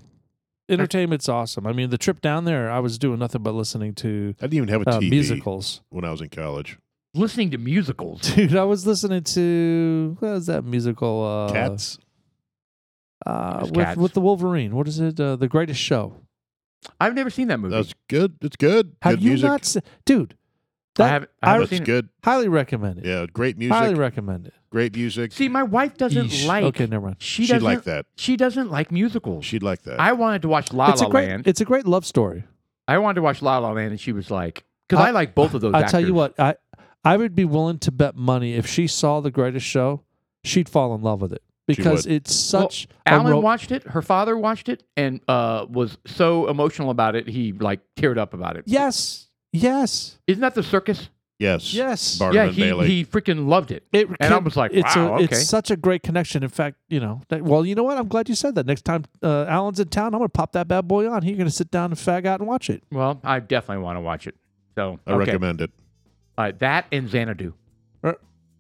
S1: entertainment's awesome. I mean, the trip down there, I was doing nothing but listening to
S2: I didn't even have a
S1: uh,
S2: TV
S1: musicals.
S2: when I was in college.
S3: Listening to musicals.
S1: Dude, I was listening to what was that musical? Uh,
S2: Cats.
S1: Uh,
S3: Just
S1: with
S3: Cats.
S1: with the Wolverine. What is it? Uh, the Greatest Show.
S3: I've never seen that movie.
S2: That's good. It's good.
S1: Have
S2: good
S1: you
S2: music.
S1: not, se- dude?
S3: I
S1: That
S3: haven't. I haven't
S2: That's
S3: seen it.
S2: good.
S1: highly recommend it.
S2: Yeah, great
S1: highly
S2: music.
S1: recommend it.
S2: great music.
S3: See, my wife doesn't
S1: Yeesh.
S3: like.
S1: Okay, never mind.
S3: She
S2: She'd
S3: doesn't
S2: like that.
S3: She doesn't like musicals.
S2: She'd like that.
S3: I wanted to watch La
S1: it's
S3: La
S1: a great.
S3: Land.
S1: It's a great love story.
S3: I wanted to watch La La Land, and she was like, "Because I,
S1: I-
S3: like both of those."
S1: I tell you
S3: actors.
S1: what, I I would be willing to bet money if she saw The Greatest Show, she'd fall in love with it because
S2: would.
S1: it's such. a
S3: Alan
S1: ro-
S3: watched it. Her father watched it, and uh, was so emotional about it, he like teared up about it.
S1: yes, yes,
S3: isn't that the circus?
S2: yes.
S1: yes.
S2: Barnum
S3: yeah,
S2: and
S3: he,
S2: Bailey.
S3: he freaking loved it.
S1: It
S3: I
S1: can-
S3: was like,
S1: it's a,
S3: wow, okay.
S1: it's such a great connection. In fact, you know, that, well, you know what? I'm glad you said that. Next time uh, Alan's in town, I'm gonna pop that bad boy on. He's gonna sit down and fag out and watch it.
S3: Well, I definitely want to watch it. So
S2: I
S3: okay.
S2: recommend it.
S3: All right, that and Xanadu.
S1: Er,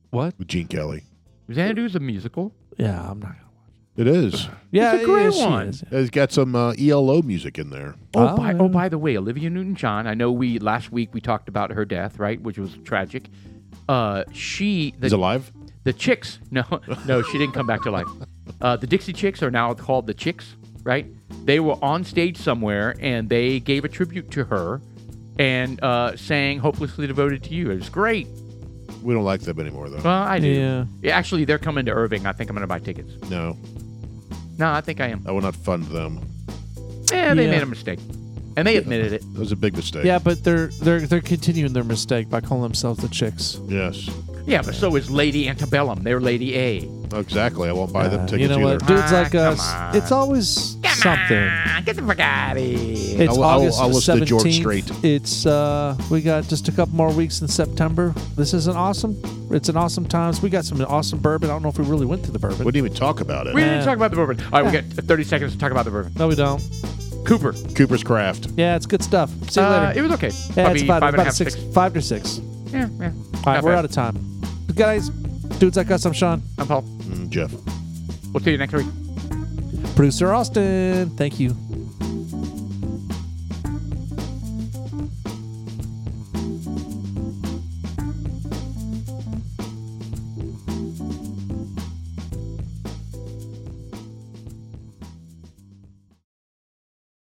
S1: what?
S2: With Gene Kelly.
S3: Xanadu is a musical.
S1: Yeah, I'm not. gonna
S2: It is.
S1: Yeah,
S3: a great
S1: yeah, she
S3: one.
S1: is.
S2: It's got some uh, ELO music in there.
S3: Oh,
S1: Oh,
S3: by,
S1: yeah.
S3: oh, by the way, Olivia Newton-John. I know we last week we talked about her death, right, which was tragic. Uh, she the
S2: He's alive.
S3: The Chicks. No, no, she didn't come back to life. Uh, the Dixie Chicks are now called the Chicks, right? They were on stage somewhere and they gave a tribute to her and uh, sang "Hopelessly Devoted to You." It was great.
S2: We don't like them anymore though.
S3: Well, I do.
S1: Yeah.
S3: Actually, they're coming to Irving. I think I'm going to buy tickets.
S2: No,
S3: No, I think I am.
S2: I will not fund them.
S3: Yeah, they
S1: Yeah.
S3: made a mistake, and they admitted it.
S2: That was a big mistake.
S1: Yeah, but they're they're they're continuing their mistake by calling themselves the chicks.
S2: Yes.
S3: Yeah, but so is Lady Antebellum. They're Lady A.
S2: Exactly. I won't buy
S1: Uh,
S2: them
S1: you
S2: tickets
S1: know
S2: either.
S1: what, dudes
S3: Ah,
S1: like
S3: come
S1: us, it's always something.
S3: Ah, get the fuck out of here.
S1: It's
S2: I'll- I'll-
S1: August
S2: I'll listen to George
S1: 17th.
S2: Strait.
S1: It's uh, we got just a couple more weeks in September. This is an awesome. It's an awesome times. We got some awesome bourbon. I don't know if we really went through the bourbon.
S2: We didn't even talk about it.
S3: We didn't
S1: Uh,
S3: talk about the bourbon. All right, we got 30 seconds to talk about the bourbon.
S1: no, we don't.
S3: Cooper.
S2: Cooper's Craft.
S1: Yeah, it's good stuff. See you
S3: Uh,
S1: later.
S3: It was okay.
S1: yeah,
S3: Probably
S1: it's about,
S3: five and a
S1: about
S3: half,
S1: six,
S3: six.
S1: five to six.
S3: Yeah, yeah.
S1: All right, we're out of time, guys. Dudes like us. I'm Sean,
S3: I'm Paul.
S2: Mm, Jeff.
S3: We'll see you next week.
S1: producer Austin. Thank you.